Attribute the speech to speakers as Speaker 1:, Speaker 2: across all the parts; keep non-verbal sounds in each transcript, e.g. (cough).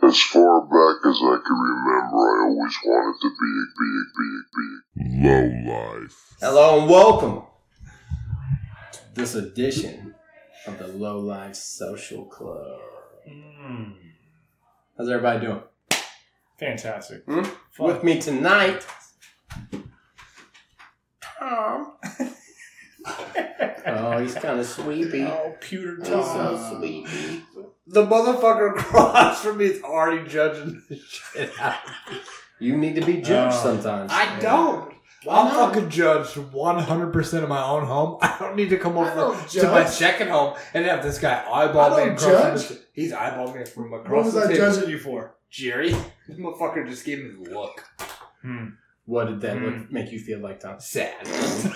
Speaker 1: As far back as I can remember, I always wanted to be, be, be, be low life.
Speaker 2: Hello and welcome to this edition of the Low Life Social Club.
Speaker 3: Mm,
Speaker 2: How's everybody doing?
Speaker 3: fantastic.
Speaker 2: Hmm?
Speaker 3: Fun.
Speaker 2: With me tonight, Tom. Oh, he's kind of sleepy.
Speaker 3: oh, pewter
Speaker 2: He's
Speaker 3: Tom.
Speaker 2: so sleepy. The motherfucker
Speaker 4: (laughs)
Speaker 2: across from me is already judging the shit out. of me. You need to be judged
Speaker 3: Oh.
Speaker 2: sometimes.
Speaker 4: I don't.
Speaker 2: Why
Speaker 4: I'm
Speaker 2: not?
Speaker 4: fucking judged 100% of my own home. (laughs) I don't need to come I over
Speaker 5: don't
Speaker 4: to my
Speaker 5: judge.
Speaker 4: second home and have this guy eyeball
Speaker 5: I
Speaker 4: me
Speaker 5: don't
Speaker 4: across.
Speaker 5: judge.
Speaker 4: The, he's eyeballing me from
Speaker 5: What
Speaker 4: across
Speaker 5: was
Speaker 4: the
Speaker 5: I
Speaker 4: table.
Speaker 5: judging you for?
Speaker 4: Jerry, (laughs) this motherfucker just gave me the look.
Speaker 3: Hmm.
Speaker 2: What did that
Speaker 3: Hmm.
Speaker 2: look, make you feel like, Tom?
Speaker 5: (laughs)
Speaker 4: Sad. (laughs)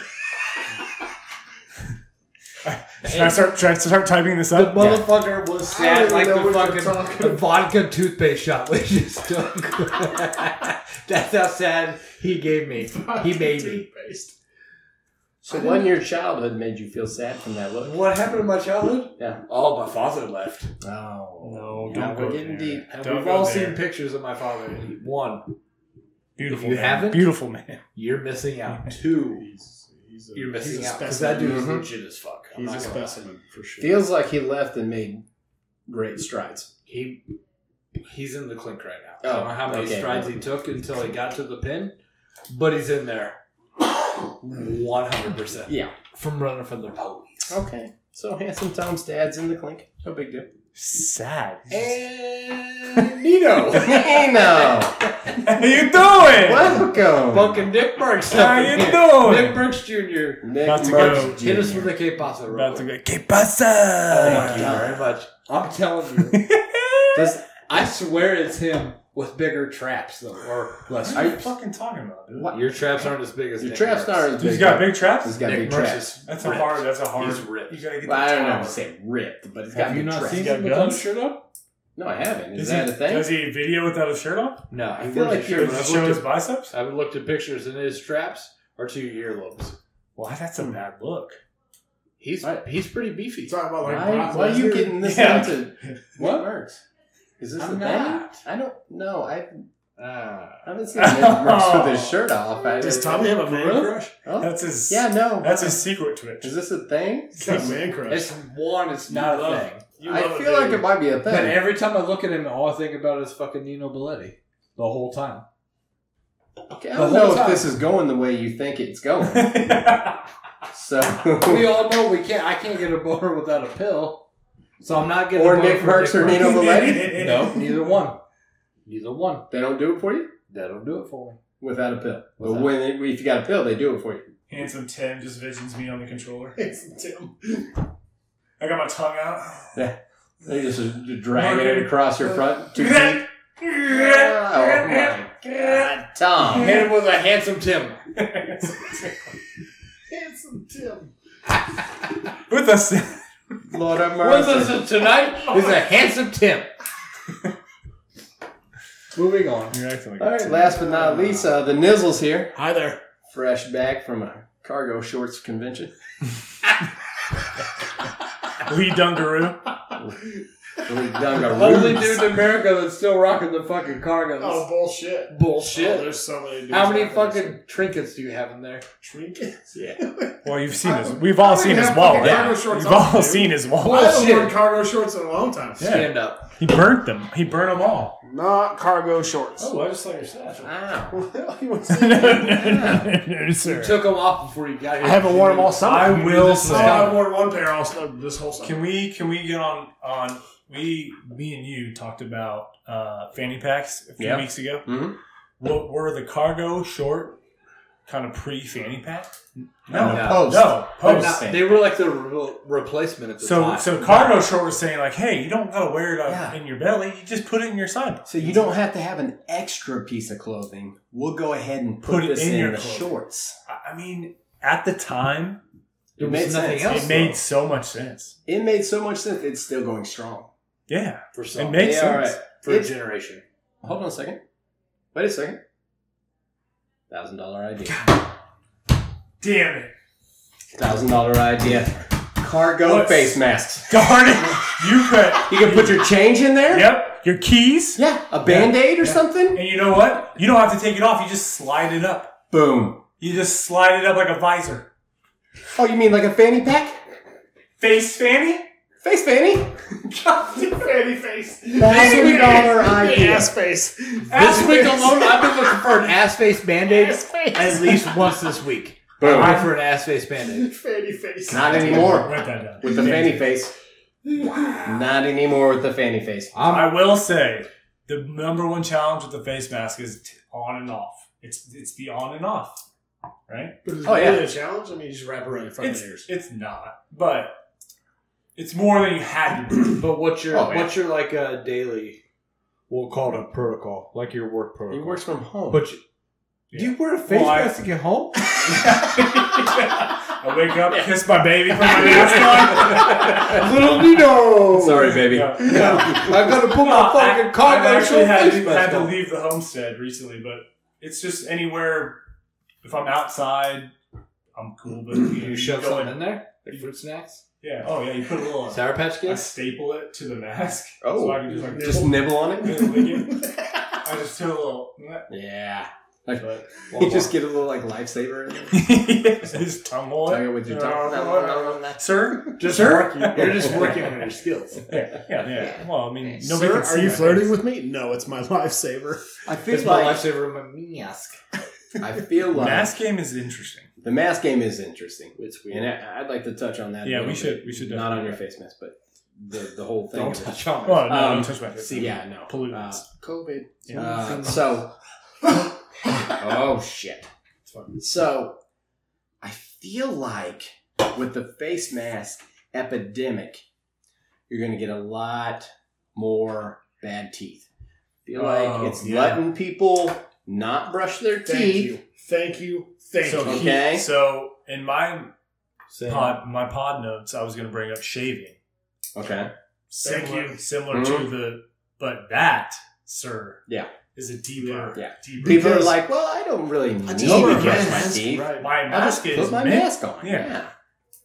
Speaker 3: Should I start? Should I start typing this
Speaker 4: The
Speaker 3: up?
Speaker 4: motherfucker was sad
Speaker 5: I don't even
Speaker 4: like
Speaker 5: know
Speaker 4: the
Speaker 5: what you're
Speaker 4: fucking
Speaker 5: talking
Speaker 4: the
Speaker 5: about.
Speaker 4: vodka toothpaste shot we just took. (laughs) That's how sad he gave me. He made me.
Speaker 5: Toothpaste.
Speaker 2: So, what in your childhood made you feel sad from that look?
Speaker 4: What happened in my childhood?
Speaker 2: Yeah.
Speaker 4: Oh, my father left.
Speaker 2: Oh.
Speaker 3: No,
Speaker 2: Now
Speaker 3: don't
Speaker 2: we're
Speaker 3: go
Speaker 2: getting
Speaker 3: there.
Speaker 2: deep.
Speaker 3: Don't
Speaker 4: We've
Speaker 3: go
Speaker 4: all
Speaker 3: there.
Speaker 4: seen pictures of my father. He- One,
Speaker 3: Beautiful.
Speaker 4: If you
Speaker 3: man.
Speaker 4: haven't-
Speaker 3: beautiful man.
Speaker 4: you're missing out. Two,
Speaker 5: He's, he's a,
Speaker 4: you're missing
Speaker 5: he's
Speaker 4: out
Speaker 5: A
Speaker 4: because that
Speaker 5: specimen.
Speaker 4: dude is
Speaker 2: Mhm.
Speaker 4: legit as fuck. I'm
Speaker 5: He's
Speaker 4: not
Speaker 5: a
Speaker 4: gonna lie.
Speaker 5: specimen for sure.
Speaker 2: Feels like he left and made great strides.
Speaker 4: He he's in the clink right now. I don't
Speaker 2: Oh,
Speaker 4: know how many
Speaker 2: okay.
Speaker 4: strides he took until he got to the pin, but he's in (coughs) there, one hundred percent
Speaker 2: Yeah.
Speaker 4: from running from the police.
Speaker 2: Okay. So handsome Tom's dad's in the clink. No big (laughs) deal. (laughs)
Speaker 3: Sad.
Speaker 2: And Nino. Nino.
Speaker 3: (laughs) Oh. How you doing?
Speaker 2: Welcome.
Speaker 4: Fucking Nick Burks.
Speaker 3: How
Speaker 4: up in
Speaker 3: you
Speaker 4: here.
Speaker 3: doing?
Speaker 4: Nick Burks Jr.
Speaker 2: Nick
Speaker 3: About to
Speaker 2: Marks
Speaker 3: go.
Speaker 2: Jr.
Speaker 4: Hit us with a K pasa. real
Speaker 3: About to
Speaker 4: quick.
Speaker 3: go. ¿Qué pasa?
Speaker 2: (laughs)
Speaker 4: Thank you Uh, very much. I'm telling you.
Speaker 2: Does-
Speaker 4: I swear it's him with bigger traps though, or less.
Speaker 3: Are you fucking talking about? Dude?
Speaker 2: What?
Speaker 4: Your traps aren't as big as
Speaker 2: Your
Speaker 4: Nick
Speaker 2: trap's
Speaker 4: Burks.
Speaker 2: not as big.
Speaker 3: He's got big traps.
Speaker 2: He's got
Speaker 4: Nick
Speaker 2: big
Speaker 4: Burks
Speaker 2: traps.
Speaker 4: is
Speaker 3: That's a
Speaker 4: ripped.
Speaker 3: hard. That's a hard.
Speaker 4: He's ripped.
Speaker 3: You gotta get.
Speaker 2: Well, I
Speaker 3: the
Speaker 2: don't know
Speaker 3: towel.
Speaker 2: if say ripped, but he's got
Speaker 4: Have you
Speaker 2: big
Speaker 4: not
Speaker 2: traps.
Speaker 4: seen
Speaker 3: He's got
Speaker 4: him without a
Speaker 3: guns?
Speaker 4: shirt up?
Speaker 2: No, I haven't. Is
Speaker 3: Does
Speaker 2: that
Speaker 3: he,
Speaker 2: a thing?
Speaker 3: Does he video without a shirt on?
Speaker 4: No, I
Speaker 2: feel like you're-
Speaker 3: Does he show his
Speaker 4: I've,
Speaker 3: biceps?
Speaker 4: looked at pictures, and his traps are to your earlobes.
Speaker 3: Why? That's a bad look.
Speaker 4: He's
Speaker 2: Right.
Speaker 4: he's pretty beefy.
Speaker 5: You talking about like
Speaker 2: why,
Speaker 5: Bronze
Speaker 2: why are you
Speaker 5: Lizard?
Speaker 2: getting this
Speaker 3: Yeah.
Speaker 2: into
Speaker 4: What?
Speaker 2: what works? Is this
Speaker 4: I'm
Speaker 2: a
Speaker 4: not.
Speaker 2: thing? I don't know. I
Speaker 4: Ah,
Speaker 2: haven't seen Nick Marks with his shirt off. I,
Speaker 5: Does Tommy have a man
Speaker 4: Really?
Speaker 5: crush?
Speaker 2: Oh,
Speaker 3: That's his.
Speaker 2: yeah, no.
Speaker 3: (laughs) That's his secret twitch.
Speaker 2: Is this a thing?
Speaker 5: He's got a man crush.
Speaker 4: it's one. It's
Speaker 3: (laughs)
Speaker 4: not a
Speaker 5: You love
Speaker 4: thing.
Speaker 5: You
Speaker 2: I
Speaker 5: love
Speaker 2: feel like it might be a
Speaker 4: But
Speaker 2: thing.
Speaker 4: every time I look at him, all I think about is fucking Nino Belletti the whole time.
Speaker 2: Okay, I
Speaker 4: the
Speaker 2: don't
Speaker 4: whole
Speaker 2: know if
Speaker 4: time.
Speaker 2: this is going the way you think it's
Speaker 3: (laughs)
Speaker 2: going.
Speaker 3: That's
Speaker 2: So,
Speaker 4: We all know we can't. I can't get a boner without a pill, so I'm not
Speaker 2: (laughs)
Speaker 4: getting
Speaker 2: Or
Speaker 4: a boner
Speaker 2: Nick
Speaker 4: from
Speaker 2: Burks or
Speaker 4: Burks.
Speaker 2: Nino
Speaker 3: (laughs)
Speaker 2: Belletti?
Speaker 4: No, neither one. Neither one.
Speaker 2: they don't do it for you
Speaker 4: That'll do it for me.
Speaker 2: without a pill. But
Speaker 4: Without-
Speaker 2: when they, if you got a pill, they do it for you.
Speaker 3: Handsome Tim just visions me on the controller.
Speaker 5: It's Tim.
Speaker 3: I got my tongue out.
Speaker 2: They just uh, dragging it across your front.
Speaker 3: (laughs)
Speaker 2: Too deep. Oh my god, Tom!
Speaker 4: Hit him with a handsome Tim.
Speaker 5: Handsome Tim.
Speaker 3: With us.
Speaker 2: Lord have
Speaker 4: With
Speaker 2: mercy.
Speaker 4: us tonight is a handsome Tim. (laughs) Moving on.
Speaker 3: You're acting like
Speaker 2: All right, last but not least, uh, the Nizzles here,
Speaker 5: Hi there.
Speaker 2: fresh back from a cargo shorts convention.
Speaker 3: Lee Dungaroo.
Speaker 2: Really
Speaker 4: Only (laughs)
Speaker 2: dungaroos.
Speaker 4: dude in America that's still rocking the fucking cargos.
Speaker 5: Oh bullshit. Oh,
Speaker 4: Bullshit.
Speaker 5: there's so many. Dudes
Speaker 4: How many
Speaker 5: out there.
Speaker 4: fucking trinkets do you have in there?
Speaker 5: trinkets? Yeah.
Speaker 3: Well, you've seen his. We've all seen his
Speaker 5: have
Speaker 3: wallet.
Speaker 5: fucking cargo
Speaker 3: Yeah.
Speaker 5: shorts
Speaker 3: We've
Speaker 5: on,
Speaker 3: all
Speaker 5: dude.
Speaker 3: seen his
Speaker 5: I
Speaker 3: wallet.
Speaker 5: haven't
Speaker 4: Bullshit.
Speaker 5: worn cargo shorts in a long time.
Speaker 3: Yeah.
Speaker 4: Stand up.
Speaker 3: He burnt them. He burnt them all.
Speaker 5: Not cargo shorts.
Speaker 3: Oh, I just saw your stash.
Speaker 2: Wow.
Speaker 5: you want
Speaker 3: no, no,
Speaker 5: to
Speaker 3: no, no,
Speaker 4: You
Speaker 3: sir.
Speaker 4: took them off before you got here.
Speaker 5: I haven't worn them all summer.
Speaker 3: I will
Speaker 4: This is
Speaker 5: Oh, I've
Speaker 3: say.
Speaker 5: worn one pair all snug this whole summer.
Speaker 3: Can we? Can we get on? On we? Me and you talked about uh, fanny packs a few
Speaker 2: Yeah.
Speaker 3: weeks ago.
Speaker 2: Mhm.
Speaker 3: What were the cargo short? Kind of pre fanny pack.
Speaker 2: No,
Speaker 3: no,
Speaker 2: post.
Speaker 3: no, post.
Speaker 2: Post.
Speaker 4: They were like the re- replacement at the
Speaker 3: So,
Speaker 4: time.
Speaker 3: so cargo short was saying like, hey, you don't gotta wear it on,
Speaker 2: Yeah.
Speaker 3: in your belly. You just put it in your side.
Speaker 2: So you don't have to have an extra piece of clothing. We'll go ahead and put,
Speaker 3: Put it
Speaker 2: this
Speaker 3: in
Speaker 2: in,
Speaker 3: your
Speaker 2: the
Speaker 3: clothing.
Speaker 2: shorts.
Speaker 3: I- I mean, at the time,
Speaker 4: There
Speaker 2: It
Speaker 4: was
Speaker 2: made
Speaker 4: nothing
Speaker 2: sense.
Speaker 4: else.
Speaker 3: it made so much sense.
Speaker 2: It made so much sense. It's still going strong.
Speaker 3: Yeah,
Speaker 4: for
Speaker 3: it
Speaker 4: some,
Speaker 3: makes
Speaker 2: Yeah, all
Speaker 3: sense.
Speaker 2: right.
Speaker 4: for a
Speaker 2: It's-
Speaker 4: generation.
Speaker 2: Hold on a second. Wait a second. Thousand dollar idea.
Speaker 3: Damn it!
Speaker 2: Thousand dollar idea. cargo
Speaker 3: What's-
Speaker 2: face masks.
Speaker 3: Darn it! You put
Speaker 2: You can put your change in there.
Speaker 3: yep your keys,
Speaker 2: Yeah, a band aid or something.
Speaker 3: and you know what? You don't have to take it off. You just slide it up.
Speaker 2: Boom.
Speaker 3: You just slide it up like a visor.
Speaker 2: Oh, you mean like a fanny pack?
Speaker 3: Face fanny.
Speaker 2: Face fanny?
Speaker 5: (laughs) Fanny face.
Speaker 2: Thousand dollar idea.
Speaker 5: Ass face.
Speaker 4: This week alone, I've been looking (laughs) for an ass face band aid at least once this week. Try
Speaker 2: Boom.
Speaker 4: for an ass face band aid.
Speaker 5: Fanny face.
Speaker 2: Not anymore
Speaker 3: Write that down.
Speaker 2: with the fanny face. Not anymore with the fanny face.
Speaker 3: I will say the number one challenge with the face mask is t- on and off. It's it's the on and off, right?
Speaker 5: But it's
Speaker 2: Oh, yeah.
Speaker 5: really a challenge. I mean, you just wrap it around your fucking
Speaker 3: It's,
Speaker 5: ears.
Speaker 3: it's not, but it's more than you had to do.
Speaker 4: But what's your
Speaker 2: Oh, yeah.
Speaker 4: what's your like uh, daily? We'll call it a protocol, like your work protocol.
Speaker 2: He works from home.
Speaker 4: but you, do you wear a face
Speaker 3: Well, I-
Speaker 4: mask to get (laughs) home?
Speaker 3: I wake up, kiss my baby, put my
Speaker 4: (laughs)
Speaker 3: mask on.
Speaker 4: Little Nino.
Speaker 2: Sorry, baby.
Speaker 3: Yeah.
Speaker 4: I'm gonna put
Speaker 2: (laughs)
Speaker 3: No,
Speaker 4: my fucking
Speaker 3: I've
Speaker 4: cargo
Speaker 3: actually
Speaker 4: short
Speaker 3: had,
Speaker 4: face
Speaker 3: had
Speaker 4: mask
Speaker 3: to
Speaker 4: on.
Speaker 3: leave the homestead recently, but it's just anywhere. If I'm outside, I'm cool. But you, know,
Speaker 4: You shove
Speaker 3: go
Speaker 4: something
Speaker 3: in-
Speaker 4: in there? Like fruit snacks?
Speaker 3: Yeah. Oh yeah. You put a
Speaker 2: (laughs)
Speaker 3: little.
Speaker 4: Sour Patch
Speaker 3: I
Speaker 4: Kids?
Speaker 3: staple it to the mask.
Speaker 2: Oh.
Speaker 3: so I can just like
Speaker 2: Just
Speaker 3: nibble,
Speaker 2: nibble on it.
Speaker 3: and
Speaker 2: (laughs)
Speaker 3: lick it. I just do a little. (laughs)
Speaker 2: Yeah.
Speaker 3: But,
Speaker 2: You just get a little like lifesaver. In there.
Speaker 3: just tongue hole
Speaker 2: Tug
Speaker 3: it.
Speaker 2: it with your
Speaker 3: No,
Speaker 2: tongue.
Speaker 3: no, no, Sir?
Speaker 5: Just
Speaker 3: Sir?
Speaker 5: working. You're just working on your skills.
Speaker 3: Yeah, yeah, yeah. Well, I mean, nobody
Speaker 5: Sir,
Speaker 3: can
Speaker 5: are
Speaker 3: see
Speaker 5: you
Speaker 3: my
Speaker 5: flirting
Speaker 3: face.
Speaker 5: with me? No, it's my (laughs) lifesaver.
Speaker 2: I feel
Speaker 4: It's my
Speaker 2: like
Speaker 4: lifesaver in my mask.
Speaker 2: I feel like
Speaker 3: Mask game is interesting.
Speaker 2: the mask game is interesting,
Speaker 4: It's
Speaker 2: and I, I'd like to touch on that. a
Speaker 3: Yeah, we
Speaker 2: little
Speaker 3: should-
Speaker 2: bit.
Speaker 3: we should
Speaker 2: not on
Speaker 3: definitely.
Speaker 2: your face mask, but the the whole thing.
Speaker 4: Don't
Speaker 2: of it.
Speaker 4: touch on it.
Speaker 3: Well, no,
Speaker 2: Um,
Speaker 3: don't touch my face.
Speaker 2: See, yeah, no. Uh,
Speaker 3: Pollutants.
Speaker 2: COVID.
Speaker 5: Yeah.
Speaker 2: Uh, so, oh shit.
Speaker 3: It's fine.
Speaker 2: So, I feel like with the face mask epidemic, you're going to get a lot more bad teeth. I feel
Speaker 3: Oh,
Speaker 2: like it's
Speaker 3: yeah.
Speaker 2: letting people not brush their
Speaker 5: Thank
Speaker 2: teeth.
Speaker 5: you. Thank you. Thank
Speaker 3: so, he-
Speaker 5: you.
Speaker 2: Okay.
Speaker 3: so in my
Speaker 4: Same.
Speaker 3: pod, my pod notes, I was going to bring up shaving,
Speaker 2: Okay.
Speaker 5: Thank
Speaker 3: similar,
Speaker 5: you.
Speaker 3: similar to
Speaker 2: Mhm.
Speaker 3: the, but that, sir,
Speaker 2: Yeah.
Speaker 3: is a deeper,
Speaker 2: Yeah.
Speaker 3: deeper.
Speaker 2: People are
Speaker 5: Because-
Speaker 2: like, well, I don't really need
Speaker 5: just
Speaker 2: to
Speaker 5: wear a
Speaker 2: brush my
Speaker 5: mask,
Speaker 2: teeth.
Speaker 3: my
Speaker 2: I'll just
Speaker 3: mask
Speaker 2: put
Speaker 3: is
Speaker 2: my
Speaker 3: meant-
Speaker 2: mask on.
Speaker 3: Yeah.
Speaker 2: Yeah.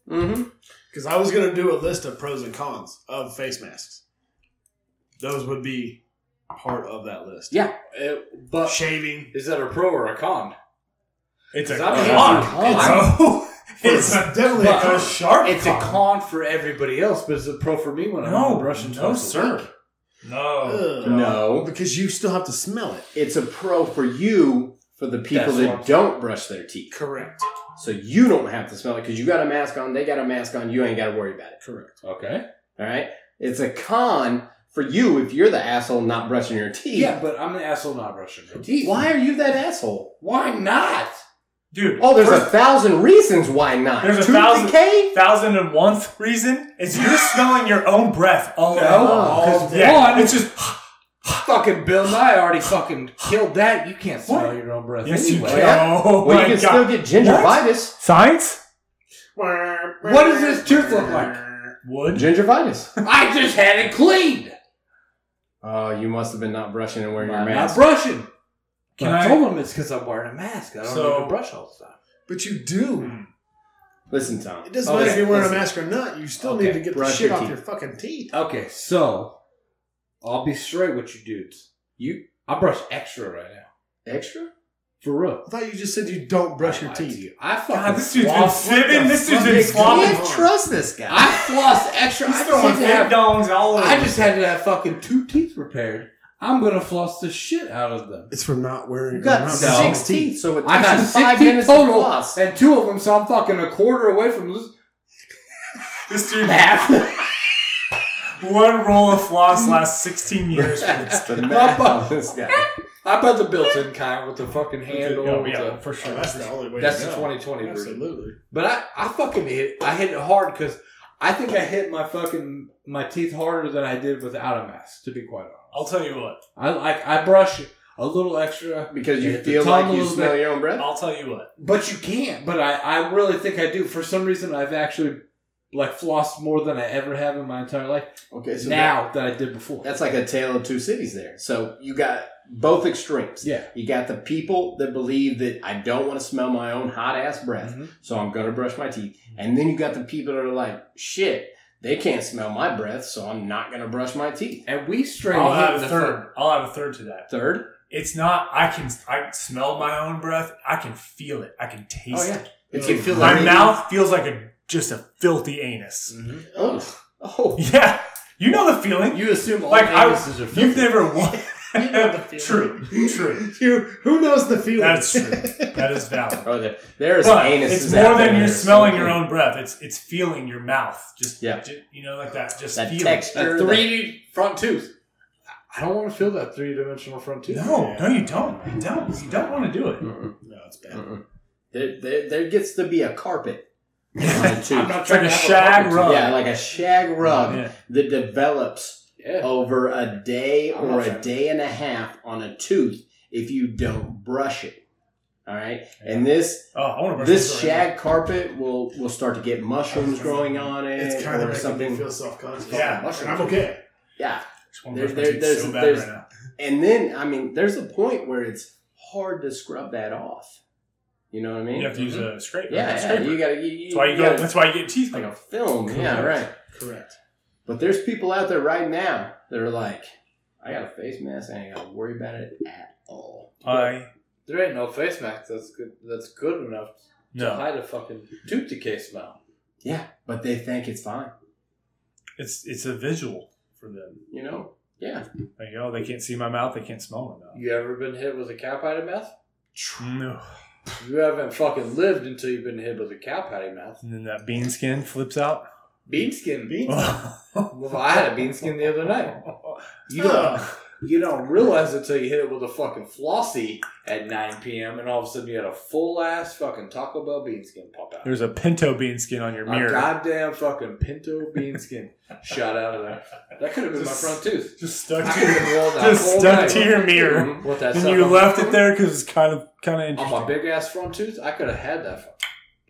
Speaker 2: Mm-hmm.
Speaker 5: Because I was going to do a list of pros and cons of face masks. Those would be part of that list.
Speaker 2: Yeah.
Speaker 4: Uh, but
Speaker 5: Shaving.
Speaker 4: is that a pro or a con?
Speaker 3: It's a
Speaker 4: It's
Speaker 3: con.
Speaker 4: not a
Speaker 3: bro. It's a-
Speaker 5: definitely
Speaker 3: a
Speaker 5: a sharp.
Speaker 4: It's a con for everybody else, but it's a pro for me when I'm
Speaker 3: No,
Speaker 4: on brushing
Speaker 3: no,
Speaker 4: twice a
Speaker 3: sir.
Speaker 4: week.
Speaker 3: No.
Speaker 5: Ugh.
Speaker 2: No,
Speaker 5: Because you still have to smell it.
Speaker 2: it's a pro for you for the people
Speaker 4: That's what I'm
Speaker 2: that don't brush their teeth.
Speaker 5: Correct.
Speaker 2: So you don't have to smell it because you got a mask on, they got a mask on, you ain't got to worry about it.
Speaker 5: Correct.
Speaker 4: Okay.
Speaker 2: All right? It's a con for you if you're the asshole not brushing your teeth.
Speaker 4: Yeah, but I'm an asshole not brushing my teeth.
Speaker 2: Why are you that asshole?
Speaker 4: Why not?
Speaker 3: Dude,
Speaker 2: Oh, there's
Speaker 3: first-
Speaker 2: a thousand reasons why not.
Speaker 3: There's a
Speaker 2: Tooth
Speaker 3: thousand-
Speaker 2: decay?
Speaker 3: thousand and one reason is you're smelling your own breath all
Speaker 4: No,
Speaker 3: day long.
Speaker 4: 'cause
Speaker 3: Yeah,
Speaker 4: one-
Speaker 3: it's just
Speaker 4: Fucking Bill Nye already fucking killed that. You can't smell
Speaker 3: What?
Speaker 4: your own breath.
Speaker 3: yes, you
Speaker 4: anyway.
Speaker 3: can. Oh
Speaker 2: Well,
Speaker 3: my
Speaker 2: you can
Speaker 3: God.
Speaker 2: still get gingivitis.
Speaker 3: Science
Speaker 4: What does this tooth look like?
Speaker 3: would.
Speaker 2: Gingivitis.
Speaker 4: I just had it cleaned.
Speaker 2: Oh, you must have been not brushing and wearing your
Speaker 4: I'm not
Speaker 2: mask.
Speaker 4: brushing.
Speaker 3: Can
Speaker 4: But I,
Speaker 3: I-
Speaker 4: told him it's because I'm wearing a mask. I don't
Speaker 3: So-
Speaker 4: need to brush all the time.
Speaker 5: But you do.
Speaker 2: Listen, Tom. Oh,
Speaker 5: It doesn't
Speaker 4: Okay,
Speaker 5: matter if you're wearing
Speaker 4: listen.
Speaker 5: a mask or not. You still
Speaker 4: Okay,
Speaker 5: need to get the
Speaker 2: brush
Speaker 5: shit
Speaker 2: your
Speaker 5: off
Speaker 2: teeth.
Speaker 5: your fucking teeth.
Speaker 4: Okay, so I'll be straight with you dudes. You, I brush extra right now.
Speaker 2: Extra?
Speaker 4: For real.
Speaker 5: I thought you just said you don't brush
Speaker 4: I
Speaker 5: your
Speaker 4: lied
Speaker 5: teeth.
Speaker 4: to you. I fucking
Speaker 3: God, this dude's been
Speaker 4: floss-
Speaker 3: sipping. This dude's been
Speaker 4: fucking-
Speaker 3: swapping.
Speaker 2: trust this guy.
Speaker 4: I floss extra.
Speaker 3: He's
Speaker 4: I just,
Speaker 3: throwing
Speaker 4: had to
Speaker 3: fake
Speaker 4: have,
Speaker 3: dongs all over.
Speaker 4: I just had to have fucking two teeth repaired. I'm gonna floss the shit out of them.
Speaker 5: It's from not wearing.
Speaker 2: You got
Speaker 5: not
Speaker 4: No.
Speaker 5: brushing
Speaker 2: six teeth, so it
Speaker 4: I got
Speaker 2: takes you five
Speaker 4: six teeth
Speaker 2: minutes to (laughs)
Speaker 4: total,
Speaker 2: floss.
Speaker 4: and two of them, so I'm fucking a quarter away from
Speaker 3: (laughs)
Speaker 4: losing
Speaker 3: this dude
Speaker 4: half.
Speaker 3: one roll of floss lasts 16
Speaker 4: (laughs)
Speaker 3: years. for this.
Speaker 2: the
Speaker 3: (laughs)
Speaker 2: math on this guy.
Speaker 4: I bought the built-in kind with the fucking handle.
Speaker 3: Yeah,
Speaker 4: with
Speaker 3: yeah,
Speaker 4: the-
Speaker 3: for
Speaker 5: teeth.
Speaker 3: sure.
Speaker 5: Oh, That's the only way.
Speaker 4: that's
Speaker 5: to
Speaker 4: the
Speaker 5: go.
Speaker 4: 2020 version.
Speaker 5: Absolutely.
Speaker 4: But I, I fucking hit. I hit it hard because I think I hit my fucking my teeth harder than I did without a mask. To be quite honest,
Speaker 3: I'll tell you what.
Speaker 4: I like I brush a little extra,
Speaker 2: Because you
Speaker 4: Hit the
Speaker 2: feel
Speaker 4: tongue a
Speaker 2: like you
Speaker 4: little
Speaker 2: smell
Speaker 4: bit.
Speaker 2: your own breath?
Speaker 3: I'll tell you what.
Speaker 4: but you can't. But I, I really think I do. For some reason, I've actually like floss more than I ever have in my entire life
Speaker 2: Okay, so now
Speaker 4: now that, I did before.
Speaker 2: that's like a tale of two cities there. So you got both extremes.
Speaker 4: yeah.
Speaker 2: You got the people that believe that I don't want to smell my own hot ass breath,
Speaker 4: Mhm.
Speaker 2: so I'm going to brush my teeth. And then you got the people that are like, shit, they can't smell my breath, so I'm not going to brush my teeth.
Speaker 4: And we straight
Speaker 3: I'll have
Speaker 4: hit
Speaker 3: a
Speaker 4: the
Speaker 3: third. I'll have a third to that.
Speaker 2: Third,
Speaker 3: It's not. I can. I smell my own breath. I can feel it. I can taste
Speaker 2: yeah.
Speaker 3: it.
Speaker 2: it
Speaker 5: Oh,
Speaker 2: can feel
Speaker 3: My
Speaker 2: like
Speaker 3: mouth feels like a just a filthy anus.
Speaker 4: Mhm.
Speaker 2: Oh, (laughs) oh.
Speaker 3: Yeah, you know the feeling.
Speaker 4: You assume all
Speaker 3: Like, I-
Speaker 4: anuses are
Speaker 3: You've
Speaker 4: filthy.
Speaker 3: never won.
Speaker 5: You
Speaker 4: (laughs)
Speaker 5: know the feeling.
Speaker 3: True. True.
Speaker 2: You, who knows the feeling?
Speaker 3: That's true. That is valid.
Speaker 2: (laughs) Oh, there, there is
Speaker 3: But
Speaker 2: anus.
Speaker 3: it's more than you're smelling your own breath. It's it's feeling your mouth. Just
Speaker 2: Yeah.
Speaker 3: ju- you know, like that. Just
Speaker 2: That
Speaker 3: feeling.
Speaker 2: texture.
Speaker 4: a three front tooth. I don't want to feel that three dimensional front tooth.
Speaker 3: No, no, you don't. You don't. You don't want to do it.
Speaker 2: Mm-mm,
Speaker 5: No, it's bad.
Speaker 2: mm-mm. There, there, there gets to be a
Speaker 3: (laughs)
Speaker 2: carpet. on a tooth.
Speaker 4: I'm not
Speaker 3: It's like
Speaker 4: trying
Speaker 3: a
Speaker 4: to have
Speaker 3: shag rug.
Speaker 2: Yeah, like a shag rug
Speaker 3: Yeah.
Speaker 2: that develops
Speaker 4: Yeah.
Speaker 2: over a day
Speaker 4: I'm
Speaker 2: or
Speaker 4: not
Speaker 2: a
Speaker 4: sure.
Speaker 2: day and a half on a tooth if you don't brush it. All right, and this
Speaker 3: Oh, I want to brush
Speaker 2: this
Speaker 3: right
Speaker 2: shag carpet will will start to get mushrooms growing on it
Speaker 5: It's kind
Speaker 2: Eh, or
Speaker 5: of making me
Speaker 2: something.
Speaker 5: feel self conscious.
Speaker 3: Yeah.
Speaker 5: I'm okay.
Speaker 2: yeah,
Speaker 3: now. Just wanna brush
Speaker 2: there-
Speaker 3: my
Speaker 2: there-
Speaker 3: teeth
Speaker 2: there's-
Speaker 3: so bad
Speaker 2: there's-
Speaker 3: right now.
Speaker 2: and then I mean, there's a point where it's hard to scrub that off. You know what I mean?
Speaker 3: You have to use a scrape.
Speaker 2: Yeah,
Speaker 3: a
Speaker 2: yeah,
Speaker 3: scraper.
Speaker 2: you gotta. You, you,
Speaker 3: that's why you
Speaker 2: you
Speaker 3: go.
Speaker 2: gotta-
Speaker 3: That's why you get teeth.
Speaker 2: like a
Speaker 3: Like
Speaker 2: film. Yeah,
Speaker 3: Correct.
Speaker 2: right.
Speaker 5: Correct.
Speaker 2: But there's people out there right now that are like, I got a face mask. I ain't gotta worry about it at all.
Speaker 3: I
Speaker 4: There ain't no face mask that's good. That's good enough to
Speaker 3: no.
Speaker 4: hide a fucking tooth decay smell.
Speaker 2: Yeah, but they think it's fine.
Speaker 3: It's it's a visual for them.
Speaker 2: You know? Yeah.
Speaker 3: Like oh, they can't see my mouth. They can't smell my mouth.
Speaker 4: You ever been hit with a cow patty mouth?
Speaker 3: No.
Speaker 4: You haven't fucking lived until you've been hit with a cow patty mouth.
Speaker 3: And then that bean skin flips out.
Speaker 4: Bean skin, bean.
Speaker 3: Oh. you
Speaker 4: Well, I had a bean skin the other night. You don't,
Speaker 3: Ugh.
Speaker 4: you don't realize it until you hit it with a fucking flossie at 9 p.m. and all of a sudden you had a full ass fucking Taco Bell bean skin pop
Speaker 3: (laughs)
Speaker 4: out.
Speaker 3: There's a pinto bean skin on your
Speaker 4: My
Speaker 3: mirror.
Speaker 4: goddamn fucking pinto bean skin shot out of there. That could have been
Speaker 3: Just-
Speaker 4: my front tooth.
Speaker 3: Just stuck
Speaker 4: (laughs) I
Speaker 3: to
Speaker 4: could
Speaker 3: your,
Speaker 4: have rolled out
Speaker 3: just
Speaker 4: all
Speaker 3: stuck
Speaker 4: night.
Speaker 3: to your mirror.
Speaker 2: Mm-hmm.
Speaker 4: What that
Speaker 3: And
Speaker 4: stuff
Speaker 3: you
Speaker 4: on-
Speaker 3: left it there because it's kind of kind of
Speaker 4: on my
Speaker 3: interesting.
Speaker 4: big ass front tooth. I could have had that fucking,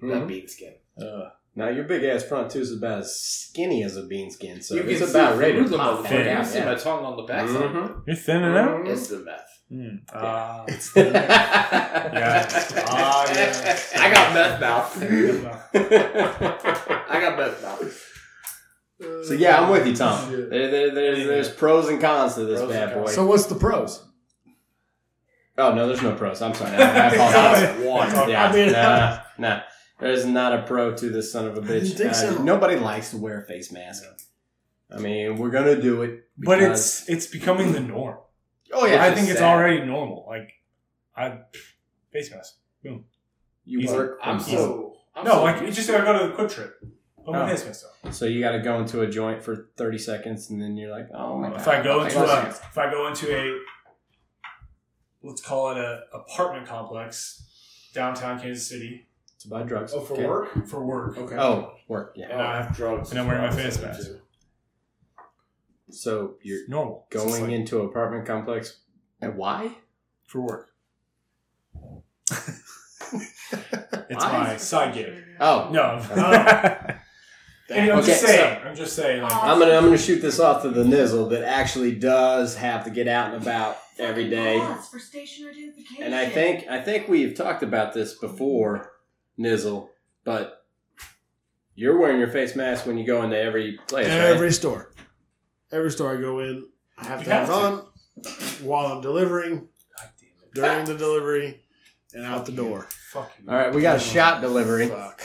Speaker 3: Mm-hmm.
Speaker 4: that bean skin.
Speaker 3: Uh,
Speaker 2: Now your big ass front tooth is about as skinny as a bean skin, so
Speaker 4: can
Speaker 2: it's
Speaker 4: see
Speaker 2: about ready
Speaker 4: through
Speaker 2: to
Speaker 4: the
Speaker 2: pop
Speaker 4: motherfucker. Mm-hmm.
Speaker 2: back
Speaker 3: Yeah,
Speaker 4: You
Speaker 2: out,
Speaker 4: can see my
Speaker 2: yeah.
Speaker 4: tongue on the back.
Speaker 2: Mhm.
Speaker 3: you're thinning out.
Speaker 4: It's the meth.
Speaker 3: Mm. Ah, it's thinning out.
Speaker 4: yeah.
Speaker 3: Ah, yeah.
Speaker 4: I got meth mouth. (laughs)
Speaker 2: (laughs) so
Speaker 4: I got meth mouth.
Speaker 2: yeah, I'm with you, Tom.
Speaker 5: Shit.
Speaker 2: There, there, there's, there's pros and cons to this
Speaker 4: Pros and
Speaker 2: bad boy.
Speaker 4: cons.
Speaker 5: So what's the pros?
Speaker 2: Oh no, there's no pros. I'm sorry. I, I
Speaker 3: (laughs)
Speaker 2: apologize.
Speaker 3: One.
Speaker 2: Yeah,
Speaker 5: I mean,
Speaker 3: uh,
Speaker 2: nah, nah. There's not a pro to this son of a bitch. Uh,
Speaker 5: didn't think so.
Speaker 2: Nobody likes to wear a face mask. I mean, we're gonna do it.
Speaker 3: But
Speaker 2: because-
Speaker 3: it's it's becoming the norm.
Speaker 2: oh
Speaker 3: I think it's
Speaker 2: sad.
Speaker 3: already normal. Like, I face mask.
Speaker 2: You
Speaker 3: Easy.
Speaker 2: work.
Speaker 4: I'm so. I'm
Speaker 3: no,
Speaker 4: so
Speaker 3: like it's just I go to the quick trip. Put my
Speaker 2: Oh.
Speaker 3: face mask on.
Speaker 2: So you got to go into a joint for 30 seconds, and then you're like, oh my god.
Speaker 3: If I go into
Speaker 2: Face
Speaker 3: a
Speaker 2: mask.
Speaker 3: if I go into a let's call it a apartment complex downtown Kansas City
Speaker 2: it's about drugs.
Speaker 5: Oh, for
Speaker 2: Okay.
Speaker 5: work.
Speaker 3: for work.
Speaker 5: Okay.
Speaker 2: Oh, work. Yeah.
Speaker 3: And I have
Speaker 4: drugs.
Speaker 3: and I'm wearing my face mask.
Speaker 2: So you're
Speaker 3: normal It's just
Speaker 2: going
Speaker 3: like
Speaker 2: into an apartment complex, and why?
Speaker 3: for
Speaker 2: (laughs)
Speaker 3: work. it's
Speaker 2: Why?
Speaker 3: my side gig.
Speaker 2: Oh,
Speaker 3: (laughs)
Speaker 2: (laughs)
Speaker 3: No. Anyway, I'm
Speaker 2: Okay,
Speaker 3: just saying. I'm just saying. Like,
Speaker 2: I'm gonna I'm gonna shoot this off to the nizzle that actually does have to get out and about every day.
Speaker 6: Pause for station identification.
Speaker 2: And I think I think we've talked about this before, nizzle, but you're wearing your face mask when you go into every place, right?
Speaker 5: Every store. Every store I go in, I have
Speaker 3: You
Speaker 5: to have it
Speaker 3: have
Speaker 5: on while I'm delivering,
Speaker 3: God damn it.
Speaker 5: during the delivery, and out the door.
Speaker 3: Fuck you.
Speaker 2: All right, we got a shot delivery.
Speaker 5: Fuck.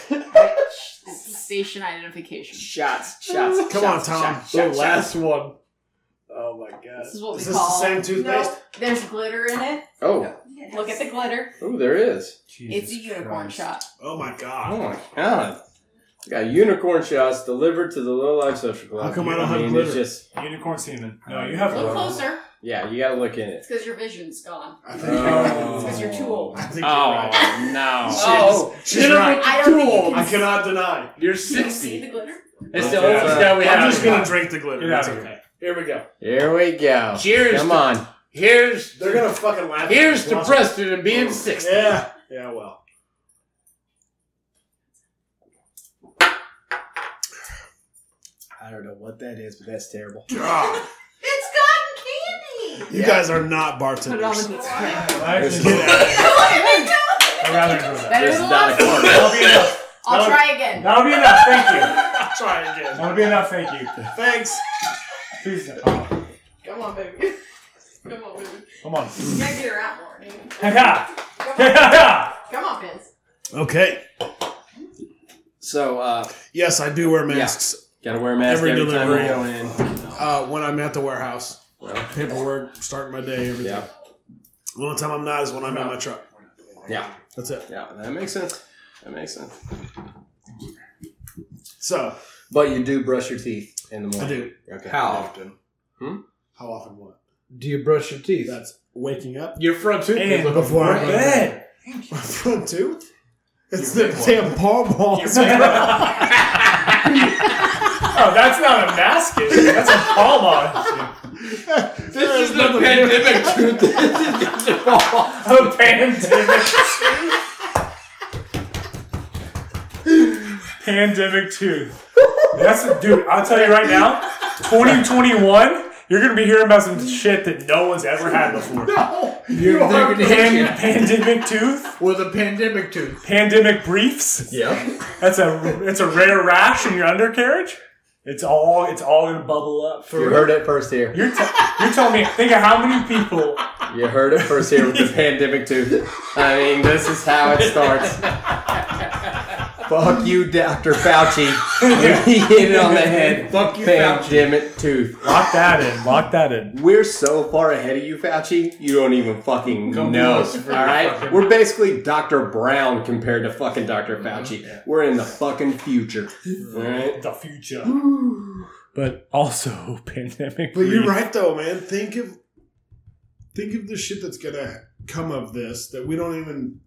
Speaker 6: station identification.
Speaker 2: Shots, shots.
Speaker 5: Come
Speaker 2: shots,
Speaker 5: on, Tom.
Speaker 2: shots,
Speaker 5: The
Speaker 2: shots, shots.
Speaker 5: last one. Oh my god.
Speaker 6: This is what we
Speaker 5: this
Speaker 6: call.
Speaker 5: the same toothpaste?
Speaker 6: Nope, there's glitter in it.
Speaker 2: Oh,
Speaker 6: Look at the glitter.
Speaker 2: oh, there is.
Speaker 3: Jesus
Speaker 6: it's a unicorn
Speaker 3: Christ.
Speaker 6: shot.
Speaker 5: Oh my
Speaker 2: Oh
Speaker 5: god.
Speaker 2: my god. We Got unicorn shots delivered to the Low Life Social Club.
Speaker 5: How come I don't have
Speaker 2: mean, it's
Speaker 5: glitter?
Speaker 2: just
Speaker 3: Unicorn semen. No, you have
Speaker 6: Look
Speaker 3: one.
Speaker 6: closer.
Speaker 2: yeah, you gotta look in it.
Speaker 6: It's because your vision's gone.
Speaker 5: I think
Speaker 2: Oh.
Speaker 6: It's because you're too old.
Speaker 5: I think
Speaker 2: Oh
Speaker 5: you're right.
Speaker 2: no!
Speaker 4: Oh,
Speaker 5: She's
Speaker 4: You're
Speaker 5: right.
Speaker 6: I don't think you
Speaker 5: I
Speaker 6: can.
Speaker 5: cannot deny.
Speaker 4: You're
Speaker 6: you see the
Speaker 4: 60.
Speaker 6: glitter?
Speaker 4: It's the
Speaker 3: Okay.
Speaker 4: oldest guy we have.
Speaker 5: I'm just gonna drink the glitter.
Speaker 3: Get out
Speaker 5: That's
Speaker 3: of here.
Speaker 5: okay.
Speaker 4: Here we go.
Speaker 2: Here we go.
Speaker 4: Cheers.
Speaker 2: Come
Speaker 4: to-
Speaker 2: on.
Speaker 4: Here's
Speaker 5: They're gonna fucking laugh. at
Speaker 4: here's
Speaker 5: us.
Speaker 4: to Preston and being
Speaker 5: Oh.
Speaker 4: 60.
Speaker 5: Yeah. Yeah. Well.
Speaker 2: I don't know what that is, but that's terrible.
Speaker 5: God,
Speaker 6: It's cotton candy. (laughs)
Speaker 5: you guys are not
Speaker 6: Put it on the
Speaker 5: bartenders.
Speaker 6: display.
Speaker 3: I actually
Speaker 5: Get out.
Speaker 6: (laughs)
Speaker 3: I'd rather enjoy that.
Speaker 6: Better
Speaker 2: This
Speaker 6: than
Speaker 2: is not
Speaker 6: last
Speaker 2: a
Speaker 6: one.
Speaker 3: That'll be enough.
Speaker 6: I'll try
Speaker 3: (laughs)
Speaker 6: again.
Speaker 3: That'll be enough. Thank you.
Speaker 5: Try again.
Speaker 3: That'll be enough. Thank you.
Speaker 5: Thanks.
Speaker 3: Please. Oh,
Speaker 6: Come on, baby. (laughs) Come on, baby.
Speaker 3: come on.
Speaker 6: You gotta get her out more, dude.
Speaker 3: Yeah.
Speaker 6: Come on,
Speaker 3: Yeah.
Speaker 6: Come on, Vince.
Speaker 5: Okay.
Speaker 2: So, uh,
Speaker 5: Yes, I do wear masks
Speaker 2: gotta wear a mask
Speaker 5: Every
Speaker 2: every, time we
Speaker 5: delivery.
Speaker 2: go in.
Speaker 5: uh, when I'm at the warehouse.
Speaker 2: Well,
Speaker 5: Paperwork, starting my day, everything.
Speaker 2: yeah,
Speaker 5: The only time I'm not is when I'm in my truck.
Speaker 2: yeah,
Speaker 5: That's it.
Speaker 2: yeah. That makes sense. That makes sense.
Speaker 5: So
Speaker 2: But you do brush your teeth in the
Speaker 5: I
Speaker 2: morning.
Speaker 5: do.
Speaker 2: Okay.
Speaker 4: How
Speaker 5: often?
Speaker 2: Hmm?
Speaker 5: How often? What?
Speaker 4: Do you brush your teeth?
Speaker 5: That's waking up.
Speaker 4: your front tooth
Speaker 3: And
Speaker 4: is
Speaker 5: before I
Speaker 4: looking
Speaker 5: go to
Speaker 4: great.
Speaker 3: (laughs) bed.
Speaker 5: My (laughs) front tooth. It's
Speaker 3: Your
Speaker 5: the
Speaker 3: big one.
Speaker 5: damn paw balls.
Speaker 3: Oh, that's not a mask issue. That's a palm on (laughs) issue.
Speaker 4: This is the pandemic (laughs) tooth. This is
Speaker 3: A pandemic. pandemic tooth. That's dude. I'll tell you right now, 2021. You're gonna be hearing about some shit that no one's ever had before.
Speaker 4: You're
Speaker 3: Pan-
Speaker 4: thinking of
Speaker 3: pandemic tooth,
Speaker 4: with a pandemic tooth.
Speaker 3: pandemic briefs.
Speaker 4: Yeah.
Speaker 2: (laughs)
Speaker 3: That's a it's a rare rash in your undercarriage. It's all it's all gonna bubble up.
Speaker 2: You heard it first here.
Speaker 3: You're, t- you're telling me. Think of how many people
Speaker 2: You heard it first here with
Speaker 4: (laughs)
Speaker 2: the pandemic tooth. I mean, this is how it starts. Fuck you, Dr. Fauci. You
Speaker 4: (laughs)
Speaker 2: hit it on the head.
Speaker 4: Fuck you, Fauci.
Speaker 2: Pandemic tooth.
Speaker 3: Lock that in. Lock that in.
Speaker 2: We're so far ahead of you, Fauci. You don't even fucking
Speaker 4: Come
Speaker 2: know.
Speaker 4: to us for
Speaker 2: all right,
Speaker 4: fucking-
Speaker 2: we're basically Dr. Brown compared to fucking Dr. Fauci. We're in the fucking future. All right.
Speaker 3: The future. But also (laughs) pandemic.
Speaker 5: (laughs) But you're right though, man. Think of think of the shit that's gonna come of this that we don't even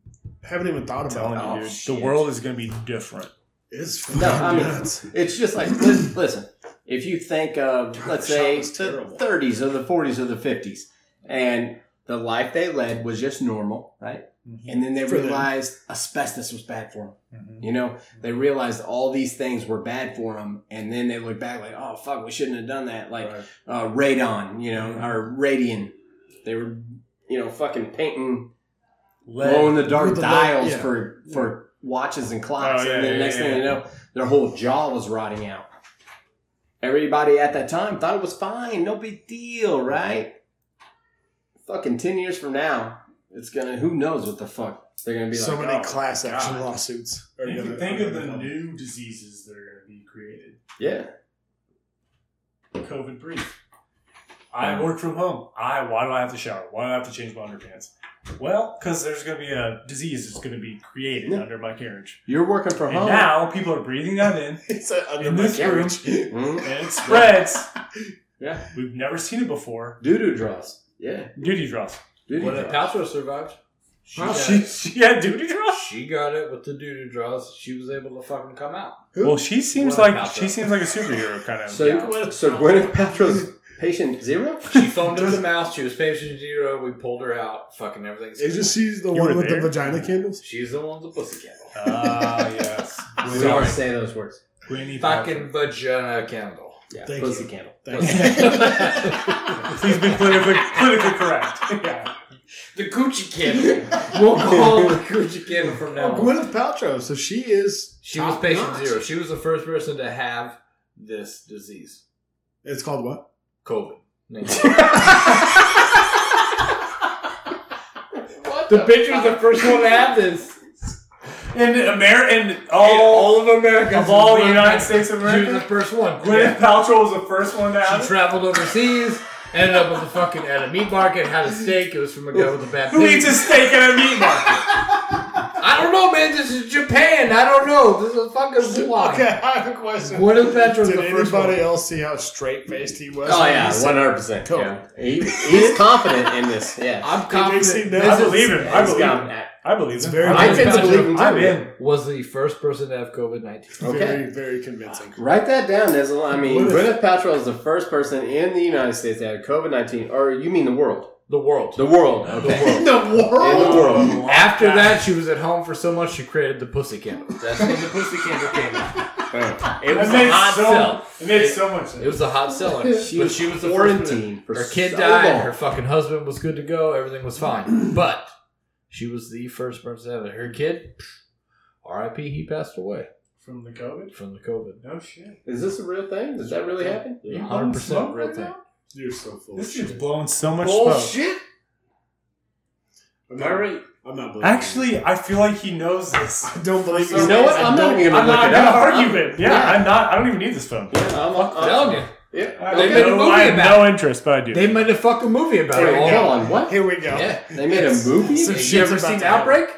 Speaker 5: haven't even thought
Speaker 3: I'm telling
Speaker 5: about.
Speaker 2: Oh,
Speaker 3: you, dude, the world is gonna be different.
Speaker 5: It's fucking
Speaker 2: No, I mean-
Speaker 5: nuts.
Speaker 2: It's just like listen, listen. If you think of
Speaker 5: God,
Speaker 2: let's
Speaker 5: that
Speaker 2: say
Speaker 5: was
Speaker 2: the
Speaker 5: terrible.
Speaker 2: 30s or the 40s or the 50s, and the life they led was just normal, right?
Speaker 3: Mm-hmm.
Speaker 2: And then they
Speaker 5: For them.
Speaker 2: realized asbestos was bad for them. You know, they realized all these things were bad for them, and then they look back like, "Oh fuck, we shouldn't have done that." Like uh, radon, you know, or radian. They were, you know, fucking painting glow in the dark
Speaker 5: With the lead,
Speaker 2: dials
Speaker 5: yeah.
Speaker 2: for for watches and clocks,
Speaker 3: Oh, yeah,
Speaker 2: and then
Speaker 3: yeah,
Speaker 2: next
Speaker 3: yeah,
Speaker 2: thing you
Speaker 3: yeah.
Speaker 2: know, their whole jaw was rotting out. Everybody at that time thought it was fine, no big deal, right? Fucking ten years from now, it's gonna. Who knows what the fuck they're gonna be like?
Speaker 5: so many
Speaker 3: oh,
Speaker 5: class action
Speaker 3: God.
Speaker 5: lawsuits. are
Speaker 3: Think,
Speaker 5: gonna-
Speaker 3: think
Speaker 5: are
Speaker 3: of the
Speaker 5: gonna
Speaker 3: (laughs)
Speaker 5: come.
Speaker 3: new diseases that are gonna be created.
Speaker 2: yeah,
Speaker 3: COVID brief. I work from home. I why do I have to shower? Why do I have to change my underpants? Well, because there's gonna be a disease that's gonna be created
Speaker 2: Yeah.
Speaker 3: under my carriage.
Speaker 2: you're working from
Speaker 3: And
Speaker 2: home.
Speaker 3: now people are breathing that in.
Speaker 5: (laughs) It's uh, under
Speaker 3: In
Speaker 5: my
Speaker 3: this room.
Speaker 5: carriage.
Speaker 2: Mhm. (laughs)
Speaker 3: and it spreads.
Speaker 2: Yeah.
Speaker 3: We've never seen it before.
Speaker 2: Doo doo draws. Yeah.
Speaker 3: Duty draws.
Speaker 2: Doo doo
Speaker 4: When
Speaker 2: draws.
Speaker 4: Paltrow survived, she, got
Speaker 3: She,
Speaker 4: it.
Speaker 3: she had duty draws.
Speaker 4: she got it with the doo-doo draws. She was able to fucking come out.
Speaker 5: Who?
Speaker 3: Well, she seems
Speaker 4: Gwyneth
Speaker 3: like
Speaker 4: Paltrow.
Speaker 3: she seems like a superhero kind of.
Speaker 2: So,
Speaker 4: Yeah.
Speaker 2: so Gwyneth Paltrow's patient zero.
Speaker 4: She foamed (laughs) at the mouth. She was patient zero. We pulled her out. Fucking everything's.
Speaker 5: Is just she's the
Speaker 3: You
Speaker 5: one
Speaker 3: were
Speaker 5: with
Speaker 3: there?
Speaker 5: the vagina candles?
Speaker 4: She's the one with the pussy candle.
Speaker 3: Ah,
Speaker 4: (laughs)
Speaker 3: yes.
Speaker 2: We
Speaker 4: Sorry.
Speaker 2: always say those words.
Speaker 3: Gwyneth
Speaker 4: Fucking vagina candle.
Speaker 2: Yeah.
Speaker 5: Thank
Speaker 2: pussy
Speaker 5: you.
Speaker 2: candle.
Speaker 4: (laughs)
Speaker 5: Thank you.
Speaker 2: (laughs)
Speaker 3: Paltrow. Please be politically, politically
Speaker 4: (laughs)
Speaker 3: correct. Yeah.
Speaker 4: The Gucci candle. We'll call it the Gucci candle from now
Speaker 5: Oh,
Speaker 4: on.
Speaker 5: Gwyneth Paltrow. So she is.
Speaker 4: She was
Speaker 5: top
Speaker 4: patient
Speaker 5: notch.
Speaker 4: zero. She was the first person to have this disease,
Speaker 5: It's called what?
Speaker 4: COVID.
Speaker 6: What
Speaker 4: the bitch was the first one to have this.
Speaker 3: And Amer and
Speaker 4: In
Speaker 3: all
Speaker 4: all of America.
Speaker 3: of all the
Speaker 4: She
Speaker 3: United States of
Speaker 4: was the- She was the
Speaker 3: America,
Speaker 4: first one.
Speaker 3: Gwyneth Paltrow was the first one to
Speaker 4: Yeah.
Speaker 3: have
Speaker 4: She
Speaker 3: it.
Speaker 4: traveled overseas, ended up with a fucking at a meat market, had a steak. It was from a guy with a bad
Speaker 3: Who eats
Speaker 4: knee.
Speaker 3: a steak at a meat market?
Speaker 4: I don't know, man. This is Japan. I don't know. This is a fucking vlog.
Speaker 5: Okay, I have a question.
Speaker 4: Gwyneth Paltrow was
Speaker 5: Did
Speaker 4: the first
Speaker 5: anybody
Speaker 4: one.
Speaker 5: else see how straight faced he was?
Speaker 2: Oh
Speaker 5: when
Speaker 2: yeah,
Speaker 5: he said
Speaker 2: one hundred percent.
Speaker 5: Cool.
Speaker 2: Yeah, he, he's confident in this. Yeah,
Speaker 4: I'm
Speaker 5: makes
Speaker 4: confident.
Speaker 5: him know.
Speaker 4: this
Speaker 3: I
Speaker 4: is-
Speaker 3: believe him. I
Speaker 2: He's
Speaker 3: believe him.
Speaker 2: confident.
Speaker 3: I believe
Speaker 5: It's
Speaker 3: him.
Speaker 5: very
Speaker 2: I tend to believe him too.
Speaker 3: I'm in.
Speaker 4: was the first person to have COVID nineteen.
Speaker 2: Okay.
Speaker 5: Very, very convincing.
Speaker 2: Write that down, Nizzle. I mean, Gwyneth
Speaker 5: Gwyneth.
Speaker 2: Paltrow is the first person in the United States that had COVID nineteen, or you mean the world?
Speaker 4: The world.
Speaker 2: The world.
Speaker 4: The
Speaker 2: Okay.
Speaker 4: world.
Speaker 5: the
Speaker 2: In the
Speaker 3: (laughs)
Speaker 5: world?
Speaker 2: world.
Speaker 4: After that, she was at home for so much she created the pussy candle. That's when the pussy candle came out. It was
Speaker 3: It
Speaker 4: a
Speaker 3: made
Speaker 4: hot
Speaker 3: so,
Speaker 4: sell.
Speaker 3: It made so much sense.
Speaker 4: It was a hot seller.
Speaker 2: She
Speaker 4: but
Speaker 2: was
Speaker 4: she was the first one.
Speaker 2: quarantined for
Speaker 4: Her kid
Speaker 2: so
Speaker 4: died.
Speaker 2: long.
Speaker 4: Her fucking husband was good to go. Everything was fine. (clears throat) But she was the first person to have it. Her kid, pff, RIP, he passed away
Speaker 3: From the COVID?
Speaker 4: from the COVID.
Speaker 3: No shit.
Speaker 2: Is this a real thing? Does that really happen?
Speaker 4: It was
Speaker 3: You
Speaker 4: 100%
Speaker 3: smoke
Speaker 4: real
Speaker 3: right
Speaker 4: thing.
Speaker 3: now?
Speaker 5: You're so full.
Speaker 3: This
Speaker 5: of
Speaker 3: dude's
Speaker 5: shit.
Speaker 3: blowing so much smoke.
Speaker 2: Bullshit.
Speaker 5: I'm not,
Speaker 2: Alright.
Speaker 5: I'm not believing.
Speaker 3: Actually, I feel like he knows this.
Speaker 5: I don't believe
Speaker 2: You know what? I'm not even gonna
Speaker 3: I'm
Speaker 2: look
Speaker 3: not
Speaker 2: it
Speaker 3: gonna
Speaker 2: up.
Speaker 3: argue with it. Yeah, I'm not. I don't even need this phone.
Speaker 2: Yeah, I'm, I'm,
Speaker 4: I'm telling you.
Speaker 2: Yeah.
Speaker 3: I
Speaker 4: They
Speaker 3: have
Speaker 4: made a
Speaker 3: no-
Speaker 4: movie
Speaker 3: I have
Speaker 4: about
Speaker 3: no interest, but I do.
Speaker 4: They made a fucking movie about
Speaker 2: Wait,
Speaker 4: it. all
Speaker 2: hold
Speaker 4: along.
Speaker 2: on. What?
Speaker 5: Here we go.
Speaker 4: Yeah.
Speaker 2: They made a movie?
Speaker 5: Some
Speaker 4: You
Speaker 5: shit's
Speaker 4: ever
Speaker 5: about
Speaker 4: seen
Speaker 5: to happen.
Speaker 4: Outbreak?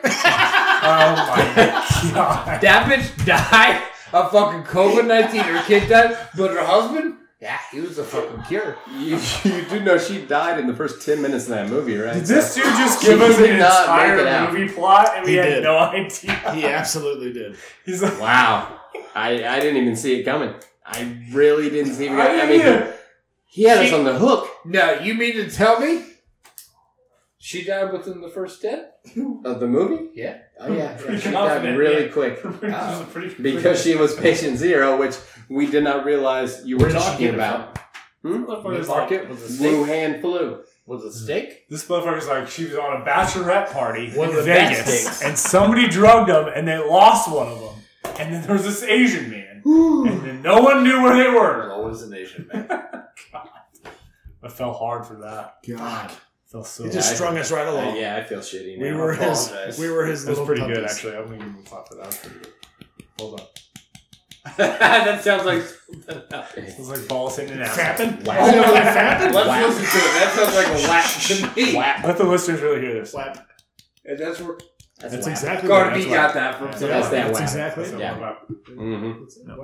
Speaker 3: Oh my god.
Speaker 4: That bitch died of fucking COVID 19. Her kid died, but her husband, yeah, he was a fucking cure.
Speaker 2: You, you do know she died in the first 10 minutes of that movie, right?
Speaker 3: (laughs) Did this dude just
Speaker 2: She
Speaker 3: give us an
Speaker 2: did not make it
Speaker 3: entire
Speaker 2: out.
Speaker 3: movie plot and we
Speaker 5: He
Speaker 3: had
Speaker 5: did.
Speaker 3: no idea?
Speaker 5: He absolutely did.
Speaker 3: (laughs)
Speaker 2: (laughs)
Speaker 3: He's like,
Speaker 2: Wow. I, I didn't even see it coming. I really didn't see it coming.
Speaker 3: I
Speaker 2: I
Speaker 3: (laughs)
Speaker 2: mean,
Speaker 3: mean,
Speaker 2: he had
Speaker 4: She-
Speaker 2: us on the hook
Speaker 4: No, you mean to tell me she died within the first 10?
Speaker 2: of the movie.
Speaker 4: Yeah.
Speaker 2: Oh, yeah.
Speaker 3: Pretty
Speaker 2: she died
Speaker 3: confident,
Speaker 2: really
Speaker 3: yeah.
Speaker 2: quick.
Speaker 3: this is pretty
Speaker 2: Because she was patient zero, which we did not realize you were
Speaker 4: Where did she
Speaker 2: talking
Speaker 4: get it
Speaker 2: about. Hmm?
Speaker 3: Motherfucker's like,
Speaker 4: Market was a steak.
Speaker 2: Wuhan flu.
Speaker 4: Was a steak?
Speaker 3: this motherfucker's like, she was on a bachelorette party
Speaker 4: One of
Speaker 3: in
Speaker 4: the
Speaker 3: Vegas,
Speaker 4: backstakes.
Speaker 3: and somebody drugged them, and they lost one of them. And then there was this Asian man, and then no one knew where they were.
Speaker 4: Always an Asian man.
Speaker 3: I fell hard for that.
Speaker 5: God,
Speaker 3: Fell so.
Speaker 5: he just
Speaker 2: I-
Speaker 5: strung us right
Speaker 2: Uh,
Speaker 5: along.
Speaker 2: yeah, I feel shitty now.
Speaker 5: We
Speaker 2: I
Speaker 5: were his.
Speaker 2: apologize.
Speaker 5: We were his.
Speaker 3: That's
Speaker 5: little
Speaker 3: pretty good,
Speaker 5: puppies.
Speaker 3: actually. I'm gonna give him a clap for that. That's pretty good. Hold on.
Speaker 4: (laughs) that sounds like.
Speaker 3: It was like balls hitting an ass. (laughs)
Speaker 5: Fapping.
Speaker 2: Wow.
Speaker 5: You know what a fapping?
Speaker 4: Let's listen to it. That sounds like a whack to me.
Speaker 3: Let the listeners really hear this.
Speaker 5: Slap.
Speaker 4: And that's where
Speaker 2: That's,
Speaker 5: That's
Speaker 2: whack.
Speaker 5: exactly. what-
Speaker 4: Cardi B got
Speaker 5: that's
Speaker 4: that from.
Speaker 3: Yeah.
Speaker 4: somewhere.
Speaker 2: That's that
Speaker 5: That's
Speaker 2: whack.
Speaker 5: exactly.
Speaker 3: That's
Speaker 5: it.
Speaker 3: what
Speaker 2: Yeah.
Speaker 3: I'm about.
Speaker 2: Mhm.
Speaker 3: No,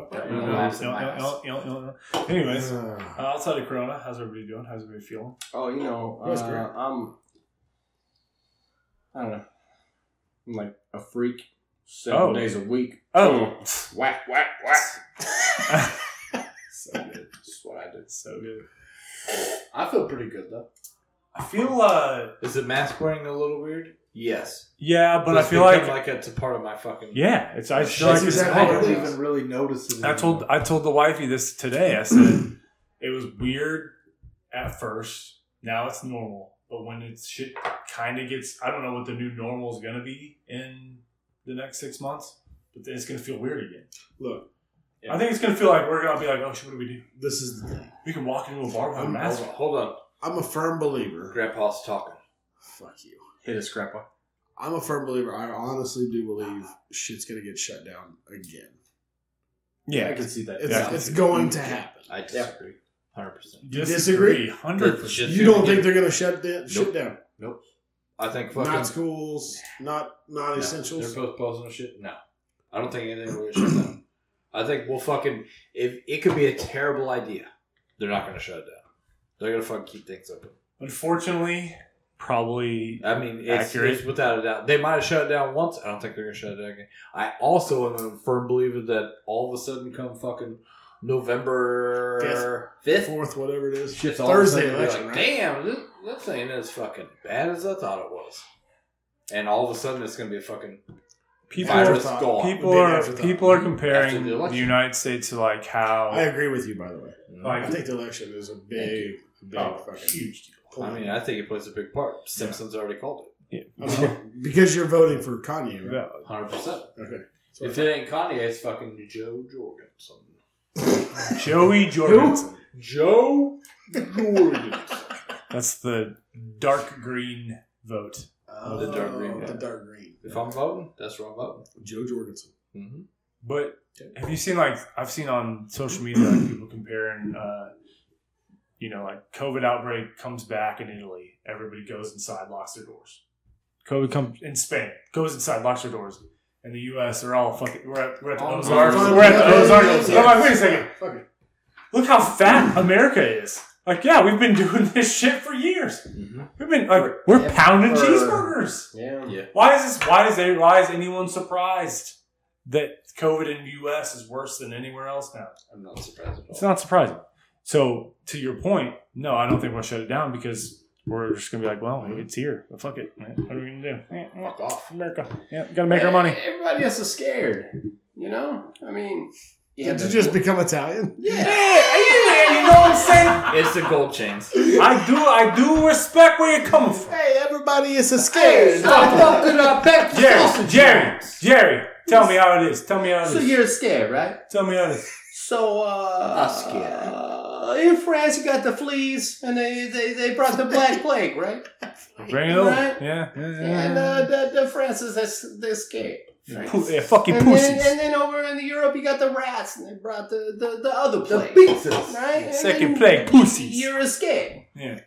Speaker 3: no, no, no, no. Anyways, uh, outside of Corona, how's everybody doing? How's everybody feeling?
Speaker 2: Oh, you know,
Speaker 5: That was
Speaker 2: uh,
Speaker 5: great.
Speaker 2: I'm. I don't know. I'm like a freak. Seven
Speaker 3: Oh.
Speaker 2: days a week.
Speaker 3: (laughs) Oh.
Speaker 2: Mm. whack whack whack.
Speaker 3: so good.
Speaker 2: That's what I did.
Speaker 3: So good.
Speaker 4: I feel pretty good though.
Speaker 3: I feel uh
Speaker 4: Is the mask wearing a little weird? Yes,
Speaker 3: yeah, but I
Speaker 4: It's
Speaker 3: feel
Speaker 4: become
Speaker 3: like,
Speaker 4: it's a part of my fucking.
Speaker 3: yeah, it's I feel
Speaker 7: That's
Speaker 3: like it's
Speaker 7: exactly- I
Speaker 3: normal.
Speaker 7: don't even really notice it.
Speaker 3: I told I told the wifey this today. I
Speaker 7: (clears throat)
Speaker 3: said it was weird at first. Now it's normal. But when it's shit kind of gets, I don't know what the new normal is gonna be in the next six months. But then it's gonna feel weird again.
Speaker 5: Look,
Speaker 3: I think it's gonna feel like we're gonna be like, oh shit, what do we do?
Speaker 5: this is the thing.
Speaker 3: We can walk into a bar without a
Speaker 4: Hold
Speaker 5: I'm-
Speaker 3: mask.
Speaker 4: on, hold on.
Speaker 5: I'm a firm believer.
Speaker 4: Grandpa's talking.
Speaker 5: Fuck you.
Speaker 2: Hit a scrap one.
Speaker 5: I'm a firm believer. I honestly do believe shit's gonna get shut down again.
Speaker 2: I can see that.
Speaker 5: It's,
Speaker 3: Yeah.
Speaker 5: it's going to happen.
Speaker 4: I disagree, hundred percent.
Speaker 5: Disagree.
Speaker 3: Hundred percent.
Speaker 5: You don't think they're gonna shut that
Speaker 4: Nope.
Speaker 5: shit down?
Speaker 4: I think fucking.
Speaker 5: Not schools. Not not
Speaker 4: no,
Speaker 5: essentials.
Speaker 4: They're both posting shit. No, I don't think anything will shut down. I think we'll fucking. If it could be a terrible idea, they're not gonna shut it down. They're gonna fucking keep things open.
Speaker 3: Unfortunately, probably
Speaker 4: I mean, it's,
Speaker 3: Accurate.
Speaker 4: it's without a doubt. They might have shut it down once. I don't think they're going to shut it down again. I also am a firm believer that all of a sudden, come fucking November 5th,
Speaker 5: Fourth, whatever it is.
Speaker 4: shit's
Speaker 5: Thursday
Speaker 4: all of a
Speaker 5: election,
Speaker 4: sudden,
Speaker 5: right?
Speaker 4: you're like, damn, this, this ain't as fucking bad as I thought it was. And all of a sudden, it's going to be a fucking
Speaker 3: people are,
Speaker 4: virus gone.
Speaker 3: people
Speaker 5: Big
Speaker 3: are
Speaker 5: afterthought.
Speaker 3: people are
Speaker 4: After
Speaker 3: comparing
Speaker 4: the
Speaker 3: the,
Speaker 4: election.
Speaker 3: United States to like how
Speaker 5: I agree with you, by the way. I
Speaker 3: like
Speaker 5: think the election is a big, big
Speaker 3: oh,
Speaker 5: fucking.
Speaker 3: huge deal.
Speaker 4: I mean, I think it plays a big part. Simpsons already called
Speaker 5: I mean, because you're voting for Kanye, right?
Speaker 3: Yeah.
Speaker 4: it. 100%.
Speaker 5: Okay. So
Speaker 4: If it ain't Kanye, it's fucking Joe Jorgensen.
Speaker 3: Joey Jordanson.
Speaker 4: Joe Jorgensen.
Speaker 3: That's the dark green vote.
Speaker 5: Oh,
Speaker 4: The dark green, yeah.
Speaker 5: The dark green.
Speaker 4: (laughs) if I'm voting, that's where I'm voting.
Speaker 5: Joe Jorgensen.
Speaker 4: Mm-hmm.
Speaker 3: But have you seen like I've seen on social media like people comparing uh you know like COVID outbreak comes back in Italy, everybody goes inside, locks their doors. COVID comes in Spain, goes inside, locks their doors. In the US they're all fucking we're at, we're at the
Speaker 4: Oh,
Speaker 3: Ozarks.
Speaker 4: fuck.
Speaker 3: We're at the
Speaker 4: Yeah,
Speaker 3: Ozarks.
Speaker 4: yeah, yeah.
Speaker 3: I'm like, wait a second.
Speaker 5: Fuck it.
Speaker 3: Look how fat America is. Like, yeah, we've been doing this shit for years. We've been like we're pounding
Speaker 2: For-
Speaker 3: cheeseburgers.
Speaker 2: Yeah.
Speaker 3: Why is this? Why is they, Why is anyone surprised that COVID in the U.S. is worse than anywhere else now?
Speaker 4: I'm not surprised at all.
Speaker 3: It's not surprising. So to your point, no, I don't think we'll shut it down because we're just gonna be like, well, it's here. Well, fuck it. What are we gonna do? Eh, eh,
Speaker 4: Fuck off.
Speaker 3: America. Yeah, gotta make our money.
Speaker 2: Everybody else is scared. You know? I mean, Yeah,
Speaker 5: Did
Speaker 2: but
Speaker 5: you just
Speaker 2: what-
Speaker 5: become Italian?
Speaker 2: yeah, yeah, you know what I'm saying?
Speaker 4: It's the gold (laughs) chains.
Speaker 3: I do, I do respect where you're coming from.
Speaker 5: Hey, everybody is a scared.
Speaker 2: I fucking up back
Speaker 3: Jerry, Jerry, Jerry, tell me how it is. Tell me how it
Speaker 2: So
Speaker 3: is.
Speaker 2: you're scared, right?
Speaker 3: Tell me how it is.
Speaker 2: So, uh,
Speaker 4: I'm scared.
Speaker 2: uh, in France, you got the fleas, and they, they, they brought the Black Plague, right?
Speaker 3: Bring it over.
Speaker 2: Right?
Speaker 3: Yeah. yeah,
Speaker 2: And
Speaker 3: yeah.
Speaker 2: uh, the, the Francis, that's they're scared.
Speaker 3: Yeah,
Speaker 2: France.
Speaker 3: poo- yeah, fucking
Speaker 2: And then,
Speaker 3: pussies.
Speaker 2: and then over in Europe, you got the rats, and they brought the, the, the other plague. right? And
Speaker 3: Second
Speaker 2: then
Speaker 3: plague, pussies.
Speaker 2: You're escaped.
Speaker 3: Yeah.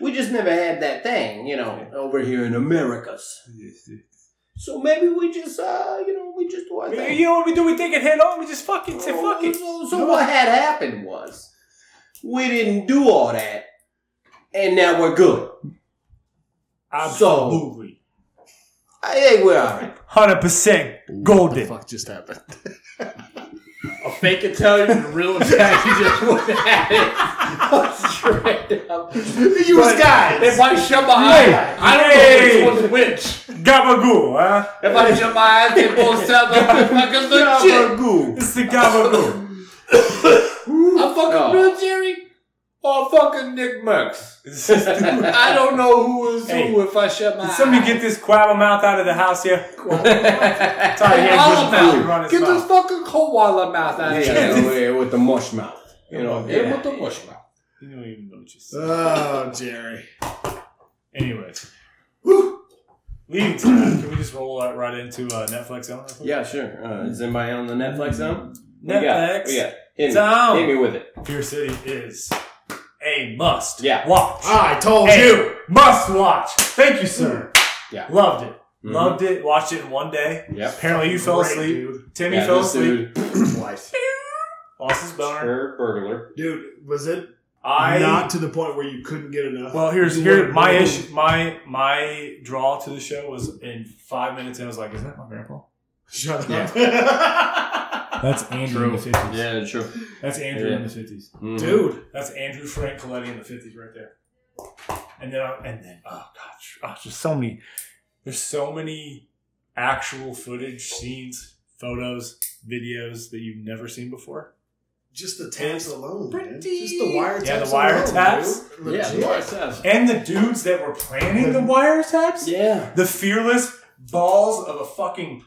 Speaker 2: We just never had that thing, you know, over here in Americas. So maybe we just, uh, you know, we just do our thing.
Speaker 3: You know what we do? We take it head on. We just fucking say fuck it.
Speaker 5: Oh,
Speaker 2: So, so what had happened was we didn't do all that, and now we're good.
Speaker 3: Absolutely.
Speaker 2: I think we're all right.
Speaker 3: 100%
Speaker 5: What the
Speaker 3: golden.
Speaker 5: fuck just happened?
Speaker 4: A fake Italian (laughs) and real Italian. You just (laughs) went at it. Straight up.
Speaker 5: you was guys.
Speaker 4: If I shut my
Speaker 3: Hey,
Speaker 4: eyes, I don't
Speaker 3: hey.
Speaker 4: know which one's which.
Speaker 3: Gabagool, huh?
Speaker 4: If I shut my eyes, they
Speaker 3: (laughs)
Speaker 4: both sound like (laughs) fucking legit.
Speaker 2: Gabagool.
Speaker 3: It's the gabagool.
Speaker 4: I'm fucking
Speaker 2: Oh.
Speaker 4: real Jerry or fucking Nick (laughs) Merckx.
Speaker 3: It's just the-
Speaker 4: I don't know who is
Speaker 3: Hey,
Speaker 4: who if I shut my
Speaker 3: Did
Speaker 4: eyes.
Speaker 3: somebody get this quabble mouth out of the house here?
Speaker 4: (laughs)
Speaker 3: Sorry, he
Speaker 4: Hey,
Speaker 3: ain't
Speaker 4: Oliver,
Speaker 3: good food. Run his
Speaker 4: Get
Speaker 3: mouth.
Speaker 4: this fucking koala mouth out of here. (laughs)
Speaker 2: with the mush mouth. You know,
Speaker 4: Yeah,
Speaker 2: yeah.
Speaker 4: with the mush mouth.
Speaker 3: You don't even know what you said.
Speaker 5: Oh, Jerry.
Speaker 3: Anyways. Leading to that, can we just roll uh, right into uh, Netflix on?
Speaker 2: Yeah, sure. Uh, is anybody on the Netflix zone?
Speaker 3: Netflix.
Speaker 2: Yeah. Hit me.
Speaker 3: Zone.
Speaker 2: Hit me with it.
Speaker 3: Fear City is a must
Speaker 2: Yeah.
Speaker 3: watch.
Speaker 5: Ah, I told
Speaker 3: Hey,
Speaker 5: you.
Speaker 3: Must watch. Thank you, sir.
Speaker 2: Yeah.
Speaker 3: Loved it.
Speaker 2: Mhm.
Speaker 3: Loved it. Watched it in one day.
Speaker 2: Yep.
Speaker 3: Apparently, you fell
Speaker 5: Great,
Speaker 3: asleep.
Speaker 5: Dude.
Speaker 3: Timmy
Speaker 2: Yeah,
Speaker 3: fell
Speaker 2: this
Speaker 3: asleep.
Speaker 2: dude,
Speaker 5: Twice.
Speaker 3: Lost his boner.
Speaker 2: her burglar.
Speaker 5: Dude, was it
Speaker 3: I
Speaker 5: not to the point where you couldn't get enough?
Speaker 3: Well, here's
Speaker 5: You
Speaker 3: here
Speaker 5: weren't
Speaker 3: my
Speaker 5: really-
Speaker 3: issue. My my draw to the show was in five minutes, and I was like, "Is that my grandpa?"
Speaker 5: Shut up.
Speaker 3: That's Andrew in the fifties.
Speaker 2: Yeah, Mm-hmm. sure.
Speaker 3: That's Andrew
Speaker 2: Yeah.
Speaker 3: in the fifties.
Speaker 5: Dude,
Speaker 3: That's Andrew Frank Coletti in the fifties, right there. And then I- and then oh gosh, oh, just so many. There's so many actual footage, scenes, photos, videos that you've never seen before.
Speaker 5: (laughs) just the taps alone. Man.
Speaker 3: Pretty-
Speaker 5: Just the wiretaps.
Speaker 3: Yeah, the
Speaker 5: alone,
Speaker 3: wiretaps.
Speaker 5: dude. Legit.
Speaker 3: And the dudes that were planning the wiretaps.
Speaker 2: Yeah.
Speaker 3: The fearless balls of a fucking.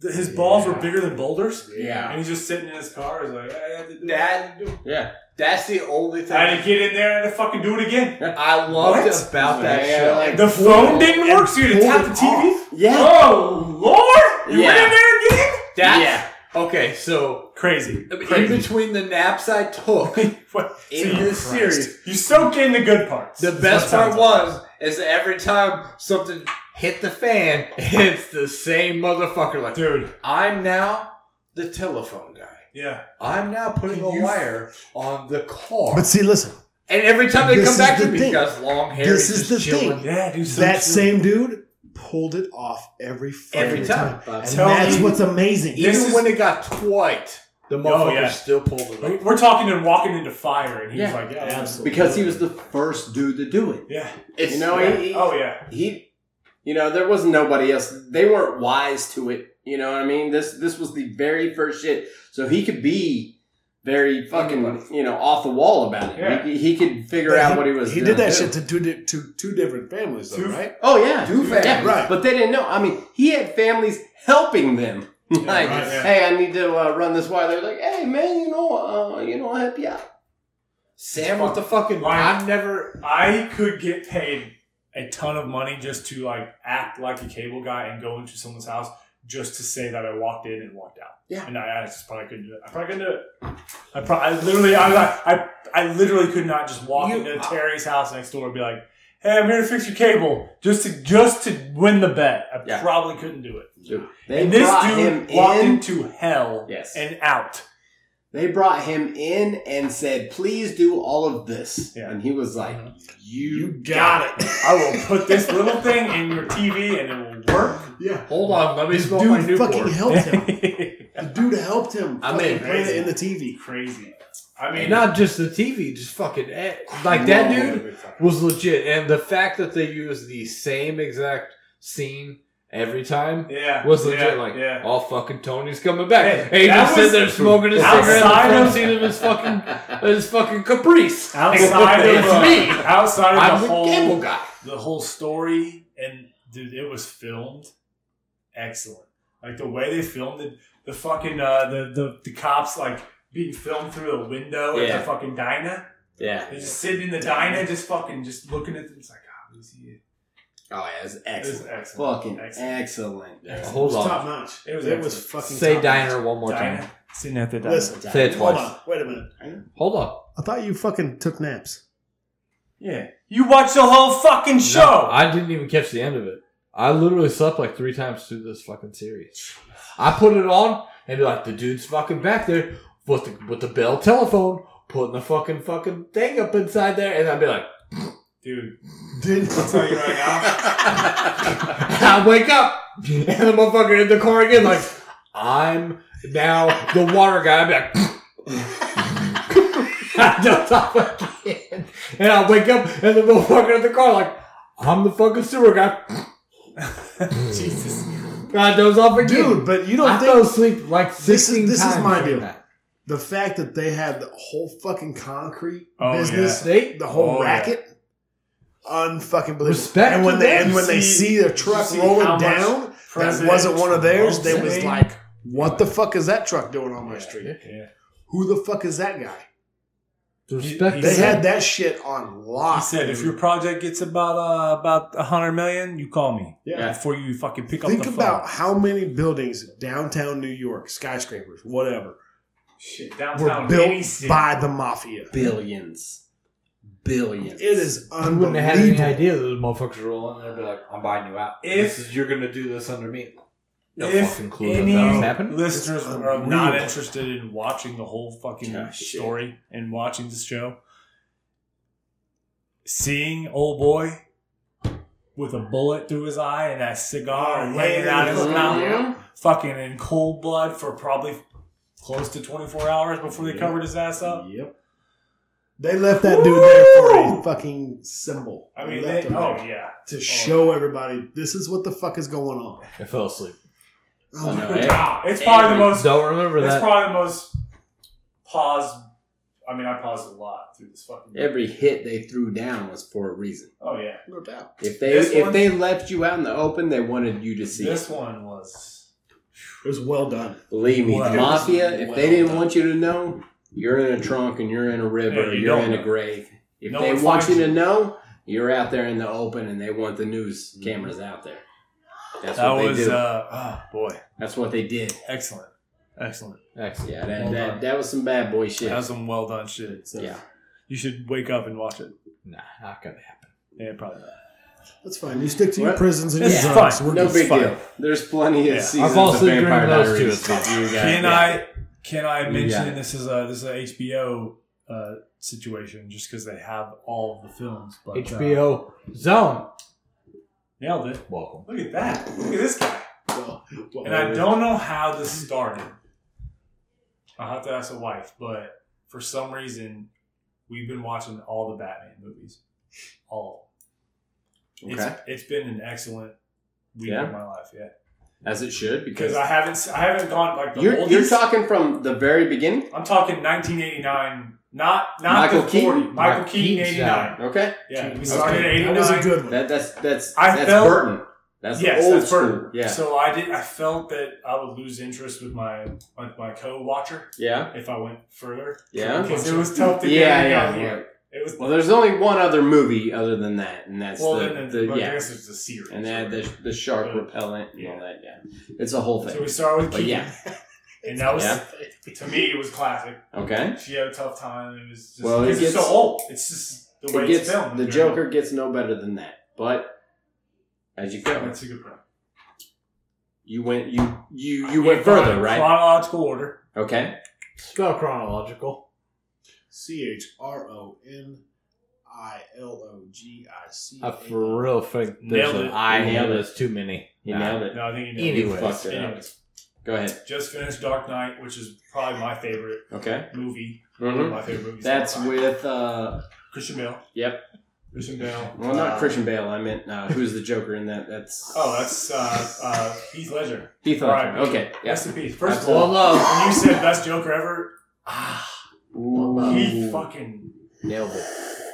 Speaker 3: th- His balls were bigger than boulders.
Speaker 2: Yeah.
Speaker 3: And he's just sitting in his car. He's like, I had to do
Speaker 4: That
Speaker 2: Yeah.
Speaker 4: that's the only
Speaker 3: it.
Speaker 4: thing
Speaker 3: I had
Speaker 4: I,
Speaker 3: to get in there and to fucking do it again.
Speaker 4: loved
Speaker 3: What?
Speaker 4: about that
Speaker 2: Yeah,
Speaker 4: show.
Speaker 2: like-
Speaker 3: The phone didn't work, so you had to tap the TV.
Speaker 2: Yeah.
Speaker 3: Oh lord! You went
Speaker 2: Yeah.
Speaker 3: in there again?
Speaker 4: that's okay. So
Speaker 3: Crazy.
Speaker 4: in
Speaker 3: Crazy.
Speaker 4: between the naps I took in
Speaker 3: (laughs) What? So you-
Speaker 4: this series,
Speaker 3: You soak in the good parts.
Speaker 4: the best part
Speaker 3: Sometimes.
Speaker 4: was is every time something hit the fan, (laughs) it's the same motherfucker. Like
Speaker 3: dude.
Speaker 4: I'm now the telephone guy.
Speaker 3: Yeah.
Speaker 4: I'm now putting a
Speaker 5: You-
Speaker 4: wire on the car.
Speaker 5: But see, listen,
Speaker 4: and every time they
Speaker 5: This
Speaker 4: come
Speaker 5: is
Speaker 4: back to
Speaker 5: the
Speaker 4: me,
Speaker 5: thing.
Speaker 4: he has long hair.
Speaker 5: This
Speaker 4: he's
Speaker 5: is
Speaker 4: just
Speaker 5: the
Speaker 4: chilling.
Speaker 5: thing.
Speaker 3: Yeah, dude. so
Speaker 5: that
Speaker 3: true.
Speaker 5: same dude pulled it off every fucking
Speaker 4: Every time.
Speaker 5: And
Speaker 3: Tell
Speaker 5: that's
Speaker 3: me-
Speaker 5: what's amazing.
Speaker 4: Even
Speaker 3: This is-
Speaker 4: when it got twit, the motherfucker
Speaker 3: yeah.
Speaker 4: still pulled it
Speaker 3: We-
Speaker 4: up.
Speaker 3: We're talking and walking into fire, and he
Speaker 2: Yeah.
Speaker 3: was like, "Yeah, absolutely."
Speaker 2: Because he was the first dude to do it.
Speaker 3: Yeah.
Speaker 2: It's, you know,
Speaker 3: yeah.
Speaker 2: he, he-
Speaker 3: oh yeah.
Speaker 2: he you know there was nobody else they weren't wise to it you know what i mean this this was the very first shit so he could be very fucking you know off the wall about it
Speaker 3: Yeah.
Speaker 2: he, he could figure out what he was
Speaker 5: He
Speaker 2: gonna
Speaker 5: did that
Speaker 2: do.
Speaker 5: shit to two, di- to two different families, though,
Speaker 3: Two-
Speaker 5: right?
Speaker 2: oh yeah
Speaker 4: Two
Speaker 2: yeah,
Speaker 4: fans.
Speaker 5: Right.
Speaker 2: but they didn't know i mean he had families helping them (laughs) like
Speaker 3: right, yeah.
Speaker 2: hey i need to uh, run this wire they're like hey man you know uh, you know i'll help you out
Speaker 4: Sam with the fucking
Speaker 3: Why-
Speaker 4: I've never
Speaker 3: I could get paid a ton of money just to like act like a cable guy and go into someone's house just to say that I walked in and walked out.
Speaker 2: Yeah.
Speaker 3: And I, I just probably couldn't do it. I probably couldn't do it. I, pro- I literally, I, I, I literally could not just walk
Speaker 4: You-
Speaker 3: into Terry's house next door and be like, "Hey, I'm here to fix your cable," just to just to win the bet. I
Speaker 2: Yeah.
Speaker 3: probably couldn't do it.
Speaker 2: Dude, they
Speaker 3: and this
Speaker 2: brought him
Speaker 3: dude walked
Speaker 2: in
Speaker 3: into hell
Speaker 2: Yes.
Speaker 3: and out.
Speaker 2: They brought him in and said, "Please do all of this,"
Speaker 3: Yeah. Uh-huh.
Speaker 2: and he was like, "You,
Speaker 5: it.
Speaker 3: I (laughs) will put this little thing in your TV and it will work.
Speaker 5: yeah.
Speaker 4: hold on. Let me
Speaker 5: This
Speaker 4: smoke my
Speaker 5: dude
Speaker 4: new
Speaker 5: fucking
Speaker 4: board.
Speaker 3: (laughs)
Speaker 5: helped him. The dude helped him.
Speaker 4: I
Speaker 5: fucking
Speaker 4: mean,
Speaker 5: plant it in the TV.
Speaker 3: Crazy. I mean,
Speaker 4: Not just the TV, just fucking eh, like that dude was legit. And the fact that they used the same exact scene every time
Speaker 3: Yeah.
Speaker 4: was legit.
Speaker 3: yeah,
Speaker 4: like,
Speaker 3: yeah.
Speaker 4: all fucking Tony's coming back.
Speaker 3: Hey,
Speaker 4: Hey,
Speaker 3: that
Speaker 4: just sitting
Speaker 3: was-
Speaker 4: there smoking a cigarette
Speaker 3: outside
Speaker 4: in the
Speaker 3: of-
Speaker 4: front seat of his fucking his fucking Caprice.
Speaker 3: Outside of
Speaker 4: it's
Speaker 3: uh,
Speaker 4: me.
Speaker 3: outside (laughs) of
Speaker 4: I'm
Speaker 3: the
Speaker 4: the
Speaker 3: whole
Speaker 4: Campbell guy.
Speaker 3: the whole story and dude, it was filmed excellent. Like the way they filmed it, the fucking uh, the, the the cops like being filmed through the window at
Speaker 4: Yeah.
Speaker 3: the fucking diner.
Speaker 4: Yeah.
Speaker 3: They're just sitting in the diner, just fucking just looking at them. It's like, God, who's he? It
Speaker 2: Oh yeah, it's
Speaker 3: was
Speaker 2: excellent.
Speaker 3: excellent.
Speaker 2: Fucking
Speaker 3: Excellent.
Speaker 2: excellent.
Speaker 3: Yeah.
Speaker 4: Hold
Speaker 5: top
Speaker 4: on.
Speaker 5: notch.
Speaker 3: It
Speaker 5: It
Speaker 3: was
Speaker 5: was, it was
Speaker 3: excellent.
Speaker 5: fucking
Speaker 4: Say
Speaker 5: top
Speaker 4: diner one more time.
Speaker 3: Diner. Sitting at the
Speaker 5: notch.
Speaker 3: diner.
Speaker 5: Listen,
Speaker 4: Say it
Speaker 5: hold
Speaker 4: twice.
Speaker 5: on. Wait a minute.
Speaker 4: Hold on.
Speaker 5: I thought you fucking took naps.
Speaker 3: Yeah, you watch the whole fucking show.
Speaker 4: No, I didn't even catch the end of it. I literally slept like three times through this fucking series. I put it on and be like, the dude's fucking back there with the with the bell telephone, putting the fucking fucking thing up inside there, and I'd be like,
Speaker 3: Dude,
Speaker 5: (laughs) Did
Speaker 3: I'll tell you right now.
Speaker 4: (laughs) I wake up and the motherfucker in the car again, like, I'm now the water guy. I'm like, (laughs) I don't talk again. And I wake up and the motherfucker in the car, like, I'm the fucking sewer
Speaker 5: (laughs)
Speaker 4: guy.
Speaker 3: Jesus.
Speaker 4: I doze off again.
Speaker 5: Dude, but you don't
Speaker 4: I
Speaker 5: think
Speaker 4: fell asleep like
Speaker 5: This
Speaker 4: 16
Speaker 5: is- this is
Speaker 4: times.
Speaker 5: my
Speaker 4: during
Speaker 5: deal.
Speaker 4: that.
Speaker 5: the fact that they had the whole fucking concrete
Speaker 3: Oh,
Speaker 5: business,
Speaker 4: They,
Speaker 5: the whole
Speaker 3: Oh, yeah.
Speaker 5: racket, unfucking believable.
Speaker 4: Respect
Speaker 5: and when
Speaker 4: to
Speaker 5: they
Speaker 4: them.
Speaker 5: and when they
Speaker 3: See-
Speaker 5: see their
Speaker 3: you
Speaker 5: truck
Speaker 3: see how
Speaker 5: rolling
Speaker 3: much
Speaker 5: down, that
Speaker 3: President
Speaker 5: wasn't one of theirs. They
Speaker 3: Trump's
Speaker 5: was
Speaker 3: name?
Speaker 5: like, "What the fuck is that truck doing on my
Speaker 3: Yeah.
Speaker 5: street?
Speaker 3: yeah.
Speaker 5: Who the fuck is that guy?"
Speaker 4: respect
Speaker 3: He
Speaker 5: They
Speaker 3: said-
Speaker 5: had that shit on lock.
Speaker 3: He said, if
Speaker 5: dude.
Speaker 3: your project gets about uh, about a hundred million, you call me
Speaker 5: Yeah.
Speaker 3: before you fucking pick
Speaker 5: Think
Speaker 3: up the
Speaker 5: about
Speaker 3: phone.
Speaker 5: how many buildings downtown New York, skyscrapers, whatever,
Speaker 3: Shit,
Speaker 5: were built by the mafia.
Speaker 2: Billions, billions.
Speaker 5: It is
Speaker 4: I
Speaker 5: unbelievable.
Speaker 4: wouldn't have had any idea that those motherfuckers were rolling there. Be like, I'm buying you out.
Speaker 3: If-
Speaker 4: this is, you're gonna do this under me. No
Speaker 3: if
Speaker 4: fucking clue that
Speaker 3: any
Speaker 4: that was happening.
Speaker 3: listeners
Speaker 5: It's
Speaker 3: are not
Speaker 5: unreal.
Speaker 3: interested in watching the whole fucking
Speaker 4: Ah,
Speaker 2: Yeah, shit.
Speaker 3: story and watching this show, seeing old boy with a bullet through his eye and that cigar
Speaker 5: Oh,
Speaker 3: laying out
Speaker 5: yeah.
Speaker 3: his mouth, fucking in cold blood for probably close to 24 hours before they
Speaker 5: Yeah.
Speaker 3: covered his ass up.
Speaker 5: Yep. They left that dude there for a fucking symbol.
Speaker 3: I mean,
Speaker 5: left
Speaker 3: they,
Speaker 5: him
Speaker 3: oh
Speaker 5: there
Speaker 3: yeah,
Speaker 5: to show everybody this is what the fuck is going on.
Speaker 4: I fell asleep.
Speaker 5: Oh,
Speaker 2: I
Speaker 5: my
Speaker 2: know,
Speaker 5: God.
Speaker 2: eh?
Speaker 3: Wow, it's probably the most
Speaker 4: Don't remember
Speaker 3: That's
Speaker 4: that.
Speaker 3: probably the most paused. I mean, I paused a lot through this fucking.
Speaker 2: Every hit they threw down was for a reason.
Speaker 3: oh yeah,
Speaker 5: no doubt.
Speaker 2: If they
Speaker 3: This
Speaker 2: if
Speaker 3: one-
Speaker 2: they left you out in the open, they wanted you to see.
Speaker 3: this
Speaker 2: it.
Speaker 3: one was.
Speaker 5: It was well done.
Speaker 2: Believe me,
Speaker 3: Wow.
Speaker 2: the mafia. If they didn't
Speaker 5: Well
Speaker 2: want you to know, you're in a trunk and you're in a river,
Speaker 3: Yeah, you
Speaker 2: you are
Speaker 3: don't
Speaker 2: in a
Speaker 3: know.
Speaker 2: grave. If
Speaker 3: No
Speaker 2: they
Speaker 3: one
Speaker 2: want
Speaker 3: finds
Speaker 2: you to
Speaker 3: you.
Speaker 2: know, you're out there in the open, and they want the news cameras out there. That's
Speaker 3: Mm-hmm. That
Speaker 2: what they
Speaker 3: was
Speaker 2: do.
Speaker 3: uh, oh, boy,
Speaker 2: That's what they did.
Speaker 3: excellent, excellent.
Speaker 4: Excellent.
Speaker 2: Yeah, that
Speaker 3: Well done.
Speaker 2: that, that was some bad boy shit.
Speaker 3: That was some well done shit. So
Speaker 2: yeah,
Speaker 3: you should wake up and watch it.
Speaker 4: Nah, not gonna happen.
Speaker 3: Yeah, probably. Not.
Speaker 5: That's fine. You stick to your
Speaker 2: Well,
Speaker 5: prisons and your
Speaker 3: it's
Speaker 5: zones.
Speaker 3: fine.
Speaker 5: We're
Speaker 2: no
Speaker 5: good.
Speaker 2: big
Speaker 3: fine.
Speaker 2: deal. There's plenty of
Speaker 3: Yeah.
Speaker 2: seasons
Speaker 4: I've also
Speaker 2: of Vampire
Speaker 4: dreamed those two.
Speaker 2: Diaries. that
Speaker 4: It's
Speaker 2: you got-
Speaker 3: Can
Speaker 2: yeah.
Speaker 3: I? Can I
Speaker 4: You
Speaker 3: mention
Speaker 4: got it.
Speaker 3: this is a this is a HBO uh, situation just because they have all of the films? But uh,
Speaker 4: HBO Zone.
Speaker 3: nailed it.
Speaker 4: Welcome.
Speaker 3: Look at that! Look at this guy.
Speaker 5: Well, well,
Speaker 3: And I don't know how this started. I'll have to ask a wife, but for some reason, we've been watching all the Batman movies. All.
Speaker 2: Okay,
Speaker 3: It's, it's been an excellent week
Speaker 2: Yeah?
Speaker 3: of my life, yeah.
Speaker 2: as it should
Speaker 3: Because
Speaker 2: because
Speaker 3: I haven't, s- I haven't gone like the
Speaker 2: you're
Speaker 3: oldest.
Speaker 2: you're talking from the very beginning.
Speaker 3: I'm talking 1989, not not
Speaker 2: Michael
Speaker 3: the 40,
Speaker 2: Keaton?
Speaker 3: Michael,
Speaker 4: Michael
Speaker 3: Keaton,
Speaker 4: Keaton's
Speaker 3: 89.
Speaker 2: Okay,
Speaker 3: Yeah, we
Speaker 2: Okay.
Speaker 3: started in
Speaker 5: that
Speaker 3: 89.
Speaker 5: was a good one.
Speaker 2: that that's that's
Speaker 3: I
Speaker 2: that's
Speaker 3: felt-
Speaker 2: Burton. That's
Speaker 3: yes,
Speaker 2: old
Speaker 3: that's
Speaker 2: school.
Speaker 3: Burton.
Speaker 2: Yeah,
Speaker 3: So I did. I felt that I would lose interest with my with my co-watcher
Speaker 2: yeah,
Speaker 3: if I went further.
Speaker 2: Yeah.
Speaker 3: because it was tough to get
Speaker 2: yeah,
Speaker 3: it
Speaker 2: yeah,
Speaker 3: down
Speaker 2: yeah.
Speaker 3: here. It was
Speaker 2: Well, there's only one other movie other than that, and that's
Speaker 3: well,
Speaker 2: the,
Speaker 3: then
Speaker 2: the,
Speaker 3: the, but I
Speaker 2: yeah,
Speaker 3: guess it's a series.
Speaker 2: and that
Speaker 3: right?
Speaker 2: the, the shark
Speaker 3: Uh,
Speaker 2: repellent and
Speaker 3: yeah.
Speaker 2: all that. Yeah, it's a whole
Speaker 3: so we
Speaker 2: thing.
Speaker 3: started with
Speaker 2: But
Speaker 3: Keaton,
Speaker 2: yeah,
Speaker 3: and that was
Speaker 2: Yeah.
Speaker 3: to me it was classic.
Speaker 2: okay.
Speaker 3: She had a tough time. It was just
Speaker 2: Well, it
Speaker 3: because it's
Speaker 2: gets-
Speaker 3: so old. It's just the way
Speaker 2: It gets
Speaker 3: it's filmed.
Speaker 2: the
Speaker 3: you know?
Speaker 2: Joker gets no better than that, but as you go,
Speaker 3: That's a good point.
Speaker 2: you went you you you
Speaker 3: We
Speaker 2: went
Speaker 3: follow
Speaker 2: further, right?
Speaker 3: Chronological order.
Speaker 2: Okay.
Speaker 4: Spell chronological.
Speaker 5: C H R O N I L O G I C.
Speaker 4: I for real think there's
Speaker 3: Nailed
Speaker 4: an
Speaker 3: it.
Speaker 4: I
Speaker 2: Nailed
Speaker 4: nailed
Speaker 2: it.
Speaker 4: There's too many.
Speaker 2: You
Speaker 4: Nah.
Speaker 2: nailed it.
Speaker 3: No, I think you know.
Speaker 4: Anyways.
Speaker 2: Fucked it up.
Speaker 3: Anyways,
Speaker 2: Go ahead.
Speaker 3: just finished Dark Knight, which is probably my favorite
Speaker 2: Okay.
Speaker 3: movie. One of
Speaker 2: Mhm.
Speaker 3: my favorite movies.
Speaker 2: That's
Speaker 3: of all time.
Speaker 2: with uh
Speaker 3: Christian Bale.
Speaker 2: yep.
Speaker 3: Christian Bale.
Speaker 2: Well, not
Speaker 3: Uh,
Speaker 2: Christian Bale. I meant uh, who's the Joker in that? That's
Speaker 3: Oh, that's uh, uh, Heath Ledger.
Speaker 2: Heath Ledger.
Speaker 3: Right.
Speaker 2: Okay,
Speaker 3: Rest
Speaker 2: yes.
Speaker 3: in peace. First of
Speaker 2: Absolutely.
Speaker 3: all, when you said best Joker ever, ah, he
Speaker 2: Ooh.
Speaker 3: fucking
Speaker 2: nailed it.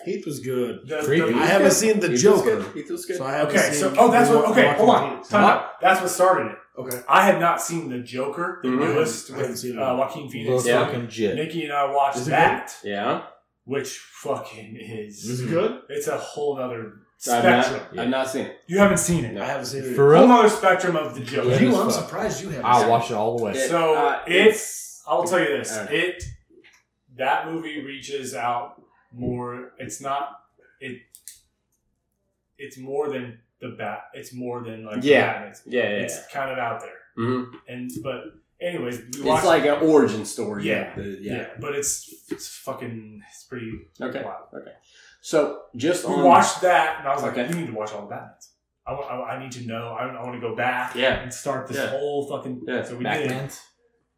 Speaker 5: Heath was good.
Speaker 3: the,
Speaker 4: Creepy.
Speaker 5: I haven't seen the
Speaker 2: Heath
Speaker 5: Joker,
Speaker 2: Was good. Heath was good.
Speaker 5: so I haven't
Speaker 3: Okay, so
Speaker 5: seen.
Speaker 3: oh, that's what.
Speaker 5: Wa-
Speaker 3: Okay,
Speaker 5: Joaquin
Speaker 3: hold on.
Speaker 5: Phoenix.
Speaker 3: Time out. That's what started it.
Speaker 5: Okay. Mm-hmm.
Speaker 3: I had not seen the Joker, the
Speaker 2: Mhm.
Speaker 3: newest
Speaker 5: I haven't
Speaker 3: with
Speaker 5: seen it.
Speaker 3: uh, Joaquin Phoenix.
Speaker 4: Little
Speaker 2: Yeah.
Speaker 4: fucking jit.
Speaker 3: Nikki and I watched
Speaker 5: Is it
Speaker 3: that,
Speaker 2: yeah.
Speaker 3: which fucking is
Speaker 5: Is it good?
Speaker 3: it's a whole other
Speaker 2: I've
Speaker 3: spectrum.
Speaker 2: not, I've not seen it.
Speaker 3: You haven't seen it.
Speaker 2: No.
Speaker 5: I haven't seen it.
Speaker 4: For
Speaker 3: Whole
Speaker 4: real?
Speaker 3: other spectrum of the Joker.
Speaker 4: Yeah.
Speaker 5: You,
Speaker 4: as
Speaker 5: I'm
Speaker 4: fuck.
Speaker 5: surprised you haven't.
Speaker 4: I'll
Speaker 5: seen
Speaker 4: watch it all the way.
Speaker 2: Yeah.
Speaker 3: So
Speaker 2: Uh,
Speaker 3: it's. I'll tell you this.
Speaker 2: Alright.
Speaker 3: It that movie reaches out more. It's not. It. It's more than the bat. It's more than like the
Speaker 2: Yeah.
Speaker 3: Batman. It's,
Speaker 2: Yeah, yeah.
Speaker 3: it's kind of out there.
Speaker 2: Mhm.
Speaker 3: And but anyways, we watched.
Speaker 2: It's like an origin story.
Speaker 3: Yeah.
Speaker 2: The-
Speaker 3: yeah.
Speaker 2: yeah.
Speaker 3: but it's it's fucking it's pretty
Speaker 2: Okay.
Speaker 3: wild.
Speaker 2: So just
Speaker 3: We
Speaker 2: on
Speaker 3: watched that, and I was like,
Speaker 2: Okay.
Speaker 3: "You need to watch all the Batmans. I, wa- I, I need to know. I, I want to go back
Speaker 2: Yeah.
Speaker 3: and start this
Speaker 2: Yeah.
Speaker 3: whole fucking."
Speaker 2: Yeah.
Speaker 3: So we did.
Speaker 4: Batman's.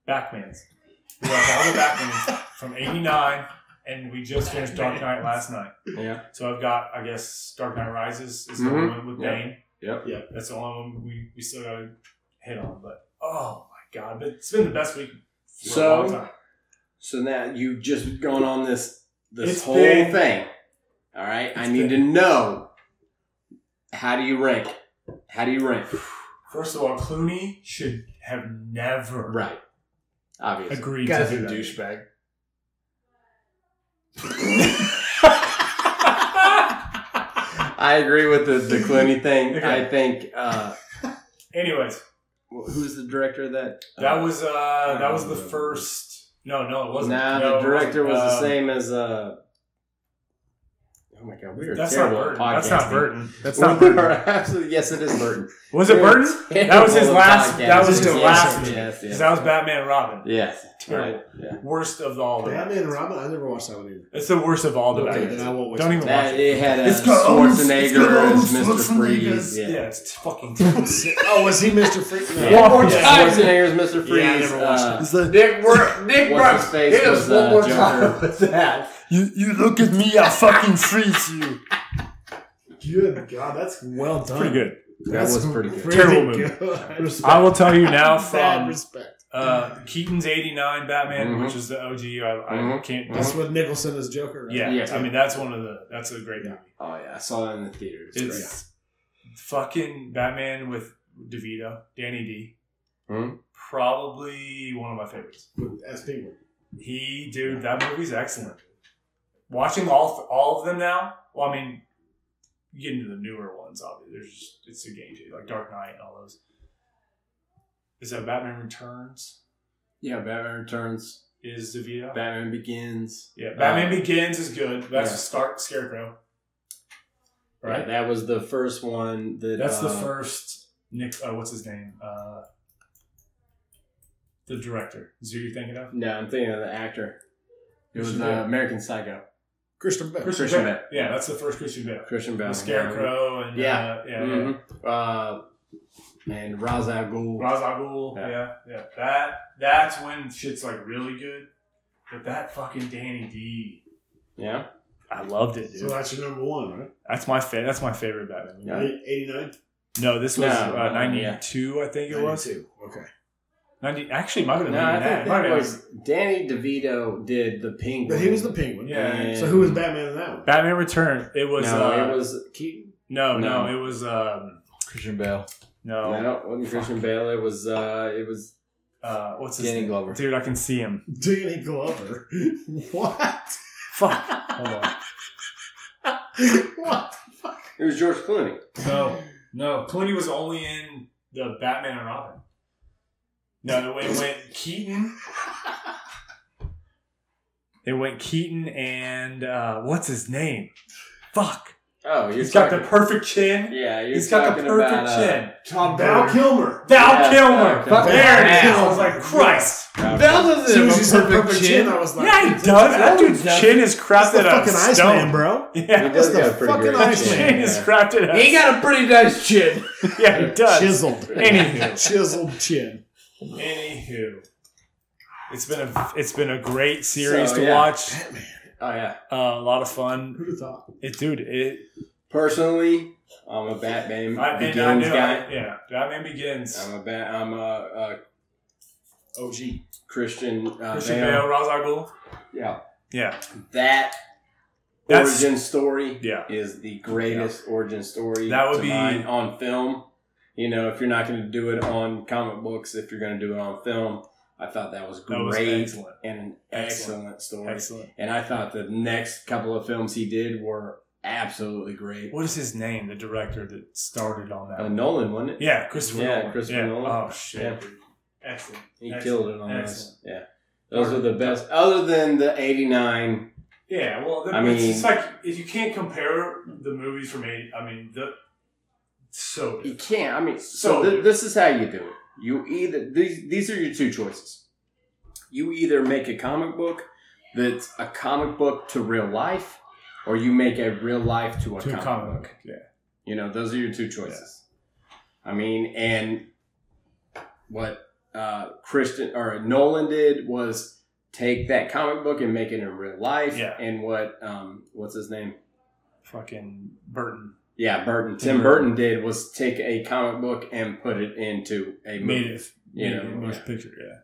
Speaker 3: Backmans. We watched all the Backmans (laughs) from '89, and we just finished Dark Knight last night.
Speaker 2: Yeah.
Speaker 3: So I've got, I guess, Dark Knight Rises is the
Speaker 2: Mhm.
Speaker 3: one with
Speaker 2: Yep.
Speaker 3: Bane.
Speaker 2: Yep.
Speaker 5: Yep.
Speaker 3: That's the only one we, we still got to hit on. But oh my god, but it's been the best week. For
Speaker 2: So-
Speaker 3: a long time.
Speaker 2: So now you've just gone on this this
Speaker 3: It's
Speaker 2: whole
Speaker 3: big.
Speaker 2: thing. All right, I
Speaker 3: It's
Speaker 2: need
Speaker 3: big.
Speaker 2: to know how do you rank? How do you rank?
Speaker 3: first of all, Clooney should have never
Speaker 2: Right, obviously.
Speaker 3: agreed to
Speaker 4: Guy's
Speaker 3: do
Speaker 4: a
Speaker 3: that.
Speaker 4: douchebag.
Speaker 2: I agree with the the Clooney thing.
Speaker 3: (laughs) Okay.
Speaker 2: I think uh,
Speaker 3: Anyways,
Speaker 2: wh- who's the director of that?
Speaker 3: that
Speaker 2: uh,
Speaker 3: was uh that was the first. No, no, it wasn't.
Speaker 2: Nah,
Speaker 3: No,
Speaker 2: the
Speaker 3: it
Speaker 2: director was
Speaker 3: wasn't.
Speaker 2: the
Speaker 3: Um,
Speaker 2: same as. Uh, oh my god, we are
Speaker 3: That's not
Speaker 2: terrible
Speaker 3: Burton.
Speaker 2: at
Speaker 3: That's not
Speaker 2: podcasting.
Speaker 3: Burton.
Speaker 2: (laughs)
Speaker 3: That's
Speaker 2: We
Speaker 3: not Burton.
Speaker 2: are absolutely yes, it is Burton.
Speaker 3: Was it
Speaker 2: We are
Speaker 3: Burton? That was his
Speaker 2: terrible at
Speaker 3: last- that was
Speaker 2: podcasting.
Speaker 3: his
Speaker 2: Yes,
Speaker 3: last-
Speaker 2: Yes, yes,
Speaker 3: Because that was Batman and Robin.
Speaker 2: Yes.
Speaker 3: Terrible.
Speaker 2: Right, yeah.
Speaker 3: Worst of all.
Speaker 5: it.
Speaker 3: The
Speaker 5: Batman and Robin. I never watched that one either.
Speaker 3: It's the worst of all the
Speaker 5: okay,
Speaker 3: Batman.
Speaker 5: then I won't waste.
Speaker 3: Don't
Speaker 5: my
Speaker 3: even
Speaker 5: time.
Speaker 2: That, it had a
Speaker 3: It's got Holmes- it's got
Speaker 2: Schwarzenegger as
Speaker 3: Holmes,
Speaker 2: Mr.
Speaker 3: Schwarzenegger.
Speaker 2: Freeze. Yeah.
Speaker 3: Yeah, it's fucking terrible.
Speaker 5: oh, was he Mr. Freak? No.
Speaker 2: Yeah.
Speaker 4: more
Speaker 2: Yeah,
Speaker 4: time.
Speaker 2: Schwarzenegger's Mr. Freeze.
Speaker 5: Yeah, I never watched
Speaker 2: uh,
Speaker 5: Is that-
Speaker 4: Nick, Bur- (laughs) Nick
Speaker 2: What's his
Speaker 4: Brooks.
Speaker 2: face
Speaker 4: Hit us
Speaker 2: was,
Speaker 4: one
Speaker 2: uh,
Speaker 4: more
Speaker 2: Joker.
Speaker 4: time with that.
Speaker 5: You you look at me, I fucking freeze you. Good God,
Speaker 4: (laughs)
Speaker 5: that's well done.
Speaker 3: Pretty good.
Speaker 2: That was pretty good.
Speaker 3: Terrible movie.
Speaker 5: Respect.
Speaker 3: I will tell you now
Speaker 5: Bad
Speaker 3: from
Speaker 5: respect.
Speaker 3: uh, Keaton's '89 Batman,
Speaker 2: Mhm.
Speaker 3: which is the OG. I, I
Speaker 2: Mhm.
Speaker 3: can't.
Speaker 5: That's with Nicholson as Joker. right?
Speaker 3: Yeah,
Speaker 2: Yeah.
Speaker 3: I mean that's one of the. That's a great movie.
Speaker 2: Oh yeah, I saw that in the theater. It was great.
Speaker 3: It's fucking Batman with DeVito, Danny D.
Speaker 2: Mhm.
Speaker 3: Probably one of my favorites.
Speaker 5: With- As Penguin.
Speaker 3: He, dude, that movie's excellent. Watching all all of them now. Well, I mean, you get into the newer ones, obviously. There's just, it's a game too, like Dark Knight and all those. Is that Batman Returns?
Speaker 2: Yeah, Batman Returns,
Speaker 3: Is DeVito?
Speaker 2: Batman Begins.
Speaker 3: yeah, Batman
Speaker 2: Uh,
Speaker 3: Begins is good. That's
Speaker 2: yeah.
Speaker 3: a start Scarecrow,
Speaker 2: Right,
Speaker 3: right?
Speaker 2: that was the first one that.
Speaker 3: That's the
Speaker 2: uh,
Speaker 3: first Nick. Uh, what's his name? Uh, the director. Is who you're thinking of?
Speaker 2: No, I'm thinking of the actor. It was
Speaker 3: Christian
Speaker 2: uh,
Speaker 3: Bale.
Speaker 2: American Psycho.
Speaker 5: Christian Bale.
Speaker 2: Christian Bale.
Speaker 3: Yeah, that's the first Christian Bale.
Speaker 2: Christian
Speaker 3: The
Speaker 2: Bale.
Speaker 3: Scarecrow and
Speaker 2: Yeah.
Speaker 3: uh, yeah, yeah.
Speaker 2: Mhm. Uh, and Ra's al Ghul.
Speaker 3: Ra's al Ghul,
Speaker 2: Yeah.
Speaker 3: yeah. yeah, That that's when shit's like really good. But that fucking Danny D,
Speaker 2: yeah.
Speaker 3: I loved it,
Speaker 5: So that's your number one, right?
Speaker 3: That's my fa- that's my favorite Batman. movie.
Speaker 2: Yeah.
Speaker 5: Eighty nine.
Speaker 3: No, this was
Speaker 2: No,
Speaker 3: uh,
Speaker 2: no,
Speaker 3: ninety two, I think it was.
Speaker 5: Okay.
Speaker 3: Ninety actually might have been
Speaker 2: No, I
Speaker 3: ninety
Speaker 2: think
Speaker 3: nine.
Speaker 2: that was Danny DeVito did the penguin.
Speaker 5: But he was the Penguin.
Speaker 3: Yeah.
Speaker 5: So who was Batman in that one?
Speaker 3: Batman Return. It was
Speaker 2: no,
Speaker 3: uh,
Speaker 2: it was Keaton.
Speaker 3: no, no,
Speaker 2: No.
Speaker 3: it was um,
Speaker 4: Christian Bale.
Speaker 3: no.
Speaker 2: no, it wasn't Christian Bale. It was uh, it was
Speaker 3: Uh, what's his
Speaker 4: Danny
Speaker 3: name?
Speaker 4: Glover.
Speaker 3: Dude, I can see him.
Speaker 5: Danny Glover. (laughs) What?
Speaker 3: Fuck. Hold on.
Speaker 5: what?
Speaker 2: it was George Clooney.
Speaker 3: No, no. Clooney was only in the Batman and Robin. No, it went, it went Keaton. It went Keaton and uh, what's his name? Fuck.
Speaker 2: Oh, you're
Speaker 3: He's got the
Speaker 2: talking-
Speaker 3: perfect chin.
Speaker 2: yeah. You're
Speaker 3: He's got the
Speaker 2: talking
Speaker 3: perfect
Speaker 2: about, uh,
Speaker 3: chin.
Speaker 5: Tom Val Kilmer.
Speaker 3: Val
Speaker 2: yeah,
Speaker 3: Kilmer.
Speaker 2: Val Kilmer.
Speaker 3: There it
Speaker 5: Yeah.
Speaker 3: is. I was like, Christ.
Speaker 2: Val
Speaker 4: Bale
Speaker 2: Kilmer.
Speaker 4: doesn't
Speaker 5: As soon
Speaker 4: have
Speaker 5: as
Speaker 4: a
Speaker 5: you said
Speaker 4: perfect,
Speaker 5: perfect chin,
Speaker 4: chin.
Speaker 5: I was like,
Speaker 3: Yeah, he does. That
Speaker 4: dude
Speaker 3: dude's
Speaker 4: does.
Speaker 3: chin is
Speaker 5: That's the
Speaker 3: crafted out of
Speaker 5: fucking Iceman,
Speaker 3: stone.
Speaker 5: bro.
Speaker 2: He
Speaker 3: (laughs) Yeah.
Speaker 2: does
Speaker 5: That's
Speaker 2: got
Speaker 5: the
Speaker 2: a pretty
Speaker 5: fucking
Speaker 2: great
Speaker 3: That
Speaker 5: Iceman.
Speaker 2: chin,
Speaker 3: chin is
Speaker 2: yeah.
Speaker 3: crafted out of
Speaker 4: He got a pretty nice chin.
Speaker 3: Yeah, he does.
Speaker 5: Chiseled.
Speaker 3: Anywho.
Speaker 5: (laughs) Chiseled chin.
Speaker 3: Anywho, it's been a it's been a great series
Speaker 2: So,
Speaker 3: to
Speaker 2: yeah.
Speaker 3: watch.
Speaker 2: Oh yeah.
Speaker 3: Uh, a lot of fun.
Speaker 5: Who'd have thought?
Speaker 3: It, dude, it.
Speaker 2: Personally, I'm a Batman
Speaker 3: I, and I
Speaker 2: Begins Oh,
Speaker 3: knew,
Speaker 2: guy.
Speaker 3: I, yeah, Batman Begins.
Speaker 2: I'm a bat. I'm a, a
Speaker 5: OG.
Speaker 2: Christian. Uh,
Speaker 3: Christian
Speaker 2: Bale.
Speaker 3: Bale, Ra's al Ghul.
Speaker 2: Yeah.
Speaker 3: Yeah,
Speaker 2: That
Speaker 3: That's-
Speaker 2: origin story
Speaker 3: yeah.
Speaker 2: is the greatest origin story.
Speaker 3: That would
Speaker 2: to
Speaker 3: be-
Speaker 2: mine on film. You know, if you're not going to do it on comic books, if you're going to do it on film, I thought that was
Speaker 3: That was
Speaker 2: great
Speaker 3: excellent.
Speaker 2: and an
Speaker 3: Excellent.
Speaker 2: excellent, story.
Speaker 3: Excellent.
Speaker 2: And I thought the next couple of films he did were absolutely great.
Speaker 3: What is his name? The director that started on that.
Speaker 2: Uh, Nolan, wasn't it?
Speaker 3: Yeah, Christopher
Speaker 2: Yeah,
Speaker 3: Nolan.
Speaker 2: Christopher Nolan.
Speaker 3: Oh shit.
Speaker 2: Yeah.
Speaker 3: Excellent.
Speaker 2: He
Speaker 3: Excellent.
Speaker 2: killed it on
Speaker 3: Excellent.
Speaker 2: this. Yeah. Those are the best, other than the 89.
Speaker 3: Yeah, well, the,
Speaker 2: I
Speaker 3: it's
Speaker 2: mean-
Speaker 3: just like if you can't compare the movies from eight. I mean, the so
Speaker 2: You
Speaker 3: different.
Speaker 2: can't. I mean, so th- this is how you do it. You either, these, these are your two choices. You either make a comic book that's a comic book to real life, or you make a real life to a
Speaker 3: To a
Speaker 2: comic,
Speaker 3: comic
Speaker 2: book.
Speaker 3: book, yeah.
Speaker 2: You know, those are your two choices. I mean, and what uh, Christian or Nolan did was take that comic book and make it in real life.
Speaker 3: Yeah.
Speaker 2: And what um, what's his name?
Speaker 3: fucking Burton
Speaker 2: Yeah, Burton.
Speaker 3: Tim
Speaker 2: Tim Burton did was take a comic book and put it into a
Speaker 3: made
Speaker 2: movie.
Speaker 3: it.
Speaker 2: You
Speaker 3: made
Speaker 2: know,
Speaker 3: it in
Speaker 2: yeah.
Speaker 3: most picture, yeah.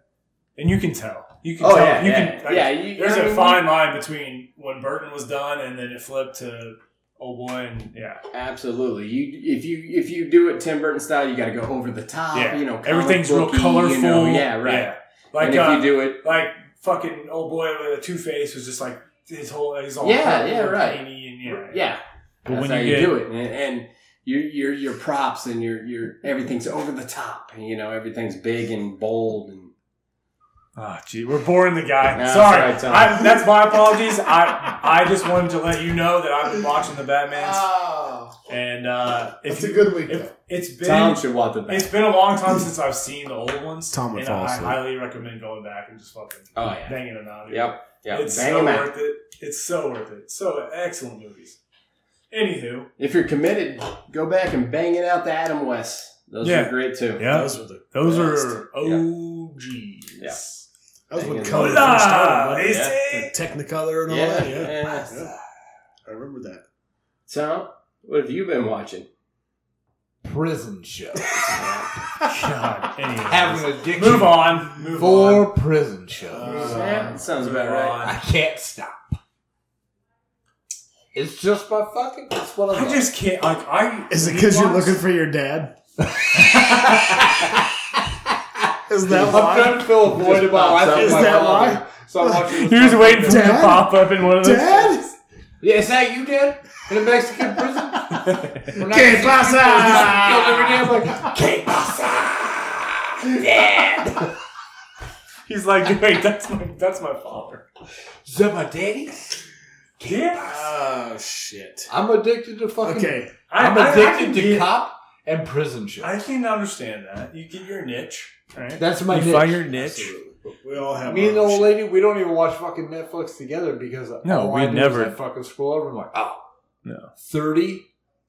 Speaker 3: And you can tell. You can
Speaker 2: Oh
Speaker 3: tell.
Speaker 2: yeah,
Speaker 3: you
Speaker 2: yeah,
Speaker 3: can, like,
Speaker 2: yeah. You,
Speaker 3: There's
Speaker 2: I
Speaker 3: a
Speaker 2: mean,
Speaker 3: fine line between when Burton was done and then it flipped to old boy and yeah,
Speaker 2: Absolutely. You if you if you do it Tim Burton style, you got to go over the top.
Speaker 3: Yeah.
Speaker 2: You know, comic
Speaker 3: everything's real
Speaker 2: booky, you
Speaker 3: colorful.
Speaker 2: know, yeah, right.
Speaker 3: Like
Speaker 2: and if
Speaker 3: uh,
Speaker 2: you do it,
Speaker 3: like fucking old boy with a Two Face was just like his whole he's all
Speaker 2: Yeah,
Speaker 3: purple
Speaker 2: yeah,
Speaker 3: and
Speaker 2: right.
Speaker 3: painty and yeah,
Speaker 2: yeah,
Speaker 3: But
Speaker 2: That's
Speaker 3: when
Speaker 2: how
Speaker 3: you
Speaker 2: you,
Speaker 3: get-
Speaker 2: do it, and, and your your your props and your your everything's over the top. and, You know, everything's big and bold. And
Speaker 3: Ah, gee, we're boring the guy.
Speaker 2: No,
Speaker 3: sorry,
Speaker 2: it's all right, Tom.
Speaker 3: I, that's my apologies. I I just wanted to let you know that I've been watching the Batman's,
Speaker 5: Oh,
Speaker 3: and uh, if
Speaker 5: it's a
Speaker 3: you,
Speaker 5: good week.
Speaker 3: if,
Speaker 5: though.
Speaker 3: it's been
Speaker 2: Tom should want the
Speaker 3: It's
Speaker 2: back.
Speaker 3: been a long time since I've seen the old ones.
Speaker 5: Tom would
Speaker 3: and
Speaker 5: fall
Speaker 3: I
Speaker 5: asleep.
Speaker 3: highly recommend going back and just fucking
Speaker 2: Oh, yeah.
Speaker 3: banging them out. dude.
Speaker 2: Yep, yep.
Speaker 3: It's
Speaker 2: Bang
Speaker 3: so
Speaker 2: 'em out.
Speaker 3: worth it. It's so worth it. So excellent movies. Anywho,
Speaker 2: If you're committed, go back and bang it out to Adam West. Those
Speaker 3: Yeah.
Speaker 2: are great too.
Speaker 5: Those were the.
Speaker 3: those
Speaker 5: are
Speaker 2: Yeah.
Speaker 3: OGs.
Speaker 2: Yeah.
Speaker 5: That was
Speaker 2: Hang
Speaker 5: when
Speaker 2: in
Speaker 5: color
Speaker 2: there.
Speaker 5: first started. wasn't it?
Speaker 2: Yeah.
Speaker 5: (laughs) The Technicolor and all
Speaker 2: Yeah,
Speaker 5: that. Yeah.
Speaker 2: yeah.
Speaker 5: Yeah. I remember that.
Speaker 2: Tom, what have you been watching?
Speaker 4: Prison show.
Speaker 3: God, anyways.
Speaker 4: (laughs) Having an addiction
Speaker 3: Move on. Move on.
Speaker 4: for prison shows.
Speaker 5: Uh,
Speaker 2: yeah, that sounds about
Speaker 3: move
Speaker 2: right.
Speaker 3: on.
Speaker 4: I can't stop. It's just my fucking. It's what I
Speaker 3: I
Speaker 4: love. (laughs)
Speaker 3: just can't. Like, I
Speaker 5: Is it because you're
Speaker 3: rewatched- (laughs)
Speaker 5: looking for your dad? Is
Speaker 4: I'm
Speaker 5: that
Speaker 4: trying
Speaker 5: why?
Speaker 4: to fill a void in my life.
Speaker 5: Is
Speaker 4: with my
Speaker 5: that
Speaker 4: father.
Speaker 5: why?
Speaker 4: So I'm watching.
Speaker 3: You're
Speaker 4: this
Speaker 3: just waiting for it to
Speaker 5: Dad?
Speaker 3: pop up in one of those.
Speaker 5: Dad?
Speaker 4: Yeah, is that you, Dad? In a Mexican prison? When I
Speaker 5: Que
Speaker 4: see people
Speaker 5: pasa?
Speaker 4: killed every day, I'm like, "Que pasa? Dad?
Speaker 3: (laughs) He's like, wait, that's my that's my father.
Speaker 4: Is that my daddy?
Speaker 3: Yeah.
Speaker 5: Oh shit.
Speaker 4: I'm addicted to fucking.
Speaker 5: Okay.
Speaker 3: I,
Speaker 4: I'm
Speaker 3: I- I
Speaker 4: addicted
Speaker 3: can
Speaker 4: to
Speaker 3: get-
Speaker 4: cop and prison shit.
Speaker 3: I can understand that. You get your niche, right?
Speaker 4: That's my
Speaker 3: you
Speaker 4: niche.
Speaker 3: find your niche.
Speaker 5: Absolutely. We all have.
Speaker 4: Me and the
Speaker 5: our
Speaker 4: old
Speaker 5: shit.
Speaker 4: lady, we don't even watch fucking Netflix together because
Speaker 3: No,
Speaker 4: all
Speaker 3: we
Speaker 4: I do is
Speaker 3: never-
Speaker 4: I fucking scroll over. and I'm like, oh,
Speaker 3: No.
Speaker 4: thirty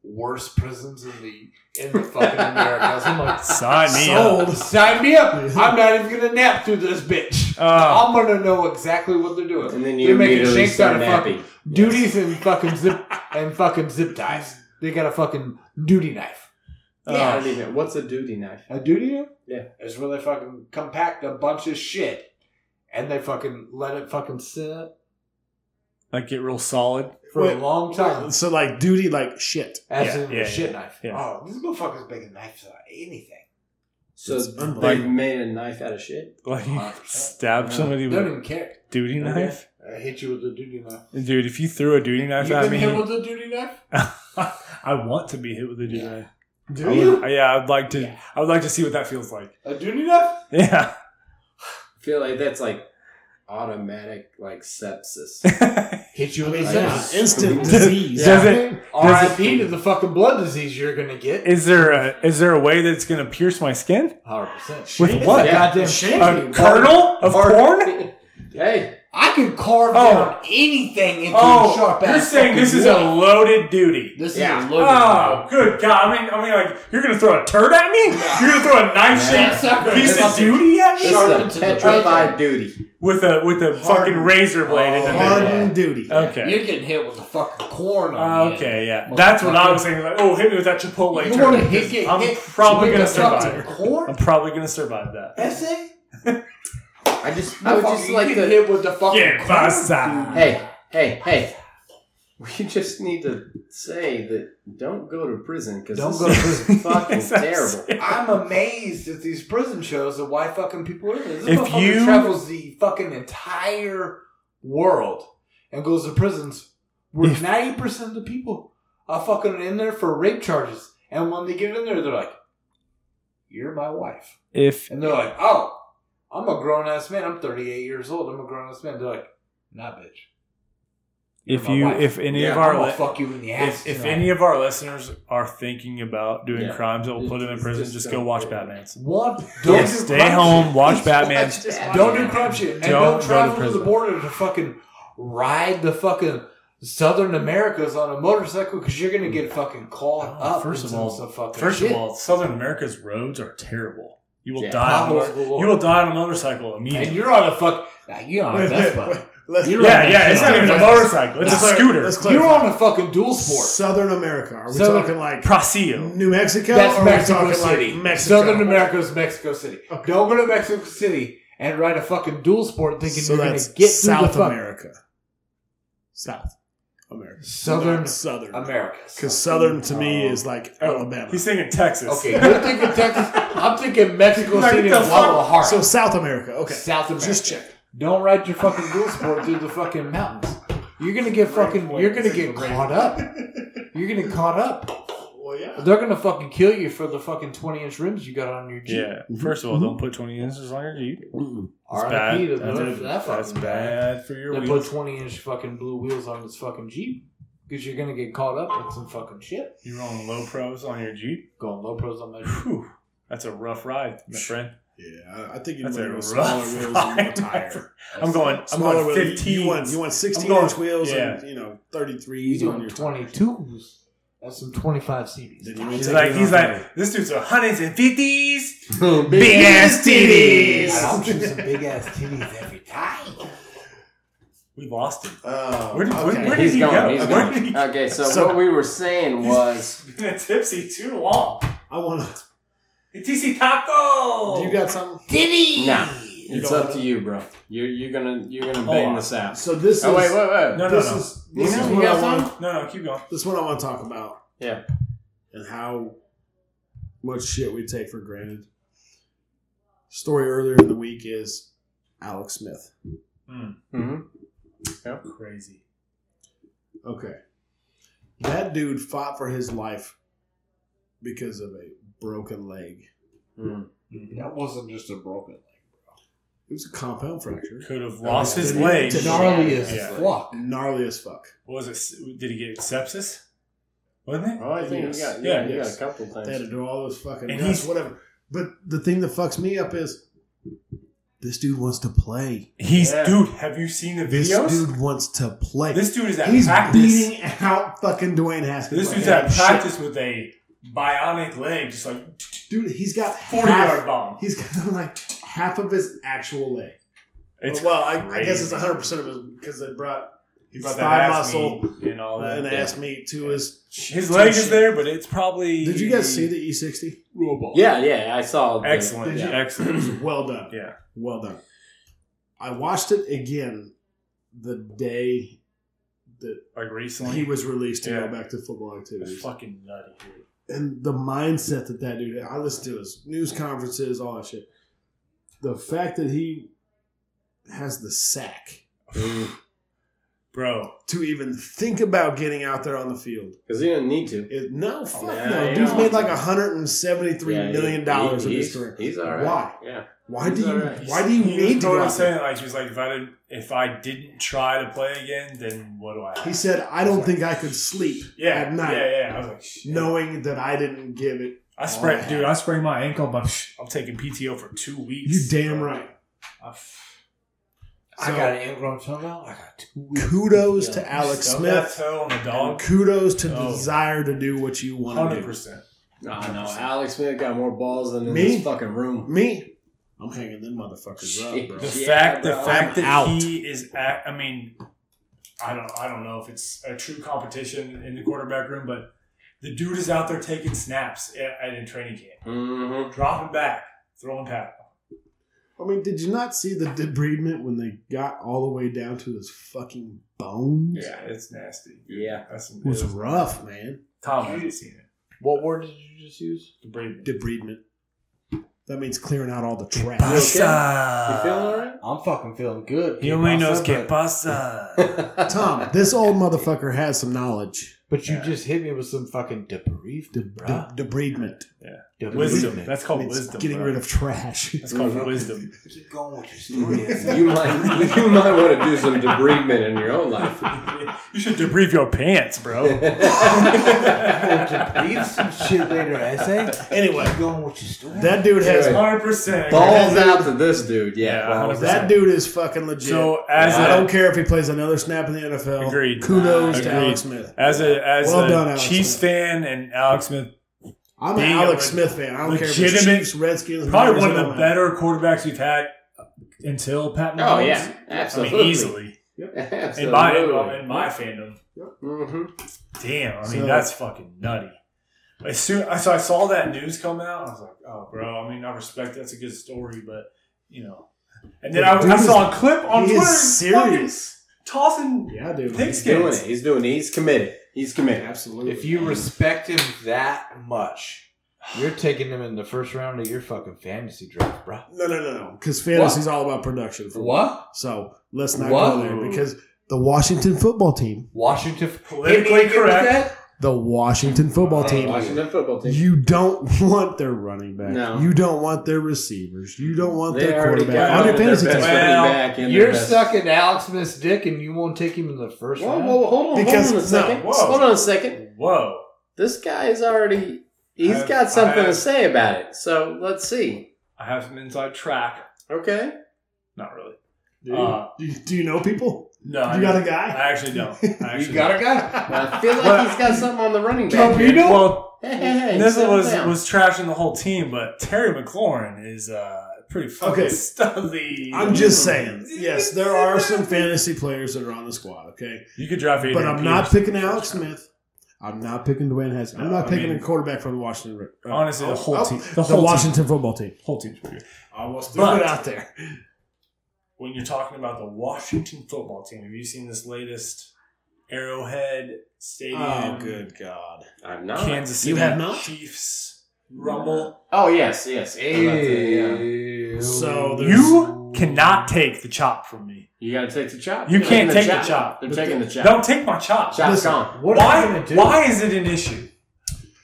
Speaker 4: worst prisons in the in the fucking Americas. I'm
Speaker 3: (laughs)
Speaker 4: like,
Speaker 3: Sign me up.
Speaker 4: sold. Sign me up. I'm not even gonna nap through this bitch.
Speaker 3: Oh,
Speaker 4: I'm gonna know exactly what they're doing.
Speaker 2: And then
Speaker 4: They're
Speaker 2: you
Speaker 4: making
Speaker 2: immediately
Speaker 4: shakes
Speaker 2: start
Speaker 4: out of
Speaker 2: napping.
Speaker 4: Duties and fucking zip and fucking zip ties. They got a fucking duty knife.
Speaker 3: Oh.
Speaker 4: Oh.
Speaker 2: Yeah, I don't even. What's a duty knife?
Speaker 4: A duty knife?
Speaker 2: Yeah.
Speaker 4: It's where they fucking compact a bunch of shit and they fucking let it fucking sit
Speaker 3: like get real solid.
Speaker 4: for
Speaker 5: Wait,
Speaker 4: a long time.
Speaker 5: So like duty, like shit.
Speaker 4: As
Speaker 3: Yeah,
Speaker 4: in
Speaker 3: yeah,
Speaker 4: a shit knife.
Speaker 3: yeah.
Speaker 4: Oh, this motherfucker's making knives out of anything.
Speaker 2: So
Speaker 5: It's
Speaker 2: they
Speaker 5: unbelievable.
Speaker 2: made a knife out of shit.
Speaker 3: Like you
Speaker 4: Uh,
Speaker 3: stab somebody
Speaker 4: They
Speaker 3: with
Speaker 4: don't
Speaker 3: a
Speaker 4: even care.
Speaker 3: duty
Speaker 2: Okay.
Speaker 3: knife,
Speaker 4: I hit you with a duty knife.
Speaker 3: dude. If you threw a duty
Speaker 4: You've
Speaker 3: knife at
Speaker 4: been
Speaker 3: me, (laughs)
Speaker 4: hit with a duty knife?
Speaker 3: I want to be hit with a duty knife. I
Speaker 4: Do
Speaker 3: would-
Speaker 4: you?
Speaker 3: yeah, I'd like to.
Speaker 4: Yeah.
Speaker 3: I would like to see what that feels like.
Speaker 4: A duty knife?
Speaker 3: Yeah.
Speaker 4: (laughs)
Speaker 2: I feel like that's like automatic like sepsis.
Speaker 4: Hit you
Speaker 5: I
Speaker 4: with a
Speaker 5: mean,
Speaker 2: Like,
Speaker 5: yeah,
Speaker 2: just-
Speaker 5: (laughs) instant
Speaker 2: Does-
Speaker 5: disease.
Speaker 3: does it-
Speaker 4: RIP to the fucking blood disease you're gonna get.
Speaker 3: Is there a is there a way that it's gonna pierce my skin?
Speaker 4: 100%.
Speaker 3: With what?
Speaker 4: Goddamn
Speaker 5: Shit.
Speaker 3: A kernel (laughs) of
Speaker 2: Hard-
Speaker 3: corn?
Speaker 2: hey,
Speaker 4: I can carve
Speaker 3: Oh.
Speaker 4: down anything into
Speaker 3: Oh,
Speaker 4: a sharp ass.
Speaker 3: you're saying
Speaker 4: fucking
Speaker 3: this is a
Speaker 4: wood.
Speaker 3: loaded duty.
Speaker 4: This
Speaker 2: Yeah.
Speaker 4: is a loaded.
Speaker 3: Oh, good God! I mean, I mean, like you're gonna throw a turd at me? You're gonna throw a knife-shaped
Speaker 4: sucker.
Speaker 3: piece of duty at me
Speaker 4: Sharp
Speaker 2: It's
Speaker 4: into
Speaker 2: a
Speaker 4: the
Speaker 2: petrified duty.
Speaker 3: with a with a fucking razor blade in the middle.
Speaker 5: Hardened duty.
Speaker 3: Okay.
Speaker 4: You're getting hit with the fucking corn on
Speaker 3: Oh,
Speaker 4: the end.
Speaker 3: okay, yeah. That's what I was thinking. Like, oh, hit me with that Chipotle
Speaker 4: You
Speaker 3: turd,
Speaker 4: wanna
Speaker 3: 'cause
Speaker 4: hit- get
Speaker 3: I'm
Speaker 4: hit
Speaker 3: probably
Speaker 4: with
Speaker 3: gonna
Speaker 4: a fucking
Speaker 3: survive.
Speaker 4: corn?
Speaker 3: I'm probably gonna survive that.
Speaker 4: That's it.
Speaker 2: I just, I would just like
Speaker 4: to
Speaker 2: to.
Speaker 4: hit with the fucking
Speaker 3: Get basta.
Speaker 2: Hey, hey, hey. (laughs) We just need to say that don't go to prison because
Speaker 4: Don't
Speaker 2: this
Speaker 4: go to
Speaker 2: is
Speaker 4: prison.
Speaker 2: fucking
Speaker 3: That's what
Speaker 2: terrible.
Speaker 3: I'm
Speaker 4: I'm amazed at these prison shows of why fucking people are in this. This
Speaker 3: If
Speaker 4: motherfucker
Speaker 3: you-
Speaker 4: travels the fucking entire world and goes to prisons where
Speaker 3: If-
Speaker 4: ninety percent of the people are fucking in there for rape charges, and when they get in there, they're like, "You're my wife,"
Speaker 3: If
Speaker 4: and they're like, "Oh, I'm a grown ass man. I'm 38 years old. I'm a grown ass man." They're like, "Nah, bitch.
Speaker 3: if
Speaker 4: My
Speaker 3: you
Speaker 4: wife.
Speaker 3: if any
Speaker 2: Yeah,
Speaker 3: of
Speaker 4: I'm
Speaker 3: our
Speaker 4: gonna
Speaker 3: li-
Speaker 4: fuck you in the ass."
Speaker 3: if, if
Speaker 4: tonight."
Speaker 3: any of our listeners are thinking about doing
Speaker 2: Yeah.
Speaker 3: crimes that will put them in
Speaker 2: It's
Speaker 3: prison,
Speaker 2: just
Speaker 3: just
Speaker 2: so
Speaker 3: go watch
Speaker 2: weird.
Speaker 3: Batman's.
Speaker 4: One, don't
Speaker 3: Yeah,
Speaker 4: do
Speaker 3: stay
Speaker 4: crime
Speaker 3: home,
Speaker 4: shit. (laughs)
Speaker 3: watch Batman's.
Speaker 4: Don't do crime shit. And
Speaker 3: Don't
Speaker 4: don't,
Speaker 3: go to
Speaker 4: travel to,
Speaker 3: prison.
Speaker 4: the border to fucking ride the fucking Southern Americas on a motorcycle because you're going to get fucking caught
Speaker 3: Oh,
Speaker 4: up.
Speaker 3: first
Speaker 4: in
Speaker 3: of
Speaker 4: some
Speaker 3: all-
Speaker 4: stuff fucking
Speaker 3: First
Speaker 4: shit.
Speaker 3: of all, Southern America's roads are terrible. You will
Speaker 2: Yeah.
Speaker 3: die. On a,
Speaker 4: Potholes
Speaker 3: motor-
Speaker 4: galore.
Speaker 3: you will die on a motorcycle immediately.
Speaker 4: and you're on a fuck. Nah, you're on a
Speaker 5: Wait, wait,
Speaker 4: Vespa.
Speaker 5: wait. Let's-
Speaker 4: You're
Speaker 3: yeah,
Speaker 4: on
Speaker 3: yeah. It's not even a
Speaker 4: Vespa.
Speaker 3: motorcycle. It's a
Speaker 5: let's clar-
Speaker 3: scooter.
Speaker 5: Let's
Speaker 4: You're
Speaker 5: clarify.
Speaker 4: on a fucking dual sport.
Speaker 5: Southern America. Are we
Speaker 4: Southern-
Speaker 5: talking like
Speaker 3: Procio.
Speaker 5: New Mexico?
Speaker 4: That's
Speaker 5: or are we
Speaker 4: Mexico
Speaker 5: talking
Speaker 4: City.
Speaker 5: like Mexico?
Speaker 4: Southern America is Mexico City.
Speaker 5: Okay.
Speaker 4: Don't go to Mexico City and ride a fucking dual sport thinking
Speaker 5: So
Speaker 4: you're going
Speaker 5: that's
Speaker 4: to get
Speaker 5: South
Speaker 4: through the fuck-
Speaker 5: America. South America.
Speaker 4: Southern
Speaker 5: Not Southern.
Speaker 4: America. Oh,
Speaker 5: Because Southern to me is like Alabama.
Speaker 3: He's thinking Texas.
Speaker 4: Okay, you're thinking Texas. I'm thinking Mexico
Speaker 3: Like
Speaker 4: City
Speaker 3: the
Speaker 4: and Guadalajara. Heart.
Speaker 5: So South America. Okay.
Speaker 4: South America.
Speaker 5: Just check.
Speaker 4: Don't ride your fucking dual sport through the fucking mountains. You're gonna get fucking. You're gonna get
Speaker 2: (laughs)
Speaker 4: caught up. You're gonna caught up.
Speaker 5: Well, yeah.
Speaker 4: They're gonna fucking kill you for the fucking twenty inch rims you got on your Jeep.
Speaker 3: (laughs) Yeah. First of all, don't put 20 inches on your Jeep. It's bad.
Speaker 4: R.I.P. to
Speaker 3: That's,
Speaker 4: those- that
Speaker 3: that's
Speaker 4: fucking
Speaker 3: bad for your
Speaker 4: They put
Speaker 3: wheels.
Speaker 4: twenty inch fucking blue wheels on this fucking Jeep because you're gonna get caught up in some fucking shit.
Speaker 3: You're on low pros on your Jeep.
Speaker 4: Going low pros on that.
Speaker 3: Whew. That's a rough ride, my friend.
Speaker 5: Yeah, I- I think you
Speaker 3: That's
Speaker 5: want
Speaker 3: a
Speaker 5: to go
Speaker 3: rough
Speaker 5: smaller wheels
Speaker 3: (laughs)
Speaker 5: and more
Speaker 3: ride.
Speaker 5: tire.
Speaker 3: I'm going. I'm
Speaker 5: Smaller
Speaker 3: going
Speaker 5: wheels. You-
Speaker 3: 15.
Speaker 5: You want you want 16
Speaker 3: going-
Speaker 5: inch wheels
Speaker 3: yeah.
Speaker 5: and you know
Speaker 4: You
Speaker 5: 33s on
Speaker 4: doing
Speaker 5: your
Speaker 4: twenty
Speaker 5: twenty.
Speaker 4: twos? That's some twenty five series.
Speaker 5: Then you
Speaker 3: He's like, he's like, this dude's a hundreds and fifties, big ass
Speaker 4: I
Speaker 3: titties.
Speaker 4: don't choose some big ass titties every time.
Speaker 3: We lost him.
Speaker 5: oh,
Speaker 3: Where did- where-
Speaker 5: okay.
Speaker 3: where did-
Speaker 2: He's
Speaker 3: he
Speaker 2: gone.
Speaker 3: go?
Speaker 2: He's
Speaker 3: Where
Speaker 2: gone.
Speaker 3: did he-
Speaker 2: Okay, so,
Speaker 5: So-
Speaker 2: what we were saying was
Speaker 3: He's (laughs) been tipsy too long.
Speaker 5: I want to.
Speaker 3: TC Taco.
Speaker 5: Do you got something?
Speaker 2: nah.
Speaker 5: You
Speaker 2: Oh. It's
Speaker 5: don't
Speaker 2: up
Speaker 5: wanna-
Speaker 2: to you, bro. You're you're gonna you're gonna
Speaker 3: Oh,
Speaker 2: bang
Speaker 3: I-
Speaker 2: this out.
Speaker 5: So this is
Speaker 2: Oh wait, wait, wait.
Speaker 3: No, no,
Speaker 5: this
Speaker 3: no.
Speaker 5: is this
Speaker 2: You
Speaker 5: is
Speaker 2: know, you
Speaker 5: what
Speaker 2: got
Speaker 5: I want.
Speaker 3: no, no, keep going.
Speaker 5: This is what I want to talk about.
Speaker 2: Yeah.
Speaker 5: And how much shit we take for granted. Story earlier in the week is Alex Smith.
Speaker 2: Mm-hmm.
Speaker 3: Crazy.
Speaker 5: Okay. That dude fought for his life because of a broken leg.
Speaker 4: That wasn't just a broken.
Speaker 5: It was a compound fracture.
Speaker 3: Could have lost his
Speaker 5: Did he-
Speaker 3: leg.
Speaker 5: did he-
Speaker 4: Gnarly as
Speaker 3: Yeah.
Speaker 4: fuck.
Speaker 5: Gnarly as fuck.
Speaker 3: What was it? Did he get sepsis? Wasn't it?
Speaker 2: Oh, I think you got yeah,
Speaker 3: Yeah,
Speaker 2: you
Speaker 5: yes.
Speaker 2: got a couple
Speaker 5: They had to
Speaker 2: things.
Speaker 5: do all those fucking
Speaker 3: And
Speaker 5: and
Speaker 3: he's-
Speaker 5: whatever. But the thing that fucks me up is this dude wants to play.
Speaker 3: He's
Speaker 2: Yeah.
Speaker 3: dude. Have you seen the
Speaker 5: This
Speaker 3: videos?
Speaker 5: dude wants to play.
Speaker 3: This dude is at
Speaker 5: He's
Speaker 3: practice.
Speaker 5: beating out fucking Dwayne Haskins.
Speaker 3: This
Speaker 5: like
Speaker 3: dude's
Speaker 5: that
Speaker 3: at
Speaker 5: shit.
Speaker 3: practice with a bionic leg, just like
Speaker 5: Dude, he's got
Speaker 3: forty
Speaker 5: half-
Speaker 3: yard bomb.
Speaker 5: He's got (laughs) like half of his actual leg.
Speaker 3: It's
Speaker 5: well, I, I guess it's
Speaker 3: crazy.
Speaker 5: 100 percent of his because they brought
Speaker 3: He brought
Speaker 5: thigh
Speaker 3: that ass
Speaker 5: muscle
Speaker 3: meat and all that.
Speaker 5: Oh, and
Speaker 3: Uh, Yeah.
Speaker 5: asked me to his.
Speaker 3: His leg is there, but it's probably.
Speaker 5: Did you guys see the E E60?
Speaker 2: Yeah, yeah, I saw. the- (laughs)
Speaker 3: Excellent,
Speaker 5: Did you- It was
Speaker 3: excellent.
Speaker 5: (clears throat) well done.
Speaker 3: Yeah.
Speaker 5: well done. I watched it again the day that
Speaker 3: like recently,
Speaker 5: he was released to
Speaker 3: Yeah.
Speaker 5: go back to football
Speaker 3: It's
Speaker 5: activities.
Speaker 3: fucking nutty. Dude.
Speaker 5: and the mindset that that dude I listened to his news conferences, all that shit. The fact that he has the sack
Speaker 2: Mm-hmm.
Speaker 3: Bro,
Speaker 5: to even think about getting out there on the field.
Speaker 2: Because he didn't need to.
Speaker 5: It, no, fuck
Speaker 2: Oh, yeah,
Speaker 5: no.
Speaker 2: yeah.
Speaker 5: Dude's made like 173 million dollars
Speaker 2: he-
Speaker 5: in his
Speaker 2: he's-
Speaker 5: career.
Speaker 2: He's all right.
Speaker 5: Why?
Speaker 2: Yeah.
Speaker 5: Why do
Speaker 2: He's
Speaker 5: you?
Speaker 2: alright.
Speaker 5: Why do you
Speaker 3: he was
Speaker 5: need to?
Speaker 3: totally
Speaker 5: Go out there?
Speaker 3: saying like he was like, if I didn't, if I didn't try to play again, then what do I? Have?
Speaker 5: He said, "I don't think I could sleep
Speaker 3: yeah,
Speaker 5: at night,
Speaker 3: yeah, yeah. I was like, shit.
Speaker 5: knowing that I didn't give it."
Speaker 3: I sprained, dude. I sprained my ankle, but I'm taking PTO for two weeks.
Speaker 5: You damn right.
Speaker 3: I,
Speaker 8: I got an ingrown toe out. I got two. weeks.
Speaker 5: kudos
Speaker 8: Yeah.
Speaker 5: to Alex
Speaker 3: Stubbed that
Speaker 5: Smith.
Speaker 3: toe on the
Speaker 5: And
Speaker 3: dog.
Speaker 5: kudos to
Speaker 3: Oh.
Speaker 5: desire to do what you want to
Speaker 3: Hundred
Speaker 5: do.
Speaker 3: percent.
Speaker 2: I know. Alex Smith got more balls than in
Speaker 5: Me?
Speaker 2: this fucking room.
Speaker 5: Me, I'm hanging them motherfuckers up, bro.
Speaker 3: The
Speaker 2: Yeah,
Speaker 3: fact, the
Speaker 2: bro.
Speaker 3: fact that
Speaker 5: I'm out.
Speaker 3: he is at, I mean, I don't, I don't know if it's a true competition in the quarterback room, but the dude is out there taking snaps at, at in training camp,
Speaker 2: Mm-hmm.
Speaker 3: dropping back, throwing pass.
Speaker 5: I mean, did you not see the debridement when they got all the way down to his fucking bones?
Speaker 3: Yeah, it's nasty.
Speaker 2: Yeah.
Speaker 3: That's some
Speaker 5: It was rough, man.
Speaker 3: Tom hasn't seen it.
Speaker 4: What word did you just use?
Speaker 3: The Brady.
Speaker 5: Debridement. That means clearing out all the
Speaker 2: okay?
Speaker 5: trash.
Speaker 2: You feeling all right?
Speaker 8: I'm fucking feeling good.
Speaker 3: He only knows que
Speaker 8: Kip.
Speaker 3: pasa.
Speaker 5: (laughs) Tom, this old motherfucker has some knowledge.
Speaker 4: But you
Speaker 3: Yeah.
Speaker 4: just hit me with some fucking debris,
Speaker 5: De- de- debridement.
Speaker 3: (laughs) wisdom. That's called
Speaker 5: It's
Speaker 3: Oh, wisdom.
Speaker 5: getting
Speaker 3: bro.
Speaker 5: rid of trash. (laughs)
Speaker 2: (laughs)
Speaker 3: That's called wisdom. (laughs)
Speaker 8: Keep going with your
Speaker 4: (laughs)
Speaker 8: story.
Speaker 2: you might (laughs) you might want to do some debridement in your own (laughs) life.
Speaker 3: you should debrief your pants,
Speaker 2: (laughs)
Speaker 3: bro.
Speaker 8: Leave some shit later, I say.
Speaker 5: (laughs) Anyway,
Speaker 8: Keep going with your story.
Speaker 5: that dude has
Speaker 2: Anyway.
Speaker 3: Hundred percent.
Speaker 2: Balls out to this dude. Yeah.
Speaker 3: Yeah,
Speaker 2: balls
Speaker 3: 100%.
Speaker 5: (laughs) that dude is fucking legit.
Speaker 3: So as
Speaker 5: I
Speaker 3: a,
Speaker 5: don't care if he plays another snap in the NFL.
Speaker 3: Agreed.
Speaker 5: Kudos
Speaker 3: Agreed.
Speaker 5: to Alex Smith.
Speaker 3: as a as
Speaker 5: Well
Speaker 3: a
Speaker 5: done, Alex
Speaker 3: Chiefs
Speaker 5: Smith.
Speaker 3: fan and Alex Smith,
Speaker 5: I'm an
Speaker 3: Being
Speaker 5: Alex
Speaker 3: a
Speaker 5: Smith fan. I don't care if it's
Speaker 3: legitimate-
Speaker 5: Chiefs, Redskins,
Speaker 3: probably
Speaker 5: Niners,
Speaker 3: one of
Speaker 5: it
Speaker 3: the
Speaker 5: don't matter.
Speaker 3: better quarterbacks we've had until Pat Mahomes.
Speaker 2: out. Oh yeah,
Speaker 3: I mean
Speaker 2: absolutely.
Speaker 3: easily in my
Speaker 2: Absolutely.
Speaker 3: in my fandom.
Speaker 2: Mhm.
Speaker 3: Damn, I mean
Speaker 5: So-
Speaker 3: that's fucking nutty. As soon so I saw that news come out, I was like, oh, bro. I mean, I respect that's a good story, but you know. And then I,
Speaker 5: Dude
Speaker 3: I
Speaker 5: is-
Speaker 3: saw a clip on
Speaker 5: he
Speaker 3: Twitter
Speaker 5: is
Speaker 3: fucking
Speaker 5: serious.
Speaker 3: tossing
Speaker 5: Yeah, dude.
Speaker 2: He's
Speaker 3: Pigs
Speaker 2: doing it. He's doing it. He's committed. He's committed.
Speaker 5: Absolutely.
Speaker 4: If you
Speaker 8: respect him that much.
Speaker 4: You're taking them in the first round of your fucking fantasy draft, bro.
Speaker 5: no, no, no, no, because fantasy's all about production. For
Speaker 8: What?
Speaker 5: So let's not
Speaker 8: What?
Speaker 5: go there because the Washington football team,
Speaker 4: Washington.
Speaker 3: politically correct.
Speaker 5: the Washington football team,
Speaker 2: Washington football team.
Speaker 5: You don't (laughs) want their running back.
Speaker 2: No.
Speaker 5: You don't want their receivers. You don't want
Speaker 2: They
Speaker 5: their
Speaker 2: already
Speaker 5: quarterback.
Speaker 2: got
Speaker 5: On your
Speaker 2: their best
Speaker 5: fantasy
Speaker 2: running
Speaker 5: team.
Speaker 4: Well,
Speaker 2: back and
Speaker 4: You're
Speaker 2: their best-
Speaker 4: stuck in Alex Smith's dick, and you won't take him in the first
Speaker 2: Whoa,
Speaker 4: round.
Speaker 2: whoa, hold on,
Speaker 5: Because-
Speaker 2: hold on a second.
Speaker 3: no, whoa.
Speaker 2: hold on a second.
Speaker 3: Whoa.
Speaker 2: This guy is already. He's
Speaker 3: I've-
Speaker 2: got something to
Speaker 3: I've-
Speaker 2: say about it. So let's see.
Speaker 3: I have some inside track.
Speaker 2: Okay.
Speaker 3: Not really.
Speaker 5: Dude,
Speaker 3: Uh,
Speaker 5: do, you- do you know people?
Speaker 3: No,
Speaker 5: You
Speaker 3: I,
Speaker 5: got a
Speaker 3: I
Speaker 5: guy?
Speaker 3: actually
Speaker 5: (laughs)
Speaker 3: don't. I actually
Speaker 4: You got a guy.
Speaker 2: I feel like
Speaker 3: Well-
Speaker 2: he's got something on the running back.
Speaker 3: don't.
Speaker 2: here.
Speaker 3: Well,
Speaker 2: Hey, hey, hey,
Speaker 3: Nizza
Speaker 2: settle
Speaker 3: was
Speaker 2: down.
Speaker 3: was trashing the whole team, but Terry McLaurin is uh, pretty fucking
Speaker 5: Okay.
Speaker 3: stuffy.
Speaker 5: I'm just saying. Yes, there are some fantasy players that are on the squad, okay?
Speaker 3: You could draft,
Speaker 5: But I'm not picking Alex Smith. I'm not picking Dwayne Haskins. I'm
Speaker 3: No,
Speaker 5: not
Speaker 3: I
Speaker 5: picking
Speaker 3: mean-
Speaker 5: a quarterback from the Washington. uh,
Speaker 3: Honestly, the whole
Speaker 5: oh,
Speaker 3: team,
Speaker 5: The,
Speaker 3: the whole
Speaker 5: Washington football team.
Speaker 3: team, whole team's pretty good.
Speaker 5: I was
Speaker 3: But-
Speaker 5: it out there.
Speaker 3: When you're talking about the Washington football team, have you seen this latest Arrowhead Stadium?
Speaker 5: Oh, good God.
Speaker 2: I'm not.
Speaker 3: Kansas City
Speaker 5: You have not?
Speaker 3: Chiefs rumble.
Speaker 2: Oh yes, yes.
Speaker 5: So there's-
Speaker 3: You cannot take the chop from me.
Speaker 2: You got to take the chop.
Speaker 3: You
Speaker 2: They're
Speaker 3: can't
Speaker 2: taking
Speaker 3: take the chop.
Speaker 2: They're taking the chop.
Speaker 3: Don't take my chop.
Speaker 2: Chop's
Speaker 5: Listen.
Speaker 2: gone.
Speaker 4: What
Speaker 3: why?
Speaker 4: are you gonna do?
Speaker 3: Why is it an issue?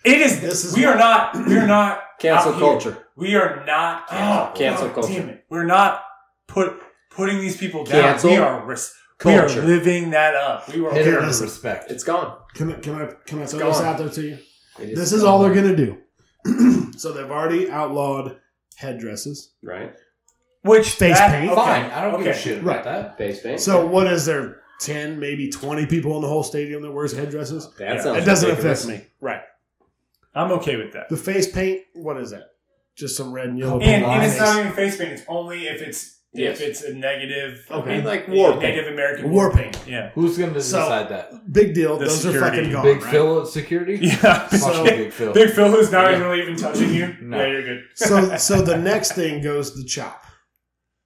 Speaker 3: It is.
Speaker 5: This is
Speaker 3: we
Speaker 5: why-
Speaker 3: are not. We are not.
Speaker 2: Cancel
Speaker 3: out here.
Speaker 2: culture.
Speaker 3: We are not.
Speaker 2: Cancel-
Speaker 3: oh,
Speaker 2: cancel
Speaker 3: God
Speaker 2: culture.
Speaker 3: Damn it. We're not put putting these people down.
Speaker 2: Cancel
Speaker 3: we are. Res- We
Speaker 2: culture.
Speaker 3: are living that up. We
Speaker 4: Hit
Speaker 3: were.
Speaker 4: her with
Speaker 5: listen.
Speaker 4: respect.
Speaker 2: It's gone.
Speaker 5: Can I, can I, can I throw
Speaker 2: It's
Speaker 5: this
Speaker 2: gone.
Speaker 5: out there to you?
Speaker 2: It
Speaker 5: This is all they're going to do. so they've already outlawed headdresses.
Speaker 2: right.
Speaker 3: Which
Speaker 5: Face
Speaker 3: that-
Speaker 5: paint?
Speaker 3: okay,
Speaker 4: Fine. I don't give a
Speaker 3: okay.
Speaker 4: shit about
Speaker 5: Right.
Speaker 4: that.
Speaker 2: Face paint.
Speaker 5: So what is there? Ten, maybe twenty people in the whole stadium that wears headdresses.
Speaker 2: that
Speaker 3: Yeah.
Speaker 2: sounds
Speaker 5: It doesn't
Speaker 2: ridiculous.
Speaker 5: affect me, right?
Speaker 3: I'm okay with that.
Speaker 5: The face paint. What is that? Just some red and yellow.
Speaker 3: And,
Speaker 5: paint on
Speaker 3: and it's
Speaker 5: the
Speaker 3: not
Speaker 5: face.
Speaker 3: even face paint. It's only if it's
Speaker 2: Yes.
Speaker 3: if it's a negative.
Speaker 5: Okay.
Speaker 3: a-
Speaker 2: Like war
Speaker 3: a
Speaker 2: paint.
Speaker 3: Native American
Speaker 5: War paint.
Speaker 3: Yeah. (laughs)
Speaker 4: Who's gonna
Speaker 5: So-
Speaker 4: decide that?
Speaker 5: big deal.
Speaker 3: The
Speaker 5: Those
Speaker 3: security.
Speaker 5: are fucking gone.
Speaker 4: Big
Speaker 5: right?
Speaker 4: Phil at security. (laughs)
Speaker 3: Yeah.
Speaker 4: Fuck
Speaker 5: So-
Speaker 4: you, Big Phil.
Speaker 3: Big Phil who's not even really even touching you.
Speaker 4: No.
Speaker 3: Yeah, you're good.
Speaker 5: so so the next thing goes the chop.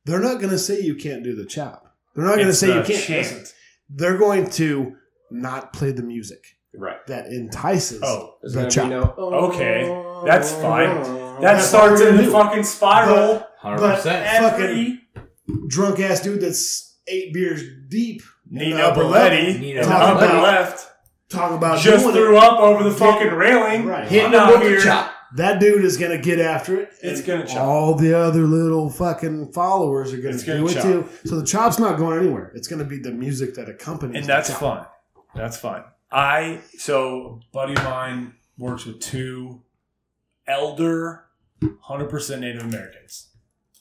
Speaker 5: They're not going to say you can't do the chop. They're not going to
Speaker 3: It's
Speaker 5: say
Speaker 3: the
Speaker 5: you can't.
Speaker 3: chant.
Speaker 5: Listen, they're going to not play the music
Speaker 2: Right.
Speaker 5: that entices.
Speaker 3: Oh,
Speaker 2: There's
Speaker 5: The
Speaker 2: gonna be
Speaker 5: chop.
Speaker 2: no-
Speaker 3: Okay, that's fine. that
Speaker 5: That's what
Speaker 3: starts
Speaker 5: we're
Speaker 3: in
Speaker 5: gonna
Speaker 3: the
Speaker 5: do.
Speaker 3: fucking spiral.
Speaker 4: Hundred
Speaker 5: but-
Speaker 4: percent.
Speaker 3: Every
Speaker 5: Drunk ass dude that's eight beers deep
Speaker 3: Nino
Speaker 5: upper
Speaker 3: Belletti,
Speaker 4: Nino
Speaker 3: in the
Speaker 5: Belletti.
Speaker 3: upper left,
Speaker 5: talking about
Speaker 3: just
Speaker 5: doing
Speaker 3: threw
Speaker 5: it.
Speaker 3: up over the fucking railing.
Speaker 5: Right.
Speaker 3: Hitting out here.
Speaker 5: That dude is gonna get after it.
Speaker 3: It's
Speaker 5: and
Speaker 3: gonna chop.
Speaker 5: All the other little fucking followers are gonna,
Speaker 3: It's gonna
Speaker 5: do it
Speaker 3: chop.
Speaker 5: too. So the chop's not going anywhere. It's gonna be the music that accompanies.
Speaker 3: and
Speaker 5: the
Speaker 3: that's
Speaker 5: chop.
Speaker 3: fun. That's fun. I so a buddy of mine works with two elder, hundred percent Native Americans.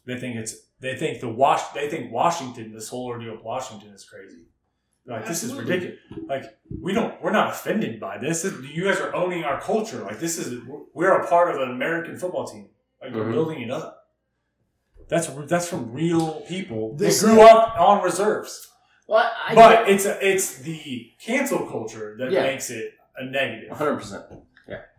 Speaker 3: They think it's They think the wash. They think Washington. This whole ordeal of Washington is crazy. Like this is
Speaker 5: Absolutely.
Speaker 3: ridiculous. Like we don't. We're not offended by this. This- You guys are owning our culture. Like this is. We're a part of an American football team. Like we're
Speaker 5: Mm-hmm.
Speaker 7: Mhm.
Speaker 3: building it up. That's that's from real people. They
Speaker 5: This
Speaker 3: grew
Speaker 5: is-
Speaker 3: up on reserves,
Speaker 2: Well, I
Speaker 3: but it's a, it's the cancel culture that
Speaker 2: Yeah.
Speaker 3: makes it a negative.
Speaker 2: 100%.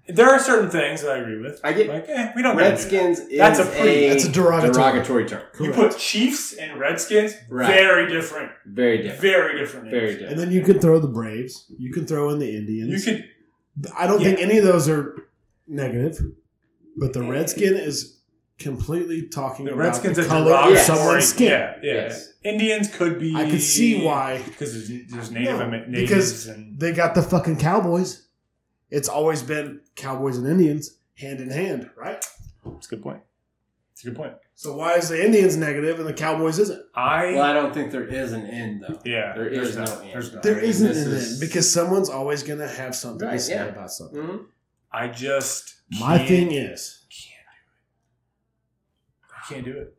Speaker 3: There are certain things that I agree with.
Speaker 2: I get
Speaker 3: Like, eh, we don't gotta do that.
Speaker 2: Redskins is
Speaker 3: That's a
Speaker 2: a,
Speaker 3: pretty-
Speaker 5: That's a derogatory.
Speaker 2: derogatory term.
Speaker 3: You
Speaker 5: Correct.
Speaker 3: put Chiefs and Redskins,
Speaker 2: Right.
Speaker 3: very different,
Speaker 2: Very different.
Speaker 3: very different.
Speaker 2: Very
Speaker 3: names.
Speaker 2: different.
Speaker 5: and then you could throw the Braves. You can throw in the
Speaker 3: You
Speaker 5: Indians.
Speaker 3: could
Speaker 5: I don't
Speaker 3: Yeah.
Speaker 5: think any of those are negative, but the Redskin is completely talking
Speaker 3: the
Speaker 5: about
Speaker 3: Redskins
Speaker 5: the
Speaker 3: are
Speaker 5: color
Speaker 3: derogatory.
Speaker 5: of someone's skin.
Speaker 3: Yeah, yeah.
Speaker 2: Yes.
Speaker 3: Indians could be.
Speaker 5: I could see why
Speaker 3: because there's, there's Native
Speaker 5: No,
Speaker 3: Amer- natives
Speaker 5: because
Speaker 3: and
Speaker 5: they got the fucking Cowboys. It's always been Cowboys and Indians hand in hand, right?
Speaker 3: it's a good point. It's a good point.
Speaker 5: So why is the Indians negative and the Cowboys isn't?
Speaker 3: I
Speaker 2: Well, I don't think there is an end, though.
Speaker 3: yeah.
Speaker 2: There
Speaker 3: there's
Speaker 2: is no end.
Speaker 3: There's no.
Speaker 5: There
Speaker 2: I mean,
Speaker 5: isn't
Speaker 2: this
Speaker 5: an
Speaker 2: is-
Speaker 5: end because someone's always going to have something to
Speaker 2: Right,
Speaker 5: say
Speaker 2: yeah. Mm-hmm.
Speaker 5: about something.
Speaker 2: hmm
Speaker 3: I just
Speaker 5: My
Speaker 3: can't-
Speaker 5: thing is,
Speaker 3: I can't do it.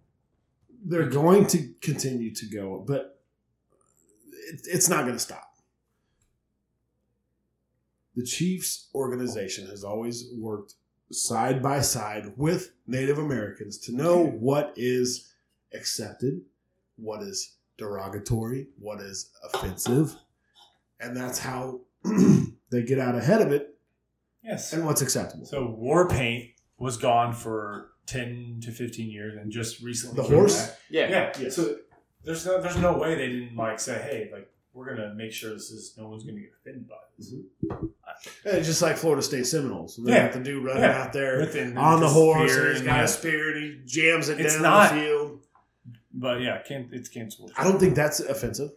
Speaker 5: they're going to continue to go, but it, it's not going to stop. The Chiefs organization has always worked side by side with Native Americans to know what is accepted, what is derogatory, what is offensive, and that's how (clears throat) they get out ahead of it
Speaker 3: Yes.
Speaker 5: and what's acceptable.
Speaker 3: So war paint was gone for ten to fifteen years, and just recently
Speaker 5: The
Speaker 3: came
Speaker 5: horse?
Speaker 3: back.
Speaker 2: Yeah.
Speaker 3: Yeah.
Speaker 5: Yes.
Speaker 3: So there's no there's no way they didn't like say, hey, like we're gonna make sure this is no one's gonna get offended by this.
Speaker 5: Mm-hmm. And it's just like Florida State Seminoles, they
Speaker 3: Yeah.
Speaker 5: have the dude running
Speaker 3: Yeah.
Speaker 5: out there
Speaker 3: Within-
Speaker 5: on the
Speaker 3: just
Speaker 5: horse.
Speaker 3: fear
Speaker 5: and he's
Speaker 3: and,
Speaker 5: got
Speaker 3: yeah.
Speaker 5: a spear and he jams it
Speaker 3: It's
Speaker 5: down
Speaker 3: not-
Speaker 5: the field.
Speaker 3: But yeah, can it's canceled.
Speaker 5: I don't think that's offensive.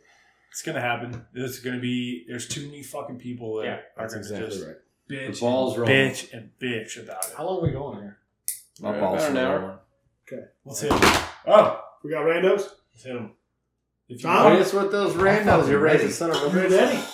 Speaker 3: it's gonna happen. There's gonna be there's too many fucking people that
Speaker 2: Yeah,
Speaker 3: are gonna just
Speaker 5: right.
Speaker 3: bitch,
Speaker 2: The ball's
Speaker 3: and
Speaker 2: rolling.
Speaker 3: bitch and bitch about it.
Speaker 8: How long are we going here?
Speaker 4: My
Speaker 2: Right,
Speaker 4: balls
Speaker 2: about an
Speaker 4: are
Speaker 2: hour.
Speaker 4: rolling.
Speaker 3: Let's hit 'em. Oh,
Speaker 5: We got randos.
Speaker 3: let's hit 'em. If you
Speaker 5: Tom?
Speaker 3: want-
Speaker 2: Hit us with those randos. You're ready. Son of a bitch.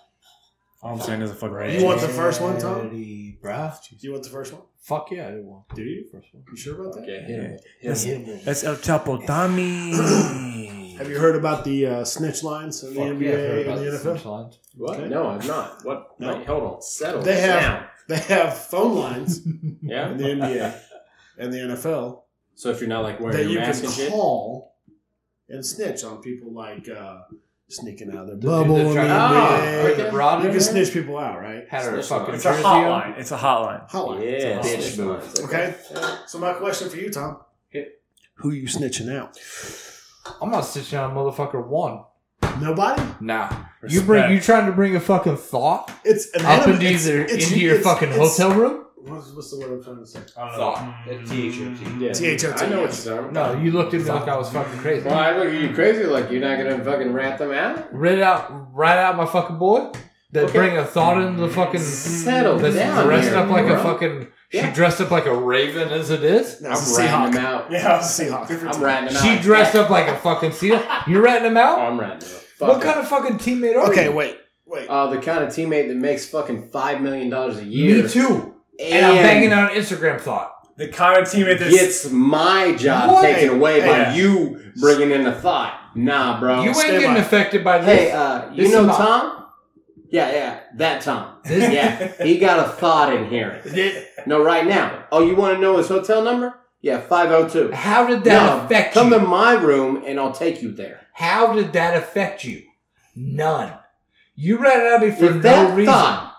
Speaker 5: (laughs)
Speaker 3: all I'm saying is a fucking
Speaker 5: eh, You want the first one, Tom?
Speaker 8: Ready, bruh.
Speaker 5: Do you want the first one?
Speaker 4: Fuck yeah, I did one.
Speaker 5: Do you?
Speaker 4: First one.
Speaker 5: You sure about that?
Speaker 2: Okay.
Speaker 4: Hit him.
Speaker 3: That's,
Speaker 5: Hit 'em with it.
Speaker 3: that's El Chapo Tommy.
Speaker 5: (clears throat)
Speaker 3: (clears throat)
Speaker 5: Have you heard about the uh, snitch lines in the
Speaker 4: Fuck yeah, I heard
Speaker 5: NBA
Speaker 4: about
Speaker 5: and the
Speaker 4: the
Speaker 5: NFL?
Speaker 4: finish lines.
Speaker 2: What?
Speaker 5: Okay.
Speaker 2: No, I'm not. What?
Speaker 5: No.
Speaker 2: Wait, hold on. Settle.
Speaker 5: They have-
Speaker 2: down.
Speaker 5: They have phone lines in
Speaker 2: Yeah.
Speaker 5: the NBA and the NFL
Speaker 2: So if you're not like
Speaker 5: that
Speaker 2: wearing
Speaker 5: you
Speaker 2: your
Speaker 5: can
Speaker 2: mask and shit,
Speaker 5: call and snitch on people like uh, sneaking out of their
Speaker 4: The
Speaker 5: bubble.
Speaker 4: dude
Speaker 5: in
Speaker 4: that
Speaker 5: the
Speaker 4: tried to-
Speaker 2: Oh,
Speaker 5: NBA.
Speaker 2: okay.
Speaker 4: the broad
Speaker 5: You
Speaker 4: in
Speaker 5: can
Speaker 4: there
Speaker 5: snitch people out, right?
Speaker 4: Had her
Speaker 2: Snitch
Speaker 4: fucking
Speaker 2: lines.
Speaker 3: It's a
Speaker 4: jersey on.
Speaker 3: hotline. It's a hotline.
Speaker 5: Hotline.
Speaker 2: yeah,
Speaker 4: Bitch
Speaker 2: snitch
Speaker 4: move.
Speaker 2: lines.
Speaker 5: Okay. So my question for you, Tom. Who you snitching out?
Speaker 4: I'm not stitching on motherfucker one.
Speaker 5: Nobody.
Speaker 4: Nah. You bring you trying to bring a fucking thought
Speaker 5: It's an
Speaker 4: up
Speaker 5: anime-
Speaker 4: into
Speaker 5: it's-
Speaker 4: your
Speaker 5: it's-
Speaker 4: into your
Speaker 5: it's-
Speaker 4: fucking
Speaker 5: it's-
Speaker 4: hotel room?
Speaker 5: What's, what's the word I'm trying to say?
Speaker 4: Thought. That's THOT.
Speaker 2: Yeah.
Speaker 5: THOT.
Speaker 2: I know what you're talking about.
Speaker 4: No, you looked at me like I was fucking crazy.
Speaker 2: Well, I look at you crazy like you're not gonna fucking rat them out.
Speaker 4: Read out right out my fucking boy that
Speaker 2: Okay.
Speaker 4: bring a thought into the fucking
Speaker 2: Settle
Speaker 4: that's
Speaker 2: down.
Speaker 4: dressed
Speaker 2: here,
Speaker 4: up like
Speaker 2: bro.
Speaker 4: a fucking
Speaker 2: Yeah.
Speaker 4: she dressed up like a raven as it is.
Speaker 5: No,
Speaker 2: I'm
Speaker 5: it's a
Speaker 2: ratting them
Speaker 5: Seahawk.
Speaker 2: out.
Speaker 3: Yeah,
Speaker 5: Seahawk.
Speaker 2: I'm ratting them out.
Speaker 4: She dressed up like a fucking seal. You're ratting him
Speaker 2: Oh,
Speaker 4: out?
Speaker 2: I'm ratting them out. Fuck
Speaker 4: What
Speaker 2: them.
Speaker 4: kind of fucking teammate are
Speaker 5: Okay,
Speaker 4: you?
Speaker 5: wait, wait.
Speaker 2: Uh, the kind of teammate that makes fucking five million dollars a year.
Speaker 4: Me too.
Speaker 2: And,
Speaker 4: And I'm banging out an Instagram thought.
Speaker 3: The kind of teammate that's
Speaker 2: gets my job
Speaker 5: What?
Speaker 2: taken away by
Speaker 3: Yeah.
Speaker 2: you bringing in a thought. Nah, bro.
Speaker 4: You ain't
Speaker 5: stand
Speaker 4: getting
Speaker 5: by.
Speaker 4: affected by this.
Speaker 2: hey, uh, you
Speaker 4: This
Speaker 2: know
Speaker 4: is my-
Speaker 2: Tom? Yeah, yeah, that Tom.
Speaker 4: This-
Speaker 2: Yeah,
Speaker 4: (laughs)
Speaker 2: he got a thought in here. No, right now. Oh, you want to know his hotel number? Yeah, five zero two.
Speaker 4: How did that
Speaker 2: No,
Speaker 4: affect
Speaker 2: Come
Speaker 4: you?
Speaker 2: to my room and I'll take you there.
Speaker 4: How did that affect you? None. You ran out of me for
Speaker 2: if
Speaker 4: no
Speaker 2: that
Speaker 4: reason.
Speaker 2: thought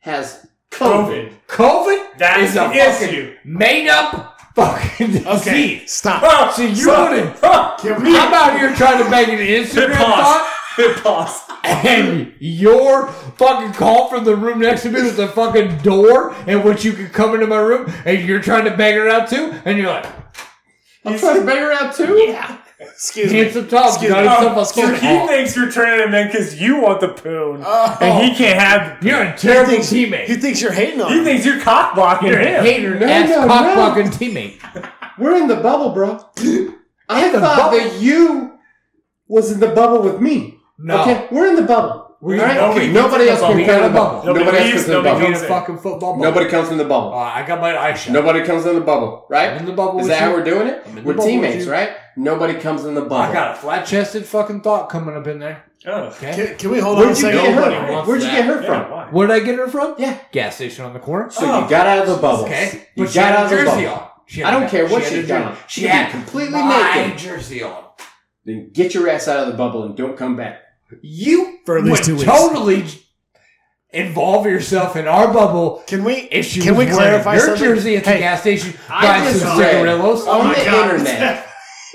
Speaker 2: has COVID,
Speaker 3: COVID.
Speaker 4: COVID
Speaker 3: That's
Speaker 4: is a
Speaker 3: the
Speaker 4: fucking
Speaker 3: issue.
Speaker 4: made up fucking disease.
Speaker 5: Okay, Uh, (laughs) stop.
Speaker 3: Oh,
Speaker 4: So you
Speaker 3: so-
Speaker 4: wouldn't.
Speaker 3: Oh,
Speaker 5: Can
Speaker 3: (laughs)
Speaker 5: we?
Speaker 4: I'm out here trying to make an Instagram
Speaker 3: Hit pause.
Speaker 4: thought,
Speaker 3: Hit pause.
Speaker 4: and your fucking call from the room next to me with the fucking door, and what you could come into my room, and you're trying to bang her out too, and you're like,
Speaker 2: I'm trying to bang her out too.
Speaker 4: yeah,
Speaker 5: Excuse me.
Speaker 4: handsome Tom,
Speaker 5: Excuse
Speaker 4: got
Speaker 5: me.
Speaker 4: himself a
Speaker 3: So
Speaker 4: fucking
Speaker 3: he
Speaker 4: hawk.
Speaker 3: thinks you're turning him in because you want the poon,
Speaker 5: Oh.
Speaker 3: and he can't have.
Speaker 4: You're a terrible
Speaker 5: thinks-
Speaker 4: teammate.
Speaker 5: He thinks you're hating on
Speaker 3: He
Speaker 5: him.
Speaker 3: thinks you're cock blocking
Speaker 4: You're a
Speaker 3: him.
Speaker 4: hater
Speaker 2: No,
Speaker 4: ass
Speaker 2: no,
Speaker 4: cock
Speaker 2: no.
Speaker 4: blocking teammate.
Speaker 2: We're in the bubble, bro. I
Speaker 4: In the
Speaker 2: thought
Speaker 4: bubble?
Speaker 2: that you was in the bubble with me.
Speaker 4: No.
Speaker 2: Okay, we're in the bubble.
Speaker 4: We're
Speaker 3: All right,
Speaker 4: gonna-
Speaker 3: okay,
Speaker 4: nobody
Speaker 3: you
Speaker 4: else
Speaker 3: can
Speaker 4: can
Speaker 3: take
Speaker 4: cut
Speaker 3: the
Speaker 4: a bubble.
Speaker 3: Nobody
Speaker 2: Nobody else
Speaker 3: leaves,
Speaker 2: comes in the
Speaker 3: nobody
Speaker 2: bubble.
Speaker 4: Nobody
Speaker 3: comes in.
Speaker 4: fucking football bubble.
Speaker 2: Nobody comes in the
Speaker 4: Uh,
Speaker 2: bubble.
Speaker 4: I got my eyes shut.
Speaker 2: Nobody comes in the bubble,
Speaker 4: I'm
Speaker 2: right?
Speaker 4: in the bubble.
Speaker 2: Is
Speaker 4: with
Speaker 2: that
Speaker 4: you.
Speaker 2: how we're doing it?
Speaker 4: I'm in the
Speaker 2: We're
Speaker 4: bubble with
Speaker 2: teammates,
Speaker 4: you.
Speaker 2: right? Nobody comes in the bubble.
Speaker 4: I got a flat chested fucking thought coming up in there.
Speaker 3: Oh,
Speaker 4: Okay.
Speaker 5: Can, can we hold on a
Speaker 2: Where'd you
Speaker 5: second?
Speaker 2: get
Speaker 4: Nobody
Speaker 2: her?
Speaker 4: wants
Speaker 2: Where'd you
Speaker 4: that.
Speaker 2: get her
Speaker 3: yeah,
Speaker 2: from?
Speaker 3: why?
Speaker 4: Where did I get her from?
Speaker 2: Yeah.
Speaker 4: gas station on the corner. Oh.
Speaker 2: So you got out of the bubble.
Speaker 4: Okay,
Speaker 2: You
Speaker 4: but she had
Speaker 2: got
Speaker 4: a
Speaker 2: out of the
Speaker 4: jersey
Speaker 2: bubble.
Speaker 4: on. She
Speaker 2: I
Speaker 4: had
Speaker 2: don't
Speaker 4: a-
Speaker 2: care what
Speaker 4: she had
Speaker 2: she
Speaker 4: a
Speaker 2: got
Speaker 4: jersey.
Speaker 2: on.
Speaker 4: She
Speaker 2: You
Speaker 4: had
Speaker 2: can completely
Speaker 4: my
Speaker 2: naked.
Speaker 4: jersey on.
Speaker 2: Then get your ass out of the bubble and don't come back. You
Speaker 5: For at least two
Speaker 4: Would
Speaker 5: weeks.
Speaker 4: totally j- involve yourself in our bubble.
Speaker 5: Can we?
Speaker 4: If she
Speaker 5: Can
Speaker 4: was
Speaker 5: we
Speaker 4: wearing
Speaker 5: clarify
Speaker 4: your
Speaker 5: something?
Speaker 4: jersey at the
Speaker 5: Hey.
Speaker 4: gas station,
Speaker 2: I
Speaker 4: buy
Speaker 2: just Oh
Speaker 4: some
Speaker 2: read
Speaker 4: cigarillos.
Speaker 2: on the
Speaker 3: God.
Speaker 2: internet.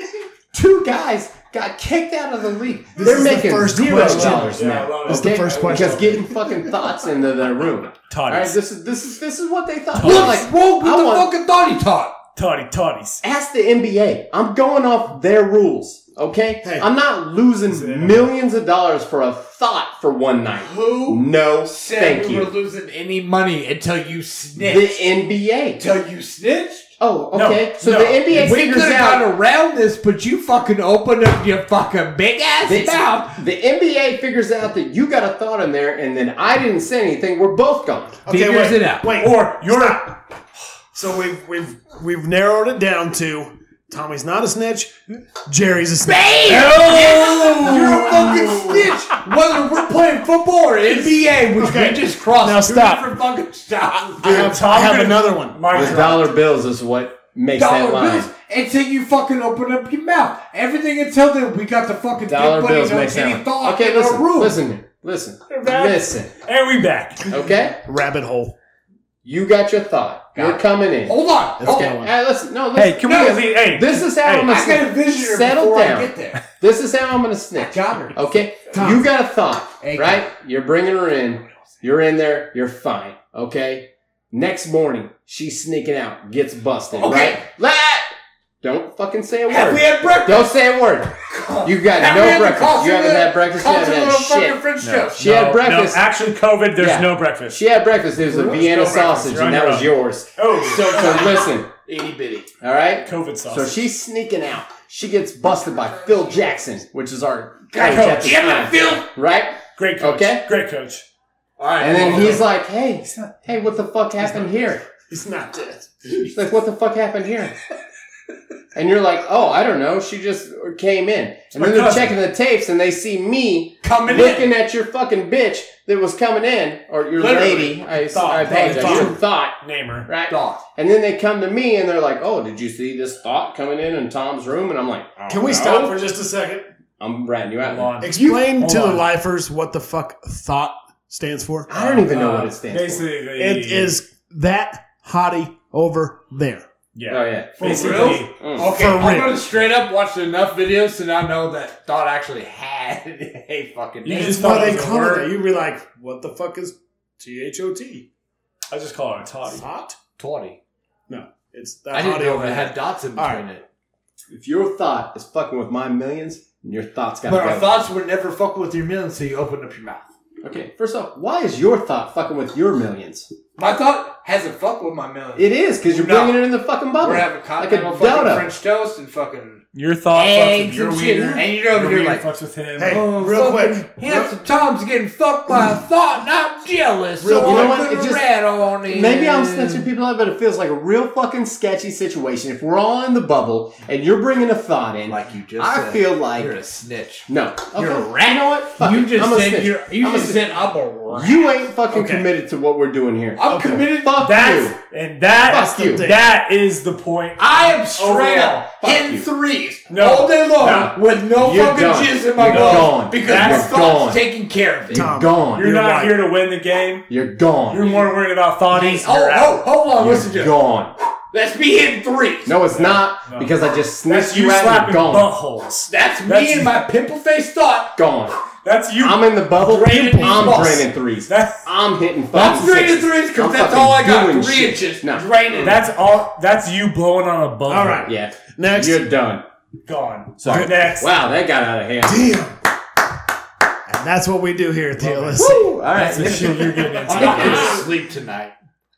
Speaker 2: (laughs) Two guys got kicked out of the league.
Speaker 5: This
Speaker 2: They're
Speaker 5: is the
Speaker 2: making
Speaker 5: first
Speaker 2: zero
Speaker 5: question.
Speaker 2: dollars
Speaker 3: Yeah, I
Speaker 2: now.
Speaker 3: love it.
Speaker 5: This is the first question.
Speaker 2: Because getting fucking thoughts into their room. (laughs) All right,
Speaker 3: Toddies.
Speaker 2: this is this is this is what they thought.
Speaker 4: What's
Speaker 2: They're like,
Speaker 4: wrong with
Speaker 2: I
Speaker 4: the
Speaker 2: want-
Speaker 4: fucking thought he taught?
Speaker 3: Toddy, toddies.
Speaker 2: ask the NBA. I'm going off their rules. Okay,
Speaker 5: Hey.
Speaker 2: I'm not losing millions of dollars for a thought for one night.
Speaker 4: Who
Speaker 2: No,
Speaker 4: said
Speaker 2: thank
Speaker 4: we were
Speaker 2: you.
Speaker 4: losing any money until you
Speaker 2: The
Speaker 4: snitched?
Speaker 2: NBA.
Speaker 9: Until you snitched?
Speaker 2: Oh,
Speaker 3: No,
Speaker 2: okay. so
Speaker 3: no.
Speaker 2: the NBA
Speaker 4: we could
Speaker 2: figures
Speaker 4: have
Speaker 2: out.
Speaker 4: gone around this, but you fucking opened up your fucking big ass
Speaker 2: This-
Speaker 4: mouth.
Speaker 2: The NBA figures out that you got a thought in there, and then I didn't say anything. We're both gone.
Speaker 4: figures
Speaker 5: wait,
Speaker 4: it out.
Speaker 5: Wait,
Speaker 3: Or you're not.
Speaker 5: so we've we've we've narrowed it down to Tommy's not a snitch, Jerry's a snitch.
Speaker 4: You're a fucking snitch. Whether we're playing football or NBA, which we just crossed
Speaker 5: Now
Speaker 4: two
Speaker 5: stop.
Speaker 4: different fucking (laughs) stops.
Speaker 5: I have, I have another one.
Speaker 3: My
Speaker 2: The dollar bills is what makes that
Speaker 4: Dollar
Speaker 2: line.
Speaker 4: bills until you fucking open up your mouth. Everything until then, we got the fucking
Speaker 2: Dollar
Speaker 4: dick
Speaker 2: bills
Speaker 4: buddy
Speaker 2: makes
Speaker 4: any
Speaker 2: that
Speaker 4: thought
Speaker 2: line. Okay,
Speaker 4: in our
Speaker 2: listen,
Speaker 4: room.
Speaker 2: listen, listen,
Speaker 3: back.
Speaker 4: (laughs)
Speaker 2: listen.
Speaker 3: And we back.
Speaker 2: Okay,
Speaker 5: Rabbit hole.
Speaker 2: you got your thought.
Speaker 4: Got
Speaker 2: You're
Speaker 4: it. Oh,
Speaker 2: coming in.
Speaker 4: Hold on.
Speaker 5: Let's
Speaker 4: Hold
Speaker 5: go.
Speaker 4: on.
Speaker 2: Okay, hey, listen. No, listen.
Speaker 3: Hey, can
Speaker 4: No,
Speaker 3: we? Hey,
Speaker 2: This is how
Speaker 3: Hey,
Speaker 2: I'm
Speaker 4: I got a
Speaker 2: gonna snitch.
Speaker 4: visitor
Speaker 2: Settle
Speaker 4: before I
Speaker 2: down.
Speaker 4: get there.
Speaker 2: This is how I'm gonna snitch.
Speaker 4: Got her.
Speaker 2: Okay,
Speaker 4: Tom.
Speaker 2: you got a thought,
Speaker 4: Hey,
Speaker 2: right? You're bringing her in. You're in there. You're fine. Okay. Next morning, she's sneaking out, gets busted.
Speaker 4: Okay.
Speaker 2: Right? Let. Don't fucking say a
Speaker 4: Have we
Speaker 2: word.
Speaker 4: had breakfast?
Speaker 2: Don't say a word. You got
Speaker 4: Have
Speaker 2: no
Speaker 4: we had the
Speaker 2: breakfast. You
Speaker 4: culture
Speaker 2: haven't
Speaker 4: of-
Speaker 2: had breakfast. You
Speaker 4: culture
Speaker 2: haven't
Speaker 4: of
Speaker 2: had
Speaker 4: fucking
Speaker 2: shit.
Speaker 4: French
Speaker 3: No.
Speaker 4: toast.
Speaker 2: She had breakfast.
Speaker 3: No, actually, COVID. There's
Speaker 2: Yeah.
Speaker 3: no breakfast.
Speaker 2: She had breakfast. It was a
Speaker 3: Really?
Speaker 2: Vienna
Speaker 3: No breakfast.
Speaker 2: sausage,
Speaker 3: You're on
Speaker 2: and that
Speaker 3: your
Speaker 2: was
Speaker 3: own.
Speaker 2: yours.
Speaker 3: Oh,
Speaker 2: So, so listen.
Speaker 4: Itty bitty.
Speaker 2: All right.
Speaker 3: COVID
Speaker 2: So
Speaker 3: sausage.
Speaker 2: she's sneaking out. She gets busted by Phil Jackson, which is our coach
Speaker 3: coach.
Speaker 2: at the time, right?
Speaker 3: great coach.
Speaker 2: Okay.
Speaker 3: Great coach.
Speaker 4: All right.
Speaker 2: And
Speaker 4: hold
Speaker 2: then
Speaker 4: on.
Speaker 2: he's like, "Hey,
Speaker 3: He's not-
Speaker 2: hey, what the fuck happened here?
Speaker 5: He's not dead.
Speaker 2: He's like, what the fuck happened here?" And you're like, "Oh, I don't know. She just came in." And
Speaker 3: my
Speaker 2: then they're
Speaker 3: cousin.
Speaker 2: checking the tapes, and they see me
Speaker 4: coming in.
Speaker 2: looking at your fucking bitch that was coming in, or your
Speaker 4: Literally.
Speaker 2: lady. I,
Speaker 3: Thought.
Speaker 2: I apologize.
Speaker 3: Thought.
Speaker 2: Your thought,
Speaker 3: Namer.
Speaker 2: right?
Speaker 4: Dog.
Speaker 2: And then they come to me, and they're like, "Oh, did you see this thought coming in in Tom's room?" And I'm like, I don't
Speaker 5: Can we
Speaker 2: know.
Speaker 5: stop for just a second?
Speaker 2: I'm ratting you out.
Speaker 3: Oh, Hold on.
Speaker 5: Explain
Speaker 3: Hold
Speaker 5: to the
Speaker 3: on.
Speaker 5: lifers what the fuck thought stands for.
Speaker 2: I don't even know
Speaker 3: Uh,
Speaker 2: what it stands for.
Speaker 3: basically,
Speaker 5: It is that hottie over there.
Speaker 3: Yeah.
Speaker 2: Oh yeah.
Speaker 3: Basically,
Speaker 4: real?
Speaker 2: Mm.
Speaker 4: Okay,
Speaker 5: For
Speaker 4: I'm
Speaker 5: real.
Speaker 4: gonna straight up watch enough videos to now know that Thought actually had (laughs) a fucking
Speaker 3: You
Speaker 4: name.
Speaker 3: just
Speaker 5: That's why
Speaker 3: thought it
Speaker 5: they
Speaker 3: was a
Speaker 5: call it that.
Speaker 3: word.
Speaker 5: You'd be like, what the fuck is T H O T?
Speaker 3: I just call it a toddy.
Speaker 5: Hot?
Speaker 4: Twenty.
Speaker 5: It's that
Speaker 4: I didn't
Speaker 5: hottie
Speaker 4: know
Speaker 5: over
Speaker 4: it
Speaker 5: there.
Speaker 4: had dots in between
Speaker 5: All
Speaker 4: it.
Speaker 2: If your thought is fucking with my millions, then your thoughts gotta
Speaker 4: But our
Speaker 2: go.
Speaker 4: thoughts would never fuck with your millions until you opened up your mouth.
Speaker 2: okay, first off, why is your thought fucking with your millions?
Speaker 4: My thought hasn't fucked with my millions.
Speaker 2: It is because you're
Speaker 4: No.
Speaker 2: bringing it in the fucking bubble.
Speaker 4: We're having
Speaker 2: like a
Speaker 4: continental fucking
Speaker 2: dodo.
Speaker 4: French toast and fucking
Speaker 3: Your thought fucks with
Speaker 4: eggs
Speaker 3: your
Speaker 4: and shit.
Speaker 3: wiener.
Speaker 4: And you're over
Speaker 3: Your
Speaker 4: here
Speaker 3: wiener
Speaker 4: like,
Speaker 3: fucks with him.
Speaker 5: Hey,
Speaker 4: oh,
Speaker 5: real
Speaker 4: fucking
Speaker 5: quick.
Speaker 4: handsome Tom's getting fucked by a thought, and I'm jealous.
Speaker 2: Real-
Speaker 4: so
Speaker 2: you know
Speaker 4: I'm
Speaker 2: what?
Speaker 4: gonna
Speaker 2: It just-
Speaker 4: rat on him.
Speaker 2: Maybe I'm snitching people out, but it feels like a real fucking sketchy situation. If we're all in the bubble and you're bringing a thought in,
Speaker 4: Like you just,
Speaker 2: I
Speaker 4: said,
Speaker 2: feel like
Speaker 4: you're a snitch.
Speaker 2: no. Okay.
Speaker 4: You're a
Speaker 2: You know what? Fuck
Speaker 4: You
Speaker 2: it.
Speaker 4: just
Speaker 2: I'm a
Speaker 4: said
Speaker 2: snitch.
Speaker 4: you're, you
Speaker 2: I'm a
Speaker 4: just
Speaker 2: snitch.
Speaker 4: said I'm a rat.
Speaker 2: You ain't fucking
Speaker 5: Okay.
Speaker 2: committed to what we're doing here.
Speaker 4: I'm committed.
Speaker 2: Fuck
Speaker 3: That's
Speaker 2: you.
Speaker 3: and that
Speaker 2: Fuck you.
Speaker 3: that is the point.
Speaker 4: I am straight
Speaker 2: Overall,
Speaker 4: up
Speaker 2: fuck
Speaker 4: hitting
Speaker 2: you.
Speaker 4: threes
Speaker 3: No.
Speaker 4: all day long
Speaker 3: No.
Speaker 4: with no
Speaker 2: You're
Speaker 4: fucking
Speaker 2: done.
Speaker 4: jizz in my
Speaker 2: You're
Speaker 4: balls
Speaker 2: gone.
Speaker 4: because
Speaker 3: That's
Speaker 4: my
Speaker 2: gone.
Speaker 4: thought's taking care of it.
Speaker 2: You're
Speaker 5: Tom.
Speaker 2: gone.
Speaker 3: You're,
Speaker 2: You're,
Speaker 3: not
Speaker 5: right.
Speaker 3: here to win the game.
Speaker 2: gone.
Speaker 3: You're more worried about thoughties.
Speaker 4: Oh,
Speaker 3: You're
Speaker 4: oh,
Speaker 3: out.
Speaker 4: hold on,
Speaker 2: You're
Speaker 4: listen to it.
Speaker 2: gone.
Speaker 4: That's me hitting threes.
Speaker 2: No, it's not
Speaker 3: no.
Speaker 2: because I just
Speaker 3: That's
Speaker 2: snitched
Speaker 3: you
Speaker 2: oh. you out. You're
Speaker 3: slapping
Speaker 2: gone.
Speaker 3: buttholes.
Speaker 4: That's me
Speaker 3: That's-
Speaker 4: and my pimple face thought.
Speaker 2: Gone.
Speaker 3: That's you.
Speaker 2: I'm in the bubble.
Speaker 4: Draining these
Speaker 2: I'm
Speaker 4: balls.
Speaker 2: draining threes.
Speaker 3: That's
Speaker 2: I'm hitting fucking
Speaker 4: I'm straight in
Speaker 2: sixes.
Speaker 4: threes
Speaker 2: I'm
Speaker 4: because that's
Speaker 2: fucking
Speaker 4: all I got.
Speaker 2: doing
Speaker 4: Three
Speaker 2: shit.
Speaker 4: inches.
Speaker 2: No.
Speaker 4: Draining.
Speaker 3: that's all. That's you blowing on a bubble.
Speaker 5: All right.
Speaker 2: Yeah,
Speaker 5: Next.
Speaker 2: you're done.
Speaker 3: gone.
Speaker 2: Sorry.
Speaker 3: Next.
Speaker 2: Wow, that got out of hand.
Speaker 5: Damn. And that's what we do here at the LSC.
Speaker 2: Woo! All right.
Speaker 3: That's the shit you're getting
Speaker 4: I'm not
Speaker 3: into.
Speaker 4: going to sleep tonight.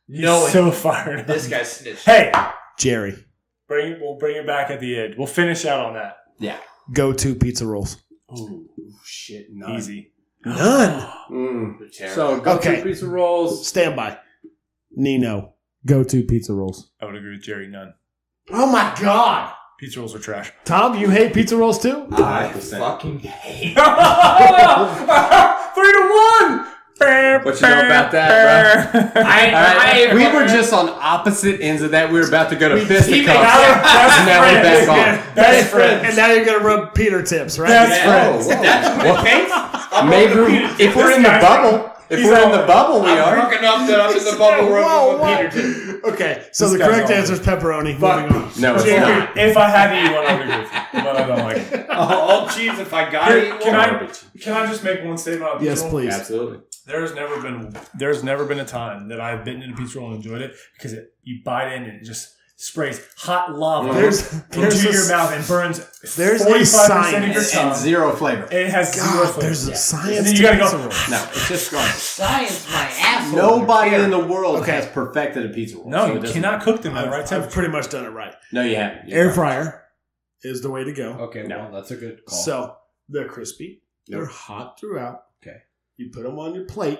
Speaker 3: He's
Speaker 4: No,
Speaker 3: so fired.
Speaker 2: (laughs)
Speaker 3: up.
Speaker 4: this guy snitched.
Speaker 3: Hey,
Speaker 5: Jerry,
Speaker 3: bring we'll bring it back at the end. We'll finish out on that.
Speaker 5: go to pizza rolls.
Speaker 2: Oh,
Speaker 3: Ooh,
Speaker 2: Shit,
Speaker 3: easy.
Speaker 5: None.
Speaker 2: Mm.
Speaker 10: So go
Speaker 5: Okay.
Speaker 10: to pizza rolls.
Speaker 5: Stand by. Nino, go to pizza rolls.
Speaker 3: I would agree with Jerry. None.
Speaker 5: Oh my God.
Speaker 3: Pizza rolls are trash.
Speaker 5: Tom, you hate pizza rolls too?
Speaker 11: I
Speaker 10: (laughs)
Speaker 12: Fucking hate.
Speaker 3: Three to one.
Speaker 2: What you know about that,
Speaker 3: (laughs) bro?
Speaker 2: All right.
Speaker 11: I-
Speaker 2: we were just on opposite ends of that. We were about to go to fisticuffs.
Speaker 3: Now we're best
Speaker 2: Now we're
Speaker 3: friends.
Speaker 2: back on.
Speaker 3: Best friend.
Speaker 5: And now you're going to rub Peter tips, right?
Speaker 3: Best
Speaker 2: Yeah.
Speaker 3: friend.
Speaker 2: Oh, whoa. Well, maybe we- if we're in the
Speaker 3: This guy's-
Speaker 2: bubble, if
Speaker 3: he's
Speaker 2: we're in
Speaker 3: all-
Speaker 2: the bubble, we
Speaker 10: I'm
Speaker 2: are.
Speaker 10: drunk enough that I'm in
Speaker 3: (laughs)
Speaker 10: the bubble room
Speaker 5: Whoa,
Speaker 10: with
Speaker 5: what?
Speaker 10: Peter Tips.
Speaker 5: Okay, so
Speaker 3: This
Speaker 5: the
Speaker 3: guy's
Speaker 5: correct
Speaker 3: all-
Speaker 5: answer is pepperoni. Moving on.
Speaker 2: No, it's
Speaker 3: Jerry,
Speaker 2: not.
Speaker 3: if I had to eat one, I would agree with
Speaker 2: (laughs)
Speaker 3: you, but I don't like it.
Speaker 10: All cheese if I got
Speaker 3: Can-
Speaker 10: it.
Speaker 3: can I-
Speaker 2: Garbage.
Speaker 3: Can I just make one statement? On
Speaker 5: Yes,
Speaker 3: pizza roll?
Speaker 5: please.
Speaker 2: Absolutely.
Speaker 3: There's never been there's never been a time that I've bitten into a pizza roll and enjoyed it because it, you bite in and it just sprays hot lava
Speaker 5: There's there's
Speaker 3: into your
Speaker 5: a,
Speaker 3: mouth and burns
Speaker 5: there's a
Speaker 3: 45% of your
Speaker 5: science.
Speaker 3: tongue.
Speaker 2: And zero flavor.
Speaker 3: It has zero
Speaker 5: God,
Speaker 3: flavor.
Speaker 5: there's a
Speaker 3: And
Speaker 5: science
Speaker 3: then
Speaker 5: to
Speaker 3: you gotta
Speaker 5: pizza (sighs)
Speaker 3: go-
Speaker 5: rolls.
Speaker 2: No, it's just garbage.
Speaker 4: Science, my asshole.
Speaker 2: Nobody in the world
Speaker 5: Okay.
Speaker 2: has perfected a pizza roll. so
Speaker 3: no,
Speaker 2: it
Speaker 3: you
Speaker 2: doesn't-
Speaker 3: cannot cook them at the right
Speaker 5: I've, I've
Speaker 3: temperature.
Speaker 5: pretty much done it right.
Speaker 2: No, you haven't. You're
Speaker 5: Air
Speaker 2: right.
Speaker 5: fryer is the way to
Speaker 3: Oh,
Speaker 5: go.
Speaker 10: Okay,
Speaker 2: No.
Speaker 10: well, that's a good call.
Speaker 5: So they're crispy. They're hot throughout.
Speaker 10: Okay.
Speaker 5: You put them on your plate.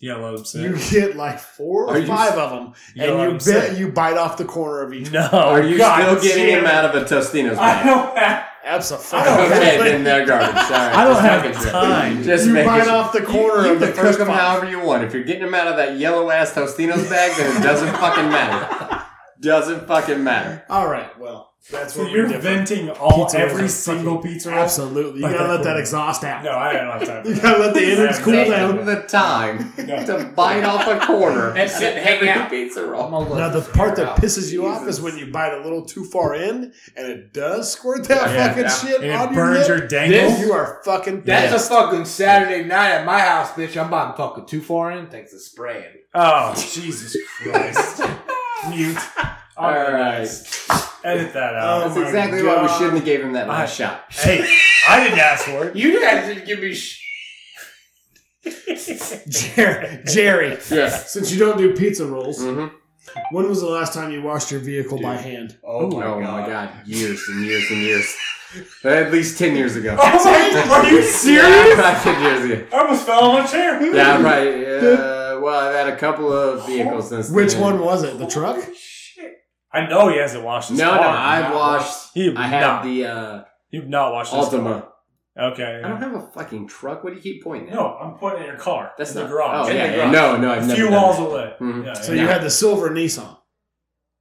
Speaker 3: Yeah, let them sit.
Speaker 5: You get like four or
Speaker 2: Are you-
Speaker 5: five of them,
Speaker 3: You let
Speaker 5: and
Speaker 3: them
Speaker 5: you
Speaker 3: sit.
Speaker 5: bit, you bite off the corner of each.
Speaker 3: No,
Speaker 2: Are you
Speaker 3: Oh, God,
Speaker 2: still getting
Speaker 3: damn
Speaker 2: him
Speaker 3: it.
Speaker 2: out of a Tostino's
Speaker 3: (laughs) I
Speaker 2: bag?
Speaker 3: don't have.
Speaker 5: Absolutely.
Speaker 2: (laughs) Okay, then they're garbage. All right,
Speaker 3: I don't
Speaker 2: just
Speaker 3: have
Speaker 2: making sure.
Speaker 3: time.
Speaker 2: Just
Speaker 5: You
Speaker 2: making
Speaker 5: bite
Speaker 2: sure.
Speaker 5: off the corner
Speaker 2: You
Speaker 5: of the
Speaker 2: can cook
Speaker 5: first
Speaker 2: them
Speaker 5: five.
Speaker 2: however you want. If you're getting them out of that yellow ass Tostino's bag, then it doesn't fucking matter.
Speaker 3: (laughs)
Speaker 2: Doesn't fucking matter.
Speaker 5: All right. Well, that's
Speaker 3: So
Speaker 5: what
Speaker 3: you're
Speaker 5: we're different.
Speaker 3: venting all
Speaker 5: Pizza rolls
Speaker 3: every
Speaker 5: are
Speaker 3: single pizza roll.
Speaker 5: Absolutely. You
Speaker 3: Like
Speaker 5: gotta
Speaker 3: that
Speaker 5: let that
Speaker 3: corner.
Speaker 5: exhaust out.
Speaker 3: No, I don't have time. for
Speaker 5: (laughs) You
Speaker 3: that.
Speaker 5: gotta let the innards cool
Speaker 3: Exactly.
Speaker 5: down.
Speaker 2: The time
Speaker 3: No.
Speaker 2: to bite off a
Speaker 3: (laughs)
Speaker 2: corner
Speaker 4: That's it,
Speaker 2: and
Speaker 4: hang
Speaker 2: every
Speaker 4: out.
Speaker 2: pizza
Speaker 4: I'm
Speaker 2: roll.
Speaker 4: gonna let
Speaker 5: Now the
Speaker 4: this
Speaker 5: part
Speaker 4: air
Speaker 5: that
Speaker 4: out.
Speaker 5: pisses you off is when you bite a little too far in and it does squirt that
Speaker 3: Yeah,
Speaker 5: fucking
Speaker 3: yeah.
Speaker 5: shit
Speaker 3: And
Speaker 5: on
Speaker 3: it burns your
Speaker 5: your lip.
Speaker 3: dangle.
Speaker 5: you are fucking
Speaker 4: That's
Speaker 5: dead.
Speaker 4: a fucking Saturday night at my house, bitch. I'm buying fucking too far in. Thanks for spraying.
Speaker 3: Oh, Jesus
Speaker 5: (laughs)
Speaker 3: Christ. Mute. All
Speaker 2: All
Speaker 3: right.
Speaker 2: right.
Speaker 3: Edit that out.
Speaker 5: Oh
Speaker 2: That's exactly why we shouldn't have gave him that
Speaker 3: I-
Speaker 2: last shot.
Speaker 3: (laughs) Hey, I didn't ask for it.
Speaker 4: You guys didn't give me sh-
Speaker 5: Jerry, Jerry,
Speaker 2: Yeah.
Speaker 5: since you don't do pizza rolls,
Speaker 2: hmm
Speaker 5: when was the last time you washed your vehicle by hand?
Speaker 2: Oh, my, god. Years and years and years. At least 10 years ago.
Speaker 3: (laughs) Are
Speaker 2: (laughs)
Speaker 3: you
Speaker 2: Yeah,
Speaker 3: serious?
Speaker 2: about 10 years ago.
Speaker 3: I almost fell on my chair.
Speaker 2: Yeah,
Speaker 5: (laughs)
Speaker 2: right. Uh, well, I've had a couple of vehicles since
Speaker 5: Which
Speaker 2: then.
Speaker 5: one was it? The truck?
Speaker 3: I know he hasn't washed his
Speaker 2: No,
Speaker 3: car.
Speaker 2: no, I've washed.
Speaker 3: He
Speaker 2: I had
Speaker 3: not.
Speaker 2: the uh,
Speaker 3: You've not washed his
Speaker 2: Altima.
Speaker 3: car. Okay.
Speaker 2: I don't have a fucking truck. What do you keep pointing at?
Speaker 3: No, I'm pointing at your car.
Speaker 2: that's
Speaker 3: in the
Speaker 2: not-
Speaker 3: garage.
Speaker 2: Oh,
Speaker 3: in
Speaker 2: yeah,
Speaker 3: the
Speaker 2: yeah.
Speaker 3: garage.
Speaker 2: No, no, I've
Speaker 3: A
Speaker 2: never
Speaker 3: few
Speaker 2: done
Speaker 3: walls
Speaker 2: that.
Speaker 3: away.
Speaker 2: Mhm.
Speaker 3: Yeah,
Speaker 5: So
Speaker 3: yeah.
Speaker 5: you
Speaker 2: No.
Speaker 5: had the silver Nissan.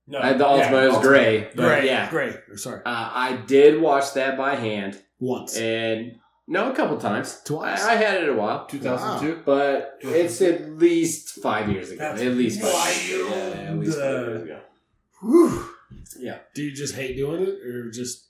Speaker 3: no.
Speaker 2: I had the Altima.
Speaker 3: Yeah,
Speaker 2: it was
Speaker 3: Altima.
Speaker 2: gray. But
Speaker 5: Great,
Speaker 2: yeah.
Speaker 5: great. Or Sorry,
Speaker 2: Uh, I did wash that by hand.
Speaker 5: once,
Speaker 2: And no, a couple times.
Speaker 5: twice.
Speaker 2: I, I had it a while.
Speaker 5: 2002?
Speaker 2: But it's at least five years ago.
Speaker 3: That's
Speaker 2: at least five years
Speaker 3: wild.
Speaker 2: ago. Yeah, at least five years ago.
Speaker 5: Whew.
Speaker 2: Yeah.
Speaker 5: Do you just hate doing it, or just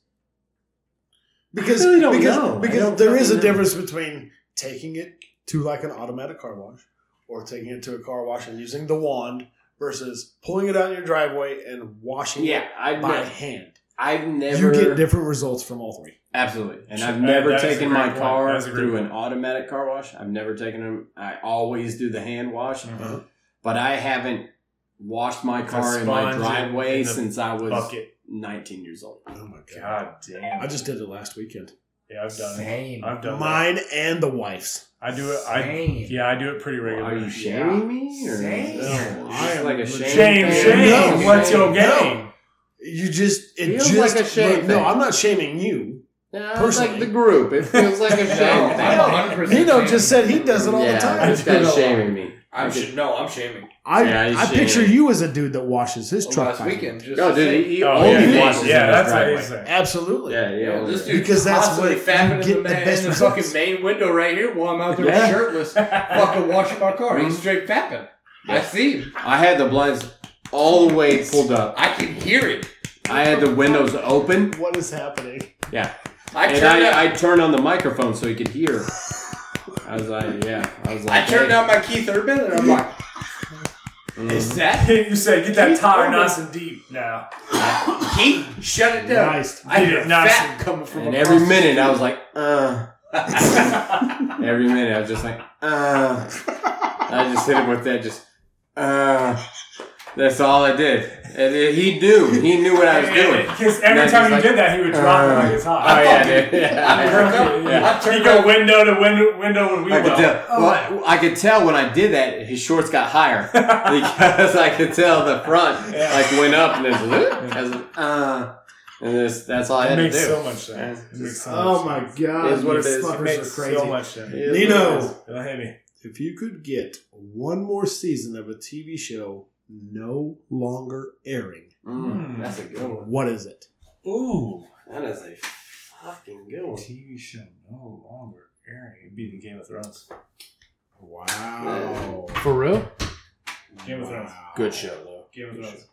Speaker 5: because
Speaker 2: really don't
Speaker 5: because
Speaker 2: know. I
Speaker 5: because
Speaker 2: don't
Speaker 5: there is a
Speaker 2: fucking know.
Speaker 5: difference between taking it to like an automatic car wash or taking it to a car wash and using the wand versus pulling it out in your driveway and washing
Speaker 2: Yeah,
Speaker 5: it
Speaker 2: I've,
Speaker 5: by
Speaker 2: ne-
Speaker 5: hand.
Speaker 2: I've never.
Speaker 5: You get different results from all three.
Speaker 2: Absolutely. And
Speaker 3: Sure.
Speaker 2: I've
Speaker 3: That-
Speaker 2: never
Speaker 3: that is a
Speaker 2: taken
Speaker 3: great
Speaker 2: my
Speaker 3: point. That
Speaker 2: car
Speaker 3: is a great
Speaker 2: through
Speaker 3: point.
Speaker 2: an automatic car wash. I've never taken them. I always do the hand wash,
Speaker 5: Uh-huh.
Speaker 3: Mhm.
Speaker 2: but I haven't washed my
Speaker 3: The
Speaker 2: car in my
Speaker 3: sponge in-
Speaker 2: driveway
Speaker 3: in the
Speaker 2: since I was
Speaker 3: Bucket.
Speaker 2: 19 years old.
Speaker 5: Oh my god!
Speaker 3: God damn.
Speaker 5: I just did it last weekend.
Speaker 3: yeah, I've done it.
Speaker 4: Same.
Speaker 3: I've done that.
Speaker 5: Mine and the wife's.
Speaker 3: I do it. I
Speaker 4: Same.
Speaker 3: yeah, I do it pretty
Speaker 2: Are
Speaker 3: regularly.
Speaker 2: you shaming me? Or
Speaker 4: Shame.
Speaker 2: Is this
Speaker 5: No, I am
Speaker 2: like a
Speaker 5: legit-
Speaker 2: shame.
Speaker 3: Shame,
Speaker 2: thing?
Speaker 3: shame.
Speaker 5: No,
Speaker 3: What's
Speaker 2: shame.
Speaker 3: your game?
Speaker 5: You just it
Speaker 2: Feels
Speaker 5: just
Speaker 2: like a shame
Speaker 5: look, no.
Speaker 2: thing.
Speaker 5: I'm not shaming you.
Speaker 2: No, it's like
Speaker 5: Personally.
Speaker 2: the group. It feels like
Speaker 3: (laughs)
Speaker 2: a shame.
Speaker 4: No,
Speaker 2: thing.
Speaker 4: I'm 100%
Speaker 5: Nino
Speaker 4: shaming.
Speaker 5: just said he does it all
Speaker 2: yeah,
Speaker 5: the time.
Speaker 2: This
Speaker 3: (laughs)
Speaker 2: guy's shaming me.
Speaker 4: I'm sh- no, I'm shaming.
Speaker 5: I,
Speaker 2: Yeah, he's
Speaker 5: I
Speaker 2: shaming.
Speaker 5: picture you as a dude that washes his truck.
Speaker 4: Last
Speaker 5: by hand.
Speaker 4: weekend, just
Speaker 2: No, dude, he, he
Speaker 3: Oh,
Speaker 2: only washes
Speaker 3: yeah, yeah,
Speaker 2: in his
Speaker 3: that's what
Speaker 2: driveway.
Speaker 3: he's saying.
Speaker 5: Absolutely.
Speaker 2: Yeah, yeah.
Speaker 4: Yo, this
Speaker 2: only-
Speaker 4: dude
Speaker 5: Because that's
Speaker 4: constantly
Speaker 5: what
Speaker 4: fapping
Speaker 5: you
Speaker 4: in
Speaker 5: get
Speaker 4: the,
Speaker 5: the
Speaker 4: ma-
Speaker 5: best
Speaker 4: in the
Speaker 5: results.
Speaker 4: fucking main window right here while I'm out there
Speaker 2: Yeah.
Speaker 4: shirtless, fucking washing my car.
Speaker 2: Mhm.
Speaker 4: He's straight fapping. I
Speaker 2: Yeah.
Speaker 4: see him.
Speaker 2: I had the blinds all the way pulled up.
Speaker 4: I can hear it.
Speaker 2: I had the windows open,
Speaker 5: What is (laughs) happening?
Speaker 4: I
Speaker 2: and
Speaker 4: turned out.
Speaker 2: I, I turned on the microphone so he could hear. I was like, yeah. I was
Speaker 4: I
Speaker 2: like,
Speaker 4: turned
Speaker 2: hey.
Speaker 4: on my Keith Urban and I'm like,
Speaker 2: Mhm.
Speaker 4: is that
Speaker 3: (laughs) you say get that
Speaker 4: Keith
Speaker 3: tire
Speaker 4: Urban.
Speaker 3: nice and
Speaker 2: (laughs)
Speaker 3: deep now.
Speaker 4: Keith? Shut it down.
Speaker 5: Nice.
Speaker 4: I hear
Speaker 3: Did it not
Speaker 4: fat coming from
Speaker 2: And
Speaker 4: across
Speaker 2: every
Speaker 4: the
Speaker 2: minute I
Speaker 4: street.
Speaker 2: was like, uh. every minute I was just like, uh. I just hit him with that, just, uh. That's all I did. And it- he knew. He knew what I was doing.
Speaker 3: Because every
Speaker 2: That's just
Speaker 3: time he
Speaker 2: like-
Speaker 3: did that, he would drop it like it's
Speaker 2: Oh
Speaker 3: hot.
Speaker 2: yeah, dude. Oh, Yeah,
Speaker 7: I turned up.
Speaker 2: Yeah.
Speaker 7: I
Speaker 3: He'd
Speaker 7: turned
Speaker 3: go
Speaker 7: up.
Speaker 3: window to window, window when we Oh,
Speaker 2: I could
Speaker 3: will.
Speaker 2: tell. Well, I, I could tell when I did that his shorts got higher
Speaker 3: (laughs)
Speaker 2: because I could tell the front
Speaker 3: Yeah.
Speaker 2: like went up and it's I was like, uh, and this that's all I
Speaker 3: It
Speaker 2: had to do.
Speaker 3: makes so much sense. It makes so much
Speaker 5: Oh my
Speaker 3: sense.
Speaker 5: god,
Speaker 2: It is what
Speaker 5: these
Speaker 2: it is. It
Speaker 5: fuckers
Speaker 3: It makes
Speaker 5: are crazy.
Speaker 3: so much sense.
Speaker 2: It is
Speaker 5: Nino.
Speaker 2: what it is.
Speaker 3: Don't hit me.
Speaker 5: If you could get one more season of a TV show no longer airing,
Speaker 2: Mm, that's a good one.
Speaker 5: what is it?
Speaker 3: Ooh.
Speaker 2: That is a fucking good one.
Speaker 3: TV show no longer airing. It'd be the Game of Thrones.
Speaker 5: Wow.
Speaker 4: For real?
Speaker 3: Game of Thrones.
Speaker 13: Good show though.
Speaker 3: Game of Thrones.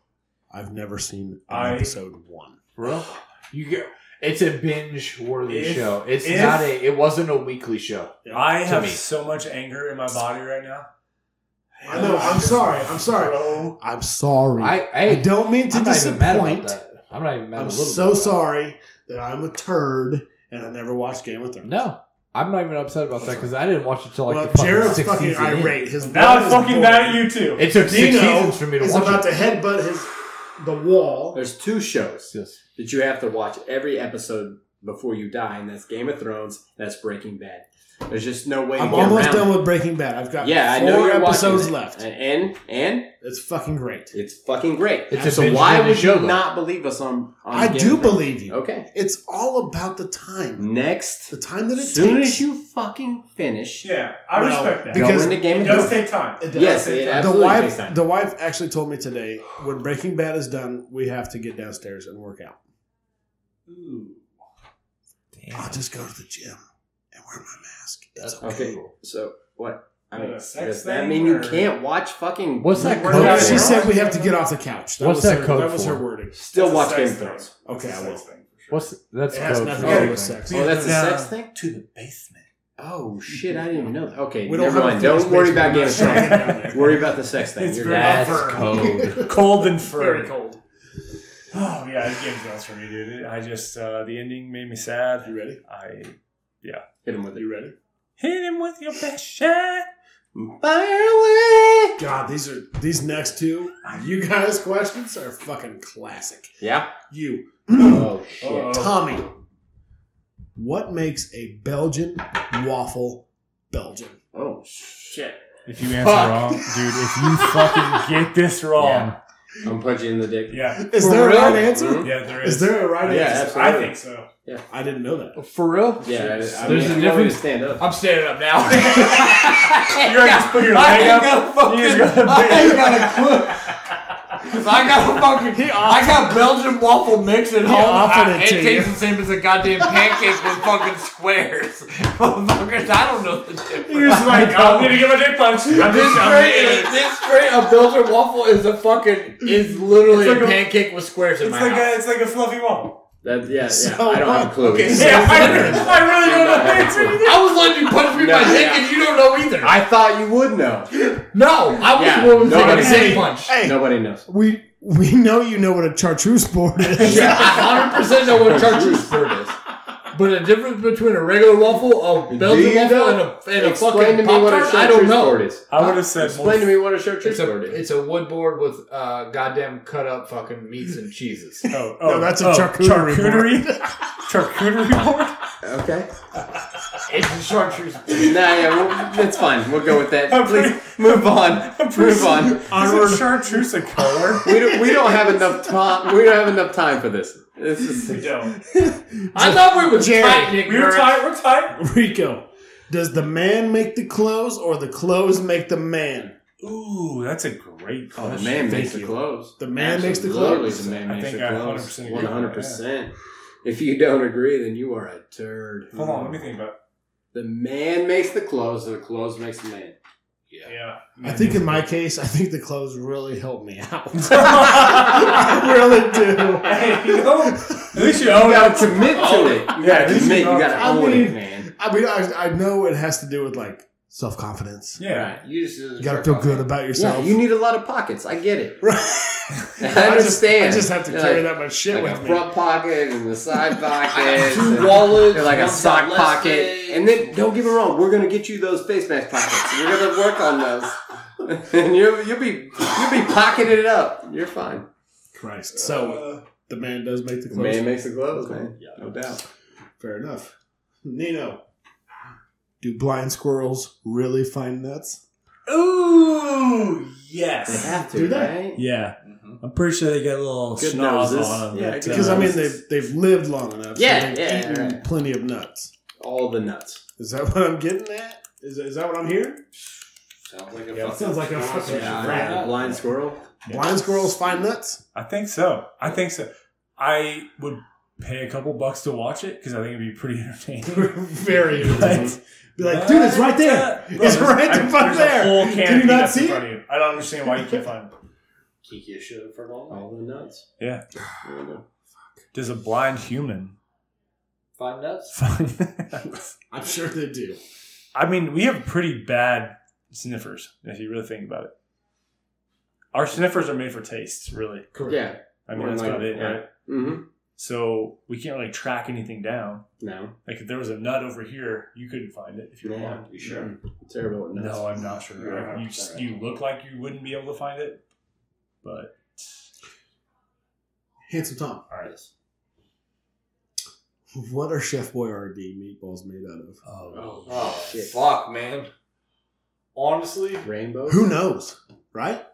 Speaker 5: I've never seen
Speaker 3: I-
Speaker 5: episode one.
Speaker 4: For real? You go. It's a binge-worthy
Speaker 3: If-
Speaker 4: show. It's
Speaker 3: if-
Speaker 4: not a. It wasn't a weekly show.
Speaker 3: I have
Speaker 4: me.
Speaker 3: so much anger in my body right now.
Speaker 5: I know, I'm sorry, I'm sorry.
Speaker 3: Bro.
Speaker 5: I'm sorry.
Speaker 4: I.
Speaker 5: I,
Speaker 4: I,
Speaker 5: don't mean to
Speaker 4: I'm not even mad about
Speaker 5: disappoint.
Speaker 4: that. I'm not even mad. a
Speaker 5: I'm
Speaker 4: little bit
Speaker 5: so
Speaker 4: about that.
Speaker 5: sorry that I'm a turd and I never watched Game of Thrones.
Speaker 4: No, I'm not even upset about that because I didn't watch it till like
Speaker 5: well,
Speaker 4: the fucking
Speaker 5: Jared's
Speaker 4: six
Speaker 5: fucking
Speaker 4: season in.
Speaker 5: irate. His
Speaker 3: Now
Speaker 5: blood
Speaker 3: I'm
Speaker 5: is
Speaker 3: fucking
Speaker 5: boiling.
Speaker 3: mad at you too.
Speaker 4: It took six
Speaker 5: Dino
Speaker 4: seasons for me to
Speaker 5: He's
Speaker 4: watch
Speaker 5: about
Speaker 4: it.
Speaker 5: to headbutt his the wall.
Speaker 2: There's two shows
Speaker 4: Yes.
Speaker 2: that you have to watch every episode before you die, and that's Game of Thrones, that's Breaking Bad. There's just no way.
Speaker 5: I'm
Speaker 2: to get
Speaker 5: almost
Speaker 2: around
Speaker 5: done
Speaker 2: it.
Speaker 5: with Breaking Bad. I've got
Speaker 2: Yeah, I
Speaker 5: four
Speaker 2: know you're
Speaker 5: episodes
Speaker 2: watching it.
Speaker 5: left.
Speaker 2: And and
Speaker 5: It's fucking great.
Speaker 2: it's fucking great.
Speaker 4: It's a
Speaker 2: so
Speaker 4: binge
Speaker 2: why
Speaker 4: worthy
Speaker 2: would
Speaker 4: show,
Speaker 2: you
Speaker 4: though.
Speaker 2: not believe us on? on
Speaker 5: I
Speaker 2: Game
Speaker 5: do
Speaker 2: of Thrones?
Speaker 5: believe you.
Speaker 2: Okay.
Speaker 5: It's all about the time.
Speaker 2: Next,
Speaker 5: The time that it
Speaker 2: as soon
Speaker 5: takes.
Speaker 2: as you fucking finish,
Speaker 3: Yeah, I
Speaker 5: Well,
Speaker 3: respect that.
Speaker 5: because-
Speaker 2: go into Game
Speaker 3: it
Speaker 2: of
Speaker 3: does
Speaker 2: Thrones.
Speaker 3: take time.
Speaker 5: It does.
Speaker 2: Yes, it
Speaker 5: the
Speaker 2: absolutely takes
Speaker 5: wife,
Speaker 2: time.
Speaker 5: the wife actually told me today when Breaking Bad is done, we have to get downstairs and work out.
Speaker 3: Ooh.
Speaker 5: I'll just go to the gym and wear my mask. It's
Speaker 2: Okay.
Speaker 5: okay.
Speaker 2: So what? I mean,
Speaker 3: Uh, sex
Speaker 2: does that
Speaker 3: thing,
Speaker 2: mean you
Speaker 3: or-
Speaker 2: can't watch fucking?
Speaker 4: What's that
Speaker 3: We're
Speaker 4: code?
Speaker 3: not-
Speaker 5: No, she
Speaker 4: for?
Speaker 5: said we have to get off the couch. That
Speaker 4: What's
Speaker 5: was
Speaker 4: that
Speaker 5: her,
Speaker 4: code
Speaker 5: That was
Speaker 4: for?
Speaker 5: her wording.
Speaker 2: Still
Speaker 3: That's a
Speaker 2: watch Game
Speaker 3: sex
Speaker 2: of Thrones.
Speaker 3: thing.
Speaker 5: Okay,
Speaker 3: That's a
Speaker 5: I will.
Speaker 3: sex thing, for sure.
Speaker 4: What's that's
Speaker 5: It has
Speaker 4: code
Speaker 5: nothing
Speaker 4: for
Speaker 5: to do with
Speaker 4: everything.
Speaker 5: sex.
Speaker 2: Oh, that's a
Speaker 3: Yeah.
Speaker 2: sex thing.
Speaker 3: to the basement.
Speaker 2: Oh shit! I didn't even know. That. Okay,
Speaker 5: We don't
Speaker 2: never
Speaker 5: have a
Speaker 2: mind.
Speaker 5: fixed
Speaker 2: Don't worry
Speaker 5: basement.
Speaker 2: about Game of
Speaker 5: We're not
Speaker 2: Thrones.
Speaker 5: (laughs) down there.
Speaker 2: worry about the sex thing.
Speaker 3: It's
Speaker 2: You're
Speaker 3: very
Speaker 2: right.
Speaker 4: That's
Speaker 3: Confirm. (laughs)
Speaker 4: code.
Speaker 3: Cold and
Speaker 7: Very
Speaker 3: furry.
Speaker 7: cold.
Speaker 3: Oh yeah, it game's done for me, dude. It- I just uh, the ending made me sad.
Speaker 5: You ready?
Speaker 3: I
Speaker 2: Hit him with it.
Speaker 5: You ready?
Speaker 3: hit him with your best shot.
Speaker 2: Fire away.
Speaker 5: God, these are these next two. (laughs) You guys' questions are fucking classic.
Speaker 2: Yeah.
Speaker 5: You,
Speaker 2: Oh shit.
Speaker 5: Tommy. What makes a Belgian waffle Belgian?
Speaker 2: Oh shit.
Speaker 3: If you answer wrong, dude, if you fucking get this wrong,
Speaker 2: I'm punching you in the dick. Mm-hmm.
Speaker 3: yeah,
Speaker 5: Is
Speaker 4: For
Speaker 5: there
Speaker 4: real?
Speaker 5: a right answer?
Speaker 3: yeah, there is.
Speaker 5: Is there a right
Speaker 2: Yeah,
Speaker 5: answer?
Speaker 2: absolutely.
Speaker 3: I think so.
Speaker 5: I didn't know that.
Speaker 4: For real?
Speaker 2: Yeah. I, I
Speaker 4: There's
Speaker 2: mean, if
Speaker 4: a
Speaker 2: you want me to
Speaker 4: difference.
Speaker 2: Stand up.
Speaker 4: I'm standing up now.
Speaker 3: You're gonna just put your
Speaker 4: I
Speaker 3: leg
Speaker 4: ain't
Speaker 3: up.
Speaker 4: gonna fucking.
Speaker 3: You just gotta-
Speaker 4: I ain't got a clue. Cause (laughs) I got fucking. I got Belgian waffle mix at home.
Speaker 5: offered
Speaker 4: I-
Speaker 5: it to
Speaker 4: tastes
Speaker 5: you.
Speaker 4: the same as a goddamn pancake with fucking squares. (laughs) Motherfuckers, I don't know the difference.
Speaker 3: You're just like, I'm gonna get my dick punched. I'm
Speaker 4: This
Speaker 3: just,
Speaker 4: straight,
Speaker 3: I'm
Speaker 4: this straight, a Belgian waffle is a fucking is literally
Speaker 3: It's like
Speaker 4: a,
Speaker 3: a-
Speaker 4: pancake with squares in
Speaker 3: It's
Speaker 4: my
Speaker 3: like
Speaker 4: house.
Speaker 3: a, it's like a fluffy wall.
Speaker 2: That, yeah, yeah.
Speaker 5: So
Speaker 2: I don't have a
Speaker 5: what?
Speaker 2: clue.
Speaker 5: Okay,
Speaker 3: (laughs)
Speaker 5: so-
Speaker 3: Yeah, I, I really don't know the answer to this.
Speaker 4: I was letting you punch me in
Speaker 2: No,
Speaker 4: my dick,
Speaker 2: yeah.
Speaker 4: and you don't know either.
Speaker 2: I thought you would know.
Speaker 4: no, I was
Speaker 2: Yeah,
Speaker 4: the one who
Speaker 2: nobody-
Speaker 4: taking a
Speaker 5: Hey,
Speaker 4: dick punch.
Speaker 5: Hey,
Speaker 2: Nobody knows.
Speaker 5: we we know you know what a chartreuse board (laughs)
Speaker 2: (laughs)
Speaker 5: is.
Speaker 4: Yeah, I 100% know what chartreuse bird is. But the difference between a regular waffle, a Belgian
Speaker 2: you
Speaker 4: waffle,
Speaker 2: know?
Speaker 4: and a, and a
Speaker 2: Explain
Speaker 4: fucking
Speaker 2: to me what a
Speaker 4: Pop-Tart, I
Speaker 2: chartreuse
Speaker 4: don't know.
Speaker 2: board is.
Speaker 3: I would have said
Speaker 2: Explain to me what a chartreuse
Speaker 4: It's a,
Speaker 2: board is.
Speaker 4: it's a wood board with uh, goddamn cut up fucking meats and (laughs) cheeses.
Speaker 3: Oh, oh,
Speaker 5: No, that's a charcuterie
Speaker 3: charcuterie,
Speaker 5: (laughs)
Speaker 3: charcuterie board.
Speaker 2: Okay.
Speaker 4: It's a chartreuse.
Speaker 2: Nah, yeah, well, that's fine. We'll go with that.
Speaker 3: I'm
Speaker 2: Please
Speaker 3: pretty-
Speaker 2: move on.
Speaker 3: I'm pretty-
Speaker 2: Move on.
Speaker 3: Isn't chartreuse a color?
Speaker 2: We don't, we don't have enough time. We don't have enough time for this. This is
Speaker 3: don't.
Speaker 4: I thought we were
Speaker 5: Jerry,
Speaker 4: tight, Nick.
Speaker 3: We're tight. We're tight.
Speaker 5: Rico, does the man make the clothes or the clothes make the man?
Speaker 3: Ooh, that's a great
Speaker 2: oh, the
Speaker 3: question.
Speaker 2: man
Speaker 5: Thank
Speaker 2: makes the
Speaker 5: you.
Speaker 2: clothes.
Speaker 5: The man makes the
Speaker 2: Absolutely,
Speaker 5: clothes.
Speaker 2: The man
Speaker 3: I
Speaker 2: makes
Speaker 3: think
Speaker 2: the
Speaker 3: I
Speaker 2: clothes.
Speaker 3: 100% agree
Speaker 2: One
Speaker 3: with that,
Speaker 2: hundred percent. If you don't agree, then you are a turd.
Speaker 3: Hold on, let me think about.
Speaker 2: The man makes the clothes, and the clothes makes the man.
Speaker 3: It. Yeah,
Speaker 5: I think in
Speaker 3: (laughs)
Speaker 5: my case, I think the clothes really help me (laughs) out. I
Speaker 3: hey,
Speaker 5: really do.
Speaker 3: you know, at least you
Speaker 2: You (laughs)
Speaker 3: own
Speaker 2: gotta
Speaker 3: up
Speaker 2: commit to it. You
Speaker 3: Yeah,
Speaker 2: gotta
Speaker 3: this is
Speaker 2: commit. You
Speaker 3: not-
Speaker 2: gotta
Speaker 5: I
Speaker 2: own it,
Speaker 5: mean-
Speaker 2: man.
Speaker 5: I mean, I, I know it has to do with like self confidence.
Speaker 3: Yeah,
Speaker 2: Right. You just
Speaker 5: You gotta feel good about
Speaker 2: Yeah,
Speaker 5: yourself.
Speaker 2: you need a lot of pockets. I get it. (laughs) I
Speaker 5: just- I
Speaker 2: understand.
Speaker 5: just have to
Speaker 2: You're
Speaker 5: carry
Speaker 2: like-
Speaker 5: that much shit
Speaker 2: like
Speaker 5: with
Speaker 2: a
Speaker 5: me.
Speaker 2: front pocket and the (laughs) side pocket,
Speaker 4: Two wallets,
Speaker 2: like a
Speaker 4: one's
Speaker 2: sock
Speaker 4: got less
Speaker 2: pocket.
Speaker 4: legs.
Speaker 2: And then don't get me wrong, we're gonna get you those (laughs) face mask pockets. We're gonna work on those.
Speaker 5: up.
Speaker 2: and you'll you'll be you'll be pocketed up. You're fine.
Speaker 5: Christ. So the man does make the
Speaker 2: uh, The
Speaker 5: close.
Speaker 2: man makes the clothes, man. No doubt.
Speaker 5: Fair enough. Nino, do blind squirrels really find nuts?
Speaker 14: Ooh,
Speaker 2: They
Speaker 14: yes.
Speaker 2: have to,
Speaker 5: Do that.
Speaker 2: right?
Speaker 14: Yeah, I'm pretty sure they get a little
Speaker 2: Good
Speaker 14: schnoz
Speaker 2: noses.
Speaker 14: on them.
Speaker 2: Yeah,
Speaker 14: but,
Speaker 5: Because
Speaker 14: uh,
Speaker 5: I mean, they've they've lived long enough. so
Speaker 2: Yeah,
Speaker 5: they've
Speaker 2: yeah,
Speaker 5: eaten
Speaker 2: right.
Speaker 5: plenty of nuts.
Speaker 2: All the nuts.
Speaker 5: Is that (laughs) what I'm getting at? Is, is that what I'm hearing?
Speaker 2: Sounds like a
Speaker 5: Yeah, it sounds like a fucking
Speaker 2: yeah,
Speaker 5: rat.
Speaker 2: yeah, blind squirrel.
Speaker 5: Blind squirrels find nuts.
Speaker 3: I think so. I think so. I would pay a couple bucks to watch it because I think it'd be pretty (laughs) entertaining.
Speaker 5: Very
Speaker 3: But-
Speaker 5: entertaining. Be (laughs) like, dude, it's right there.
Speaker 3: Bro,
Speaker 5: It's right
Speaker 3: there's-
Speaker 5: the fuck
Speaker 3: there's
Speaker 5: there.
Speaker 3: A whole can
Speaker 5: Do you
Speaker 3: of
Speaker 5: not
Speaker 3: peanuts in
Speaker 5: see it?
Speaker 3: front of you. I don't understand why you can't
Speaker 2: (laughs)
Speaker 3: find. Them.
Speaker 2: Kiki should for long. All the nuts.
Speaker 3: Yeah.
Speaker 2: There we go.
Speaker 3: Does a blind (laughs) human
Speaker 14: five nuts.
Speaker 3: find? nuts?
Speaker 5: I'm sure they do.
Speaker 3: I mean, we have pretty bad sniffers if you really think about it. Our sniffers are made for tastes, really.
Speaker 2: (sighs) Yeah.
Speaker 3: I mean,
Speaker 2: Or
Speaker 3: that's
Speaker 2: like-
Speaker 3: about it,
Speaker 2: yeah.
Speaker 3: right?
Speaker 2: Mm-hmm.
Speaker 3: So we can't really track anything down.
Speaker 2: No.
Speaker 3: Like if there was a nut over here, you couldn't find it if you were blind.
Speaker 2: you sure? Terrible with nuts.
Speaker 3: No, I'm not sure.
Speaker 2: Yeah,
Speaker 3: you
Speaker 2: it's alright.
Speaker 3: you look like you wouldn't be able to find it, but
Speaker 5: Handsome Tom,
Speaker 3: all right.
Speaker 5: what are Chef Boyardee meatballs made out of?
Speaker 15: Oh,
Speaker 2: Oh, shit.
Speaker 4: Fuck, man. Honestly,
Speaker 2: Rainbows?
Speaker 5: Who knows, right?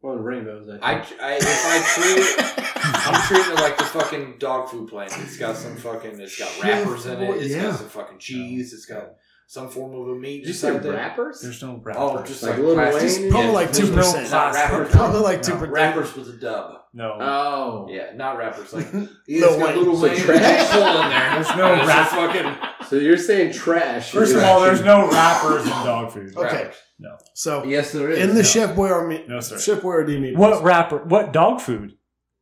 Speaker 2: Well, rainbows. I think.
Speaker 4: I, I if I treat it, I'm treating it like the fucking dog food plant. It's got some fucking. It's got wrappers in it. It's
Speaker 5: Yeah.
Speaker 4: got some fucking cheese. It's got some form of a meat.
Speaker 2: Did you
Speaker 4: just
Speaker 2: say
Speaker 4: like that.
Speaker 2: rappers?
Speaker 3: There's no wrappers.
Speaker 4: Oh, just
Speaker 2: Like
Speaker 4: like,
Speaker 2: Lil
Speaker 4: plastics.
Speaker 2: Wayne?
Speaker 5: Probably like
Speaker 4: there's
Speaker 5: two
Speaker 4: no
Speaker 5: percent.
Speaker 4: Not
Speaker 3: Rappers.
Speaker 4: wrappers.
Speaker 5: Probably like two percent.
Speaker 4: Rappers with a dub.
Speaker 3: no.
Speaker 2: Oh.
Speaker 4: Yeah, not rappers.
Speaker 5: (laughs)
Speaker 4: Like
Speaker 5: Lil
Speaker 4: it's got
Speaker 5: Wayne.
Speaker 4: little
Speaker 2: So
Speaker 4: Wayne
Speaker 2: trash.
Speaker 4: hole in
Speaker 5: (laughs)
Speaker 4: there.
Speaker 3: There's
Speaker 4: (laughs)
Speaker 3: no
Speaker 4: It's
Speaker 3: rap-
Speaker 4: just fucking
Speaker 2: So you're saying trash?
Speaker 3: First of all, there's no wrappers in dog food.
Speaker 4: Oh.
Speaker 5: Okay,
Speaker 3: No.
Speaker 4: (laughs)
Speaker 5: so
Speaker 4: yes, there is.
Speaker 5: in the Chef Boyardee,
Speaker 3: No, sir.
Speaker 5: Chef Boyardee meatballs,
Speaker 3: What wrapper? What dog food?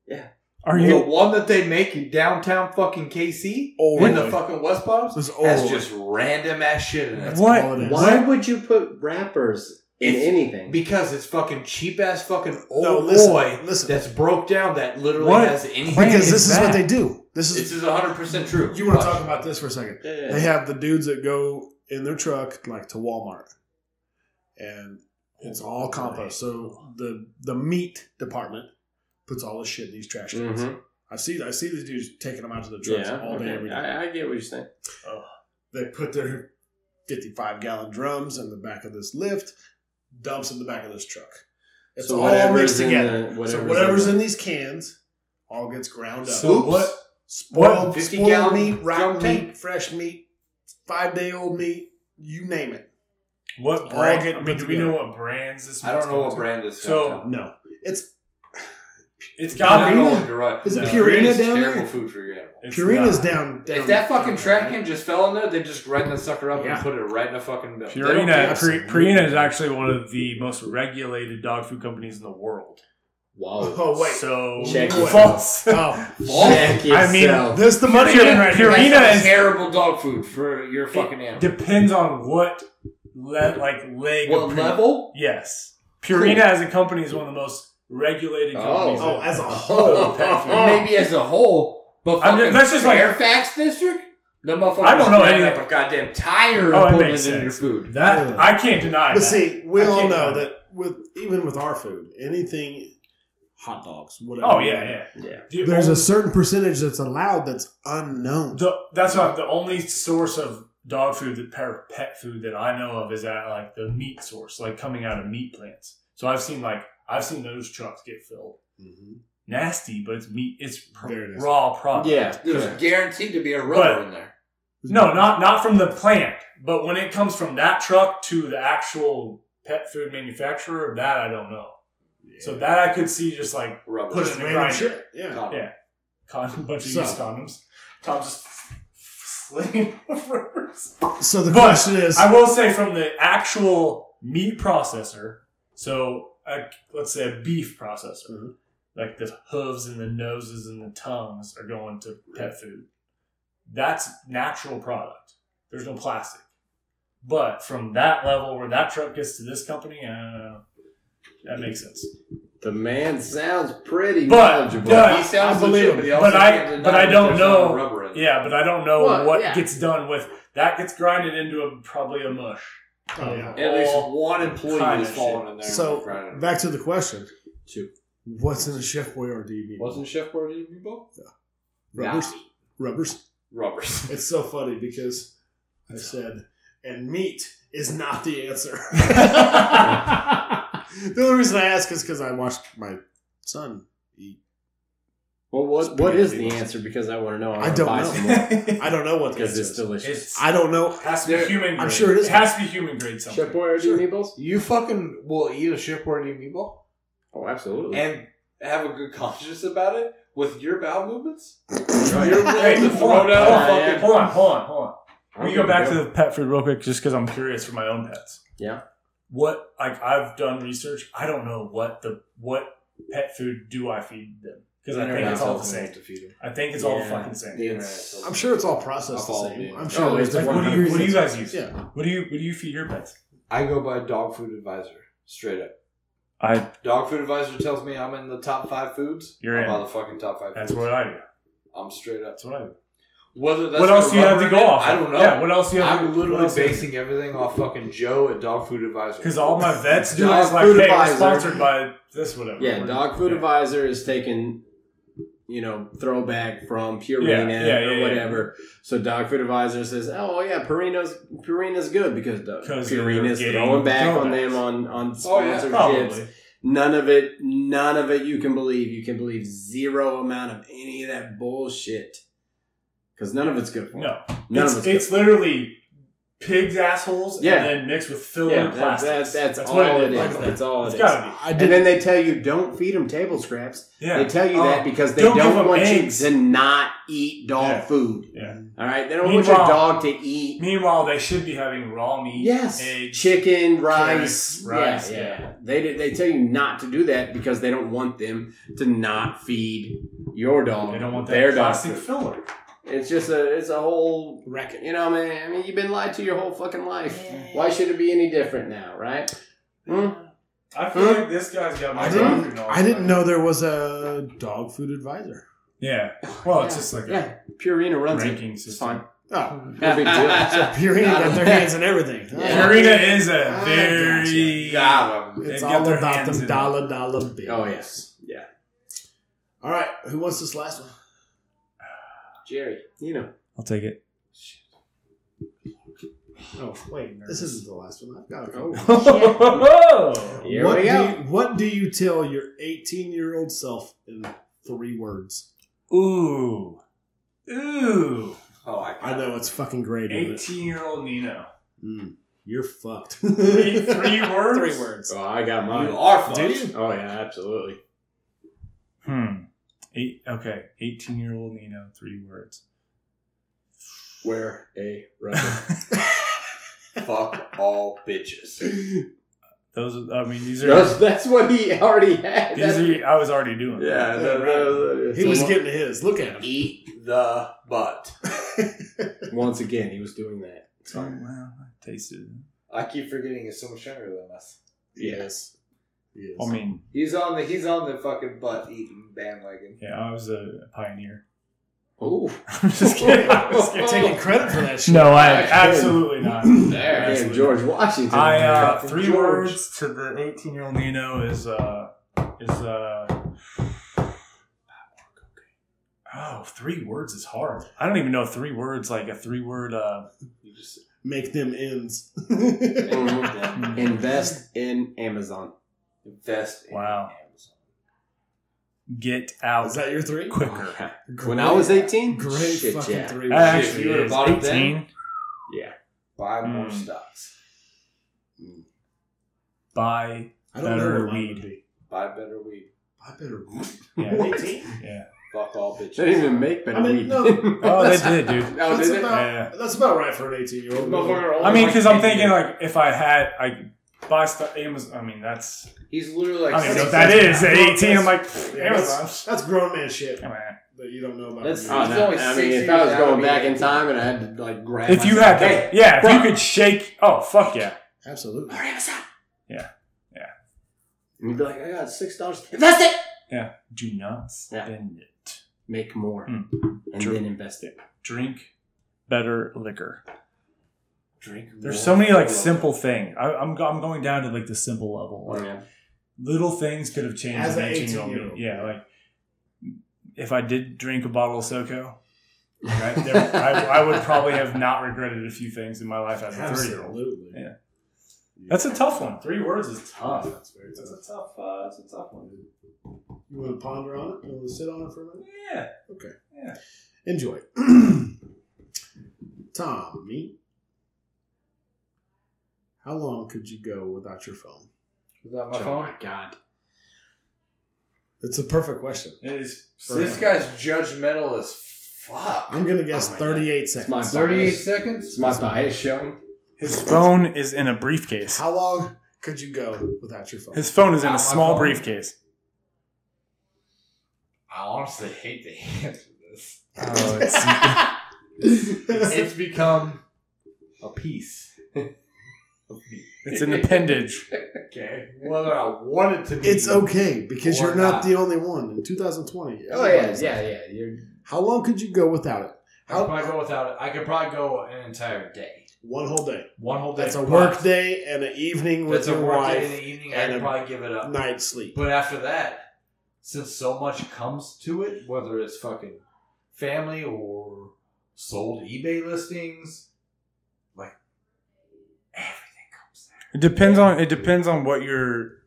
Speaker 2: Yeah.
Speaker 3: Are
Speaker 4: the
Speaker 3: you?
Speaker 4: one that they make in downtown fucking KC
Speaker 5: Old
Speaker 4: in the
Speaker 5: Wayne.
Speaker 4: fucking West Palms
Speaker 5: Oh, This is
Speaker 4: has
Speaker 5: old.
Speaker 4: just random ass shit in it.
Speaker 5: That's
Speaker 3: What?
Speaker 5: all it is.
Speaker 2: Why would you put rappers in
Speaker 4: It's-
Speaker 2: anything?
Speaker 4: Because it's fucking cheap ass fucking old
Speaker 3: Oh,
Speaker 5: No, listen,
Speaker 4: boy
Speaker 5: listen.
Speaker 4: that's broke down that literally
Speaker 3: What?
Speaker 4: has anything.
Speaker 3: Brand
Speaker 5: Because
Speaker 3: is
Speaker 5: this is
Speaker 3: that?
Speaker 5: what they do. This is
Speaker 4: this is hundred percent true.
Speaker 5: You want to
Speaker 4: But
Speaker 5: talk about this for a second?
Speaker 2: Yeah, yeah.
Speaker 5: They have the dudes that go in their truck like to Walmart, and it's all compost. So the the meat department puts all this shit in these trash cans.
Speaker 2: Mhm.
Speaker 5: I see I see these dudes taking them out to the trucks
Speaker 2: Yeah.
Speaker 5: all day
Speaker 2: okay.
Speaker 5: every day.
Speaker 2: I, I get what you're saying.
Speaker 5: they put their fifty five gallon drums in the back of this lift, dumps in the back of this truck. It's
Speaker 2: So
Speaker 5: all
Speaker 2: whatever's
Speaker 5: mixed
Speaker 2: in
Speaker 5: together.
Speaker 2: the-
Speaker 5: whatever's so
Speaker 2: whatever's
Speaker 5: whatever's
Speaker 2: in
Speaker 5: in, these cans all gets ground up.
Speaker 3: So what?
Speaker 5: Spoiled,
Speaker 4: 50
Speaker 5: spoiled
Speaker 4: gallon
Speaker 5: meat, rotten
Speaker 4: drum tank.
Speaker 5: meat, fresh meat, five day old meat, you name it.
Speaker 3: What
Speaker 5: All
Speaker 3: brand?
Speaker 5: get
Speaker 3: I mean,
Speaker 5: mixed
Speaker 3: do we know
Speaker 5: together.
Speaker 3: what brands this?
Speaker 4: I don't know
Speaker 3: meat's
Speaker 4: what
Speaker 3: going
Speaker 4: brand this.
Speaker 3: So-
Speaker 4: comes from.
Speaker 5: No, it's
Speaker 3: It's
Speaker 4: I
Speaker 3: got to
Speaker 4: don't
Speaker 5: Purina?
Speaker 4: know if you're right.
Speaker 5: Is it
Speaker 3: No.
Speaker 5: Purina
Speaker 4: Purina's
Speaker 5: down
Speaker 4: terrible
Speaker 5: there?
Speaker 4: food for your animal.
Speaker 3: be. It's
Speaker 5: Purina's
Speaker 3: not.
Speaker 5: down, down.
Speaker 4: If that fucking
Speaker 5: down,
Speaker 4: track
Speaker 5: right?
Speaker 4: can just fell in there, they just grind that sucker up
Speaker 5: Yeah.
Speaker 4: and put it right in a fucking bill. They don't
Speaker 3: Purina,
Speaker 5: do
Speaker 3: Pur-
Speaker 5: that.
Speaker 3: Purina is actually one of the most regulated dog food companies in the world.
Speaker 2: Wow.
Speaker 5: Oh wait.
Speaker 3: (laughs) So
Speaker 2: Check
Speaker 5: it.
Speaker 3: false.
Speaker 5: Oh,
Speaker 2: Check
Speaker 3: I mean,
Speaker 2: yourself.
Speaker 5: this the money
Speaker 3: Purina-
Speaker 5: right here.
Speaker 3: Purina
Speaker 4: That's
Speaker 3: is-
Speaker 4: terrible dog food for your fucking animal.
Speaker 3: depends on what le- like leg. of
Speaker 4: what
Speaker 3: Purina-
Speaker 4: level?
Speaker 3: Yes, Purina as a company is one of the most regulated
Speaker 2: Oh.
Speaker 3: companies.
Speaker 5: Oh, as a
Speaker 4: Oh,
Speaker 5: whole.
Speaker 3: pet food.
Speaker 4: (laughs) maybe as a whole, but
Speaker 3: I'm
Speaker 4: fucking
Speaker 3: just- that's just like-
Speaker 4: Fairfax district. The motherfucker.
Speaker 3: I don't know any-
Speaker 4: Up a goddamn tire
Speaker 3: Oh, it
Speaker 4: and putting
Speaker 3: makes
Speaker 4: it in your
Speaker 3: sense.
Speaker 4: food.
Speaker 3: that I can't deny.
Speaker 5: But
Speaker 3: that.
Speaker 5: see, we
Speaker 3: I
Speaker 5: all
Speaker 3: can't
Speaker 5: know
Speaker 3: find
Speaker 5: that with even with our food, anything, hot dogs, whatever.
Speaker 3: oh yeah, yeah,
Speaker 2: Yeah.
Speaker 3: The
Speaker 5: There's a
Speaker 3: only-
Speaker 5: certain percentage that's allowed that's unknown.
Speaker 3: the, that's not the only source of dog food that or pet food that I know of is at like the meat source, like coming out of meat plants. So I've seen like I've seen those trucks get filled.
Speaker 5: Mm-hmm.
Speaker 3: Nasty, but it's meat. It's pr-
Speaker 5: There it is.
Speaker 3: raw product.
Speaker 2: Yeah.
Speaker 4: There's guaranteed to be a rubber
Speaker 3: But-
Speaker 4: in there.
Speaker 3: No, not not from the plant, but when it comes from that truck to the actual pet food manufacturer, that I don't know. So that I could see just like
Speaker 4: Rubber.
Speaker 3: put it in the grinder,
Speaker 5: Shit, yeah.
Speaker 4: Condom.
Speaker 3: Con- bunch of
Speaker 5: So-
Speaker 3: used condoms. Tom just (laughs) slinging rubbers.
Speaker 5: So the
Speaker 3: But
Speaker 5: question is,
Speaker 3: I will say from the actual meat processor, so uh, let's say a beef processor,
Speaker 5: Mhm.
Speaker 3: like the hooves and the noses and the tongues are going to pet food. That's natural product. There's no plastic. But from that level where that truck gets to this company, uh, that makes sense.
Speaker 2: The man sounds pretty
Speaker 3: But
Speaker 2: knowledgeable.
Speaker 16: (laughs)
Speaker 3: but-
Speaker 4: He sounds
Speaker 5: I believe
Speaker 4: legit,
Speaker 5: him.
Speaker 4: but, he also
Speaker 3: But I-
Speaker 4: can't deny
Speaker 3: but I
Speaker 4: that
Speaker 3: don't
Speaker 4: there's
Speaker 3: know-
Speaker 4: no Rubber in there.
Speaker 3: yeah, but I don't know
Speaker 2: Well,
Speaker 3: what
Speaker 2: yeah.
Speaker 3: gets done with that. Gets grinded into a probably a mush.
Speaker 5: Oh, yeah.
Speaker 4: At least
Speaker 5: All
Speaker 4: one employee
Speaker 5: kind
Speaker 4: is
Speaker 5: of
Speaker 4: falling
Speaker 5: shit.
Speaker 4: in there.
Speaker 5: So
Speaker 4: Friday.
Speaker 5: back to the question.
Speaker 4: Two.
Speaker 5: What's in a Chef Boyardee meatball?
Speaker 4: Wasn't Chef Boyardee meatball?
Speaker 5: Rubbers. Rubbers.
Speaker 4: Rubbers.
Speaker 5: It's so funny because I said, and meat is not the (laughs) answer. the only reason I ask is because I watched my son eat.
Speaker 2: Well, what what is the answer? Because I want to know.
Speaker 5: I don't know. I don't know what the
Speaker 2: because
Speaker 5: answer
Speaker 2: it's
Speaker 5: is.
Speaker 2: delicious.
Speaker 5: I don't know.
Speaker 3: Has to be human. Grade.
Speaker 5: I'm sure it is.
Speaker 3: It has to be human grade something.
Speaker 2: Chef Boyardee
Speaker 5: Sure.
Speaker 2: meatballs.
Speaker 16: (laughs) You fucking will eat a Chef Boyardee meatball
Speaker 2: Oh, absolutely.
Speaker 4: And have a good conscience about it with your bowel movements?
Speaker 3: You're- hey,
Speaker 4: The
Speaker 3: hold on, hold
Speaker 4: throwdown
Speaker 3: on,
Speaker 2: fucking-
Speaker 3: hold on, hold on, hold on.
Speaker 2: I'm
Speaker 3: We go
Speaker 2: gonna
Speaker 3: back to the pet food real quick, just because I'm curious for my own pets.
Speaker 2: Yeah.
Speaker 3: What like I've done research. I don't know what the what pet food do I feed them because I
Speaker 4: Internet
Speaker 3: think it's all the
Speaker 4: sells them
Speaker 3: same.
Speaker 4: to feed 'em.
Speaker 3: I think it's all the
Speaker 2: Yeah.
Speaker 3: fucking same.
Speaker 2: The internet sells
Speaker 5: I'm
Speaker 2: them.
Speaker 5: sure it's all processed the
Speaker 4: Of all
Speaker 5: same.
Speaker 4: meat.
Speaker 5: I'm sure
Speaker 2: Oh,
Speaker 5: there's
Speaker 2: it's
Speaker 3: Like, what do you what do you guys use?
Speaker 5: Yeah.
Speaker 3: What do you what do you feed your pets?
Speaker 16: I go by Dog Food Advisor, straight up.
Speaker 3: I
Speaker 16: Dog Food Advisor tells me I'm in the top five foods.
Speaker 3: You're
Speaker 16: I'm
Speaker 3: in.
Speaker 16: by the fucking top five.
Speaker 3: that's
Speaker 16: foods.
Speaker 3: what I do.
Speaker 16: I'm straight up.
Speaker 3: That's what I do.
Speaker 16: Whether that's
Speaker 3: what else do you have to
Speaker 16: rubber
Speaker 3: go
Speaker 16: in it,
Speaker 3: off?
Speaker 16: I
Speaker 3: of?
Speaker 16: don't know.
Speaker 3: Yeah. What else do you have?
Speaker 16: I'm literally basing everything off fucking Joe at Dog Food Advisor.
Speaker 3: because all
Speaker 4: (laughs)
Speaker 3: my
Speaker 2: (laughs)
Speaker 3: vets do
Speaker 2: Dog
Speaker 3: is like,
Speaker 2: food
Speaker 3: hey, we're
Speaker 2: advisor.
Speaker 3: sponsored by this whatever.
Speaker 2: Yeah, dog food advisor is taking, you know, throwback from Purina
Speaker 3: Yeah, yeah, yeah,
Speaker 2: or
Speaker 3: yeah.
Speaker 2: whatever. So dog food advisor says, "Oh yeah, Purina's Purina's good because the-
Speaker 3: 'Cause they're
Speaker 2: Purina's
Speaker 3: getting
Speaker 2: throwing back on
Speaker 3: throwbacks.
Speaker 2: them on on
Speaker 4: Oh, yeah,
Speaker 2: sponsorships.
Speaker 3: Probably.
Speaker 2: None of it, none of it. You can believe. You can believe zero amount of any of that bullshit because none of it's good. For them.
Speaker 3: No,
Speaker 2: none
Speaker 3: it's,
Speaker 2: of it's,
Speaker 3: it's literally pigs assholes
Speaker 2: Yeah.
Speaker 3: and then mixed with
Speaker 2: good.
Speaker 3: filler
Speaker 2: Yeah,
Speaker 3: and
Speaker 2: that,
Speaker 3: plastic.
Speaker 2: that, that's, all it is. That's all it
Speaker 3: it's
Speaker 2: is.
Speaker 3: gotta
Speaker 5: I
Speaker 2: And
Speaker 5: did.
Speaker 2: then they tell you don't feed them table scraps.
Speaker 3: be. Yeah,
Speaker 2: They tell you
Speaker 3: Oh,
Speaker 2: that because they
Speaker 3: don't
Speaker 2: don't,
Speaker 3: give 'em
Speaker 2: want
Speaker 3: eggs.
Speaker 2: you to not eat dog
Speaker 3: Yeah.
Speaker 2: food.
Speaker 3: yeah.
Speaker 2: All right, they don't want your
Speaker 3: Meanwhile-
Speaker 2: dog to eat.
Speaker 3: Meanwhile, they should be having raw meat.
Speaker 2: Yes,
Speaker 3: eggs.
Speaker 2: chicken, rice,
Speaker 3: carrots, rice,
Speaker 2: Yeah, yeah.
Speaker 3: yeah.
Speaker 2: They did- they tell you not to do that because they don't want them to not feed your dog.
Speaker 3: They don't want that
Speaker 2: their dog.
Speaker 3: plastic
Speaker 2: food.
Speaker 3: filler.
Speaker 2: It's just a it's a whole
Speaker 5: Reckon.
Speaker 2: you know, man. I mean, you've been lied to your whole fucking life. Why should it be any different now, right? Hmm?
Speaker 3: I feel
Speaker 2: Hmm?
Speaker 3: like this guy's got my
Speaker 5: I
Speaker 3: dog
Speaker 5: didn't.
Speaker 3: food knowledge
Speaker 5: I didn't
Speaker 3: right
Speaker 5: know there was a dog food advisor.
Speaker 3: now. Yeah. Well, it's just like
Speaker 2: yeah, Purina
Speaker 3: a
Speaker 2: runs it.
Speaker 3: ranking
Speaker 2: It's
Speaker 3: system.
Speaker 2: fine. (laughs)
Speaker 5: Oh,
Speaker 2: No big
Speaker 3: (laughs)
Speaker 2: deal.
Speaker 5: Purina got their hands in everything.
Speaker 2: Yeah.
Speaker 3: Purina is a
Speaker 5: I
Speaker 3: very
Speaker 4: Got him.
Speaker 5: It's
Speaker 3: They've
Speaker 5: all
Speaker 3: got their
Speaker 5: about
Speaker 3: hands
Speaker 5: them
Speaker 3: in
Speaker 5: dollar dollar bills.
Speaker 2: Oh yes, yeah.
Speaker 5: All right, who wants this last one?
Speaker 2: Jerry, you know.
Speaker 3: I'll take it.
Speaker 5: Oh wait, this isn't the last one. I've got a couple.
Speaker 3: Oh,
Speaker 2: Here
Speaker 5: what
Speaker 2: we
Speaker 5: do
Speaker 2: go.
Speaker 5: you, what do you tell your 18 year old self in three words?
Speaker 3: (laughs) ooh, ooh.
Speaker 4: Oh, I
Speaker 5: I know it's fucking great. isn't it?
Speaker 3: Eighteen-year-old Nino.
Speaker 5: Mm, you're
Speaker 3: (laughs)
Speaker 5: fucked.
Speaker 3: Three,
Speaker 5: (laughs)
Speaker 3: three words.
Speaker 5: Three words.
Speaker 2: Oh, I got
Speaker 4: You are fucked.
Speaker 2: Oh yeah, absolutely.
Speaker 3: Hmm. Eight. Okay. Eighteen-year-old Nino. Three words. (laughs)
Speaker 2: Where a record.
Speaker 4: Fuck all bitches.
Speaker 3: Those. are- I mean, (laughs) these are.
Speaker 2: That's, that's what he already had.
Speaker 3: these
Speaker 2: That's-
Speaker 3: are. I was already doing.
Speaker 4: Yeah,
Speaker 5: Yeah,
Speaker 4: the-
Speaker 5: right.
Speaker 4: the-
Speaker 5: He was getting to his. Look at him.
Speaker 4: eat the butt.
Speaker 2: Once again, he was doing that. It's
Speaker 3: Oh,
Speaker 2: fine.
Speaker 3: wow. I tasted. it.
Speaker 4: I keep forgetting it's so much younger than us.
Speaker 5: Yes. Yes.
Speaker 3: I mean,
Speaker 4: He's on the he's on the fucking butt eating bandwagon.
Speaker 3: yeah, I was a pioneer. (laughs)
Speaker 2: Ooh,
Speaker 3: I'm just kidding. I'm just kidding.
Speaker 5: taking credit for that shit.
Speaker 3: No, I absolutely not.
Speaker 4: There.
Speaker 2: damn,
Speaker 3: Absolutely.
Speaker 2: George Washington.
Speaker 3: I uh,
Speaker 2: Fucking
Speaker 3: three
Speaker 2: George.
Speaker 3: words to the eighteen-year-old Nino is uh is uh. (sighs) Oh, three words is hard. I don't even know three words like a three-word. uh
Speaker 4: You
Speaker 3: (laughs)
Speaker 4: just
Speaker 5: Make them ends. (laughs)
Speaker 2: Mhm. Invest in Amazon.
Speaker 4: invest in
Speaker 3: Wow.
Speaker 4: Amazon.
Speaker 3: Get out
Speaker 5: Is that your three?
Speaker 3: quicker.
Speaker 2: When I was eighteen,
Speaker 5: Great
Speaker 2: shit,
Speaker 5: fucking
Speaker 2: yeah.
Speaker 5: three
Speaker 3: That
Speaker 5: words.
Speaker 4: Shit,
Speaker 3: actually
Speaker 4: you would've
Speaker 3: is
Speaker 4: bought it then?
Speaker 3: 18.
Speaker 4: Buy more
Speaker 3: Mm.
Speaker 4: stocks.
Speaker 3: Buy.
Speaker 5: I don't know
Speaker 3: Better
Speaker 5: what mine would
Speaker 3: weed.
Speaker 5: be.
Speaker 4: Buy better weed.
Speaker 5: I better weed.
Speaker 3: Yeah.
Speaker 5: What?
Speaker 3: Yeah.
Speaker 4: Fuck all bitches.
Speaker 2: They didn't even make better
Speaker 5: I mean,
Speaker 2: weed.
Speaker 5: no.
Speaker 2: (laughs)
Speaker 3: Oh, they did, dude.
Speaker 2: Oh,
Speaker 5: That's
Speaker 2: did it?
Speaker 5: about-
Speaker 3: Yeah.
Speaker 5: That's about right for an 18 year old.
Speaker 4: Motherfucker,
Speaker 3: I mean,
Speaker 4: only
Speaker 3: because
Speaker 4: like
Speaker 3: I'm thinking
Speaker 4: ten
Speaker 3: like if I had I buy stuff Amazon. I mean, that's
Speaker 4: years. he's literally like
Speaker 3: I don't even know what
Speaker 4: six-
Speaker 3: that is. At
Speaker 5: That's-
Speaker 3: 18, I'm like
Speaker 5: Yeah,
Speaker 3: Amazon.
Speaker 5: that's, that's grown man shit
Speaker 3: Come on.
Speaker 5: that you don't know about.
Speaker 4: That's-
Speaker 2: Oh,
Speaker 4: He's
Speaker 2: no.
Speaker 4: only
Speaker 2: I
Speaker 4: six
Speaker 2: mean, if
Speaker 4: years
Speaker 2: I was
Speaker 4: out of
Speaker 2: going back
Speaker 4: being
Speaker 2: in time and I had to like grab,
Speaker 3: If you
Speaker 2: myself,
Speaker 3: had that, yeah, if you could shake. Oh fuck yeah.
Speaker 5: Absolutely.
Speaker 2: hey, Amazon.
Speaker 3: Yeah. Yeah.
Speaker 2: And you'd be like, I got six dollars. Invest it.
Speaker 3: Do not
Speaker 2: Yeah.
Speaker 3: spend it.
Speaker 2: Make more
Speaker 3: Hmm.
Speaker 2: and
Speaker 3: True.
Speaker 2: then invest it.
Speaker 3: Drink better liquor. Drink. There's so many like simple things. I, I'm go- I'm going down to like the simple level. Like, Little things could have changed
Speaker 5: As
Speaker 3: an
Speaker 5: an
Speaker 3: 18 year
Speaker 5: 18-year-old.
Speaker 3: old. Yeah, like if I did drink a bottle of SoCo, right,
Speaker 4: (laughs)
Speaker 3: there, I, I would probably have not regretted a few things in my life as a 30 year old.
Speaker 5: Absolutely.
Speaker 3: Yeah. That's a tough one. Three words is tough.
Speaker 5: That's very tough.
Speaker 17: That's a tough. Uh, that's a tough one.
Speaker 5: You want to ponder on it? You want to sit on it for a minute?
Speaker 17: Yeah.
Speaker 5: Okay.
Speaker 17: Yeah.
Speaker 5: Enjoy. (clears throat) Tommy, how long could you go without your phone?
Speaker 4: Is that Oh, my phone?
Speaker 18: God.
Speaker 5: It's a perfect question.
Speaker 3: It is.
Speaker 4: This guy's judgmental as fuck.
Speaker 5: I'm gonna guess 38 seconds.
Speaker 19: my phone.
Speaker 4: 38
Speaker 19: It's
Speaker 4: seconds?
Speaker 19: my bias showing.
Speaker 3: Oh, His phone is in a briefcase.
Speaker 5: How long could you go without your phone?
Speaker 3: His phone is in a
Speaker 4: Not my
Speaker 3: small
Speaker 4: phone.
Speaker 3: briefcase.
Speaker 4: I honestly hate to answer this.
Speaker 3: Oh, it's,
Speaker 5: (laughs)
Speaker 18: It's become a piece.
Speaker 3: it's
Speaker 4: (laughs)
Speaker 3: an appendage.
Speaker 4: Okay.
Speaker 18: Whether I want it to be.
Speaker 5: It's okay because
Speaker 4: Or
Speaker 5: you're not,
Speaker 4: not.
Speaker 5: the only one. In 2020,
Speaker 19: Oh yeah, yeah, yeah. You're
Speaker 5: How long could you go without it?
Speaker 4: I could probably go without it. I could probably go an entire day.
Speaker 5: One whole day.
Speaker 4: One whole day.
Speaker 5: That's a
Speaker 4: but
Speaker 5: work day and an evening with
Speaker 4: That's a
Speaker 5: your
Speaker 4: work day in
Speaker 5: wife,
Speaker 4: the evening. I
Speaker 5: and
Speaker 4: could
Speaker 5: a-
Speaker 4: probably give it up.
Speaker 5: night sleep.
Speaker 4: But after that, since so much comes to it, whether it's fucking family or sold eBay listings, like everything comes there.
Speaker 3: It depends on it depends on what your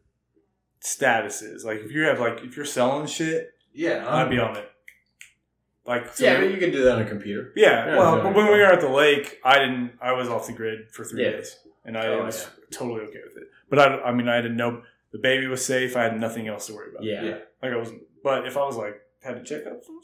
Speaker 3: status is. Like if you have like if you're selling shit,
Speaker 4: Yeah,
Speaker 3: I'd be on it. Like so-
Speaker 19: yeah, but you can do that on a computer.
Speaker 3: yeah,
Speaker 19: Yeah,
Speaker 3: well,
Speaker 19: yeah,
Speaker 3: but
Speaker 19: yeah.
Speaker 3: when we were at the lake, I didn't. I was off the grid for three
Speaker 19: Yeah.
Speaker 3: days, and I
Speaker 19: Oh,
Speaker 3: was totally okay with it. But I, I mean, I had no. The baby was safe. I had nothing else to worry about.
Speaker 19: Yeah, yeah.
Speaker 4: Yeah.
Speaker 3: like I wasn't. But if I was like had to check up some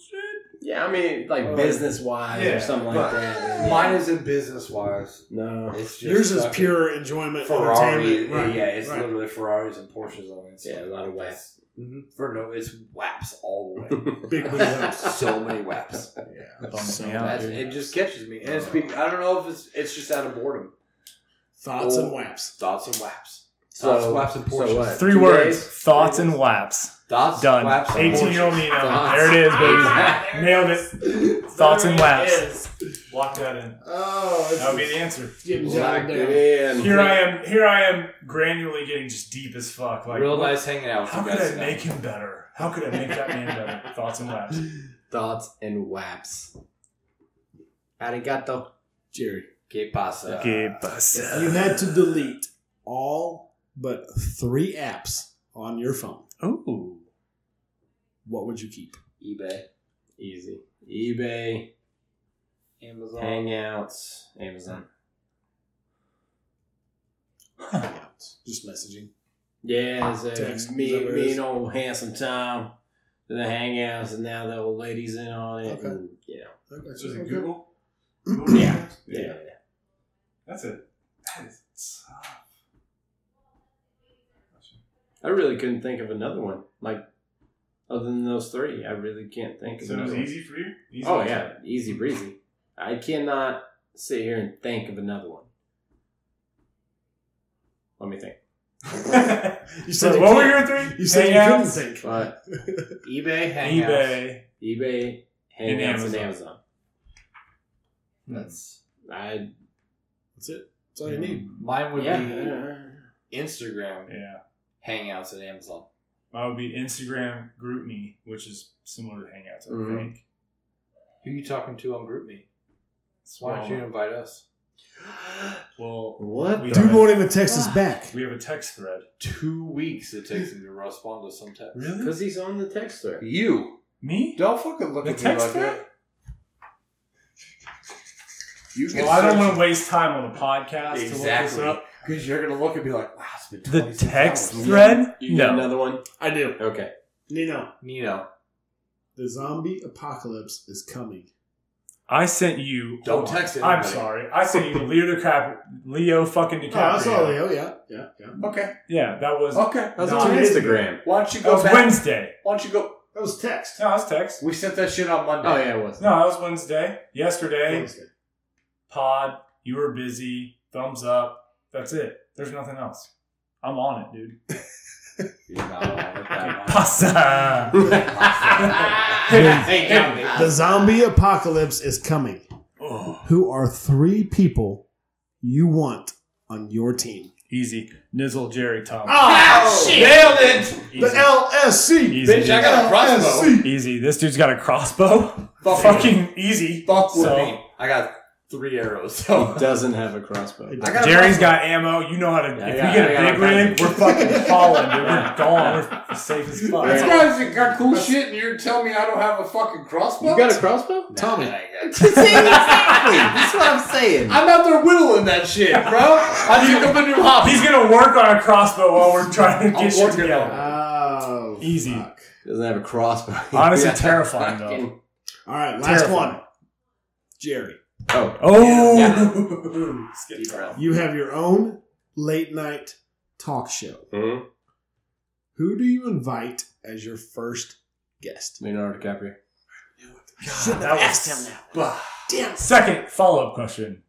Speaker 3: shit,
Speaker 19: I mean, like
Speaker 2: Like
Speaker 19: business.
Speaker 2: business wise
Speaker 3: Yeah,
Speaker 2: or something like
Speaker 4: but-
Speaker 2: that.
Speaker 4: Mine isn't business wise.
Speaker 19: No,
Speaker 4: It's just
Speaker 5: Yours is
Speaker 4: fucking
Speaker 5: pure enjoyment,
Speaker 4: Ferrari.
Speaker 5: entertainment. Right,
Speaker 4: Yeah, it's
Speaker 5: right.
Speaker 4: literally Ferraris and Porsches on it.
Speaker 19: Yeah, a lot of whaps.
Speaker 3: Mm-hmm.
Speaker 4: Mhm. For no, it's whaps all the way. (laughs)
Speaker 3: (laughs)
Speaker 5: big (laughs) windows.
Speaker 4: so many whaps.
Speaker 5: So,
Speaker 3: me out.
Speaker 4: That's- it just catches me, and it's be, I don't know if it's it's just out of boredom.
Speaker 5: thoughts and whaps.
Speaker 4: Thoughts and whaps.
Speaker 19: So-
Speaker 4: thoughts, whaps, and Porsches.
Speaker 19: so what?
Speaker 3: three
Speaker 19: Two
Speaker 3: words:
Speaker 19: days?
Speaker 3: thoughts
Speaker 19: Three
Speaker 3: and
Speaker 19: days?
Speaker 3: laps.
Speaker 4: Thoughts,
Speaker 3: Done.
Speaker 4: whaps, and
Speaker 3: 18
Speaker 4: Porsches.
Speaker 3: year old Nino.
Speaker 19: Thoughts.
Speaker 3: There it is,
Speaker 4: (laughs)
Speaker 20: Ah,
Speaker 19: (laughs)
Speaker 3: baby.
Speaker 20: there
Speaker 3: Nailed
Speaker 20: is.
Speaker 3: it. Thoughts and laps.
Speaker 4: Yes.
Speaker 3: Lock that in.
Speaker 5: Oh,
Speaker 3: That would be the answer.
Speaker 5: Jim
Speaker 19: Locked
Speaker 5: down.
Speaker 19: it in.
Speaker 3: Here I am. Here I am. Granularly getting just deep as fuck. Like,
Speaker 17: Real
Speaker 3: what-
Speaker 17: nice hanging out with
Speaker 3: how
Speaker 17: you
Speaker 3: could
Speaker 17: guys.
Speaker 3: I
Speaker 17: tonight.
Speaker 3: make him better? How could I make that man (laughs) better? Thoughts and laughs.
Speaker 19: Thoughts and waps. Arigato.
Speaker 5: Jerry.
Speaker 17: Que pasa?
Speaker 5: If you had to delete all but three apps on your phone,
Speaker 3: Ooh.
Speaker 5: what would you keep?
Speaker 19: eBay,
Speaker 2: Easy. eBay,
Speaker 17: Amazon.
Speaker 2: Hangouts, Amazon.
Speaker 5: Just messaging.
Speaker 2: Yeah, it's, uh,
Speaker 5: Text, is
Speaker 2: me,
Speaker 5: that what it
Speaker 2: me
Speaker 5: is?
Speaker 2: and old handsome Tom, the hangouts, and now the old lady's in on it.
Speaker 5: Okay.
Speaker 2: And, you know,
Speaker 3: (clears throat)
Speaker 5: Okay.
Speaker 3: Google.
Speaker 2: Yeah. yeah.
Speaker 3: That's it. That is tough.
Speaker 2: I really couldn't think of another one. Like, other than those three, I really can't think of
Speaker 3: So it
Speaker 2: another
Speaker 3: was
Speaker 2: one.
Speaker 3: easy for you? Easy
Speaker 2: Oh,
Speaker 3: (laughs)
Speaker 5: (laughs)
Speaker 2: yeah. Easy breezy. I cannot sit here and think of another one. Let me think.
Speaker 5: You
Speaker 3: so
Speaker 5: said you
Speaker 3: what were your
Speaker 5: couldn't-
Speaker 3: three?
Speaker 5: You said you couldn't
Speaker 3: Hangouts,
Speaker 5: think.
Speaker 2: But eBay, Hangouts,
Speaker 3: eBay.
Speaker 2: eBay,
Speaker 3: And
Speaker 2: Hangouts, and
Speaker 3: Amazon.
Speaker 2: Amazon.
Speaker 4: Hmm. That's
Speaker 2: I
Speaker 5: (laughs) That's it. That's all you need.
Speaker 4: Mm-hmm. mine would
Speaker 2: yeah.
Speaker 4: be Instagram,
Speaker 3: Yeah.
Speaker 4: Hangouts, and Amazon.
Speaker 3: Mine would be Instagram GroupMe, which is similar to Hangouts, I
Speaker 5: Mm-hmm.
Speaker 2: Mhm.
Speaker 3: think.
Speaker 4: Who you talking to on GroupMe? Why don't you
Speaker 3: Well,
Speaker 4: invite us?
Speaker 3: well,
Speaker 2: What?
Speaker 3: we,
Speaker 5: Dude
Speaker 3: have a,
Speaker 5: won't even text us back.
Speaker 3: we have a text thread.
Speaker 4: Two weeks it takes him to respond to some text.
Speaker 3: Really?
Speaker 2: Because he's on the text thread.
Speaker 4: You
Speaker 3: Me?
Speaker 4: don't fucking look
Speaker 3: The
Speaker 4: at me like
Speaker 3: text thread?
Speaker 4: that. You
Speaker 3: Well, I don't want to waste time on the podcast to
Speaker 4: exactly
Speaker 3: look
Speaker 4: because you're gonna look and be like, "Wow, it's been
Speaker 3: this up.
Speaker 4: 26 hours."
Speaker 2: You got another one?
Speaker 5: I do.
Speaker 2: Okay.
Speaker 5: Nino,
Speaker 4: Nino,
Speaker 5: the zombie apocalypse is coming.
Speaker 3: I sent you.
Speaker 4: Don't
Speaker 3: hold on.
Speaker 4: text
Speaker 3: I'm
Speaker 4: anybody.
Speaker 3: sorry. I sent you Leo DiCaprio. Leo fucking DiCaprio.
Speaker 5: Oh, I saw Leo. Yeah, yeah, yeah.
Speaker 4: okay,
Speaker 3: Yeah, that was.
Speaker 4: okay.
Speaker 3: That's
Speaker 4: That's
Speaker 3: on
Speaker 4: on
Speaker 3: Nah.
Speaker 4: Instagram. Why don't you
Speaker 3: that
Speaker 4: Oh, go
Speaker 3: was
Speaker 4: back?
Speaker 3: Wednesday.
Speaker 4: Why don't you go?
Speaker 5: That was text.
Speaker 3: No, that was text.
Speaker 4: We sent that shit on Monday.
Speaker 2: Oh, yeah, it was.
Speaker 3: No, that was Wednesday. Yesterday,
Speaker 5: Wednesday.
Speaker 3: pod. You were busy. Thumbs up. That's it. There's nothing else. I'm on it, dude. (laughs)
Speaker 4: You're not on with that (laughs) one.
Speaker 3: Pasta. Oh,
Speaker 5: The zombie apocalypse is coming. Who are three people you want on your team.
Speaker 3: Easy. Nizzle Jerry Thomas.
Speaker 4: Ah,
Speaker 5: Oh,
Speaker 4: Nailed it!
Speaker 3: Easy.
Speaker 5: The LSC.
Speaker 3: Easy.
Speaker 4: Bitch, I got a crossbow.
Speaker 5: LSC.
Speaker 3: Easy. This dude's got a crossbow.
Speaker 4: (laughs) Fuck me.
Speaker 3: Fucking easy.
Speaker 4: Fuck with
Speaker 3: So-
Speaker 4: me. I got three arrows.
Speaker 2: (laughs)
Speaker 4: (laughs) So
Speaker 21: Doesn't have a crossbow.
Speaker 4: I got a
Speaker 3: Jerry's
Speaker 4: crossbow.
Speaker 3: got ammo. You know how to.
Speaker 4: Yeah,
Speaker 3: if
Speaker 4: yeah,
Speaker 3: we get
Speaker 4: I
Speaker 3: a big
Speaker 4: got all
Speaker 3: rig, we're
Speaker 4: (laughs)
Speaker 3: fucking hauling. Dude. We're gone. We're safe as fuck.
Speaker 21: That's
Speaker 4: Yeah.
Speaker 22: guys that got cool shit, and you're telling me I don't have a fucking crossbow?
Speaker 2: You got a crossbow?
Speaker 4: Tommy.
Speaker 2: See, exactly. That's what I'm saying.
Speaker 4: I'm out there whittling that shit, bro. I took up a new hobby.
Speaker 3: He's gonna work on a crossbow while we're trying to
Speaker 4: I'm
Speaker 3: get shit
Speaker 4: working
Speaker 3: together.
Speaker 4: on
Speaker 5: Oh,
Speaker 3: Easy.
Speaker 5: fuck.
Speaker 2: Doesn't have a crossbow.
Speaker 3: (laughs) Honestly, terrifying though.
Speaker 2: Fucking-
Speaker 5: All right, last
Speaker 3: Terrifying.
Speaker 5: one. Jerry,
Speaker 2: Oh,
Speaker 3: Oh,
Speaker 4: (laughs) Deep breath.
Speaker 5: you have your own late night talk show.
Speaker 2: Mhm.
Speaker 5: Who do you invite as your first guest?
Speaker 2: Leonardo DiCaprio.
Speaker 5: Shouldn't
Speaker 3: that was- Bah. Second follow up question.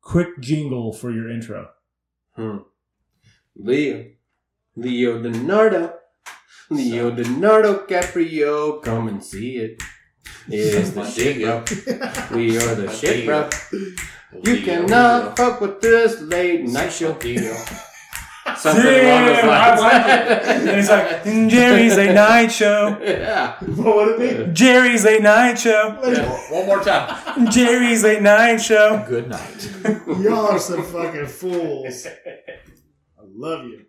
Speaker 3: Quick jingle for your intro.
Speaker 2: Leo. Leo Leonardo. Leo Leonardo Caprio. Come and see it. It's the shit, bro. We are the shit, bro. You cannot fuck with this late night show. Something
Speaker 4: (laughs)
Speaker 2: along those
Speaker 3: Damn, I
Speaker 2: lines.
Speaker 3: like (laughs) it. And he's like, Jerry's late night show.
Speaker 2: (laughs) yeah.
Speaker 5: What would it
Speaker 3: Jerry's late night show.
Speaker 4: One more time.
Speaker 3: Jerry's late night show.
Speaker 22: Good night.
Speaker 4: (laughs)
Speaker 5: be? Y'all are some fucking fools. I love you.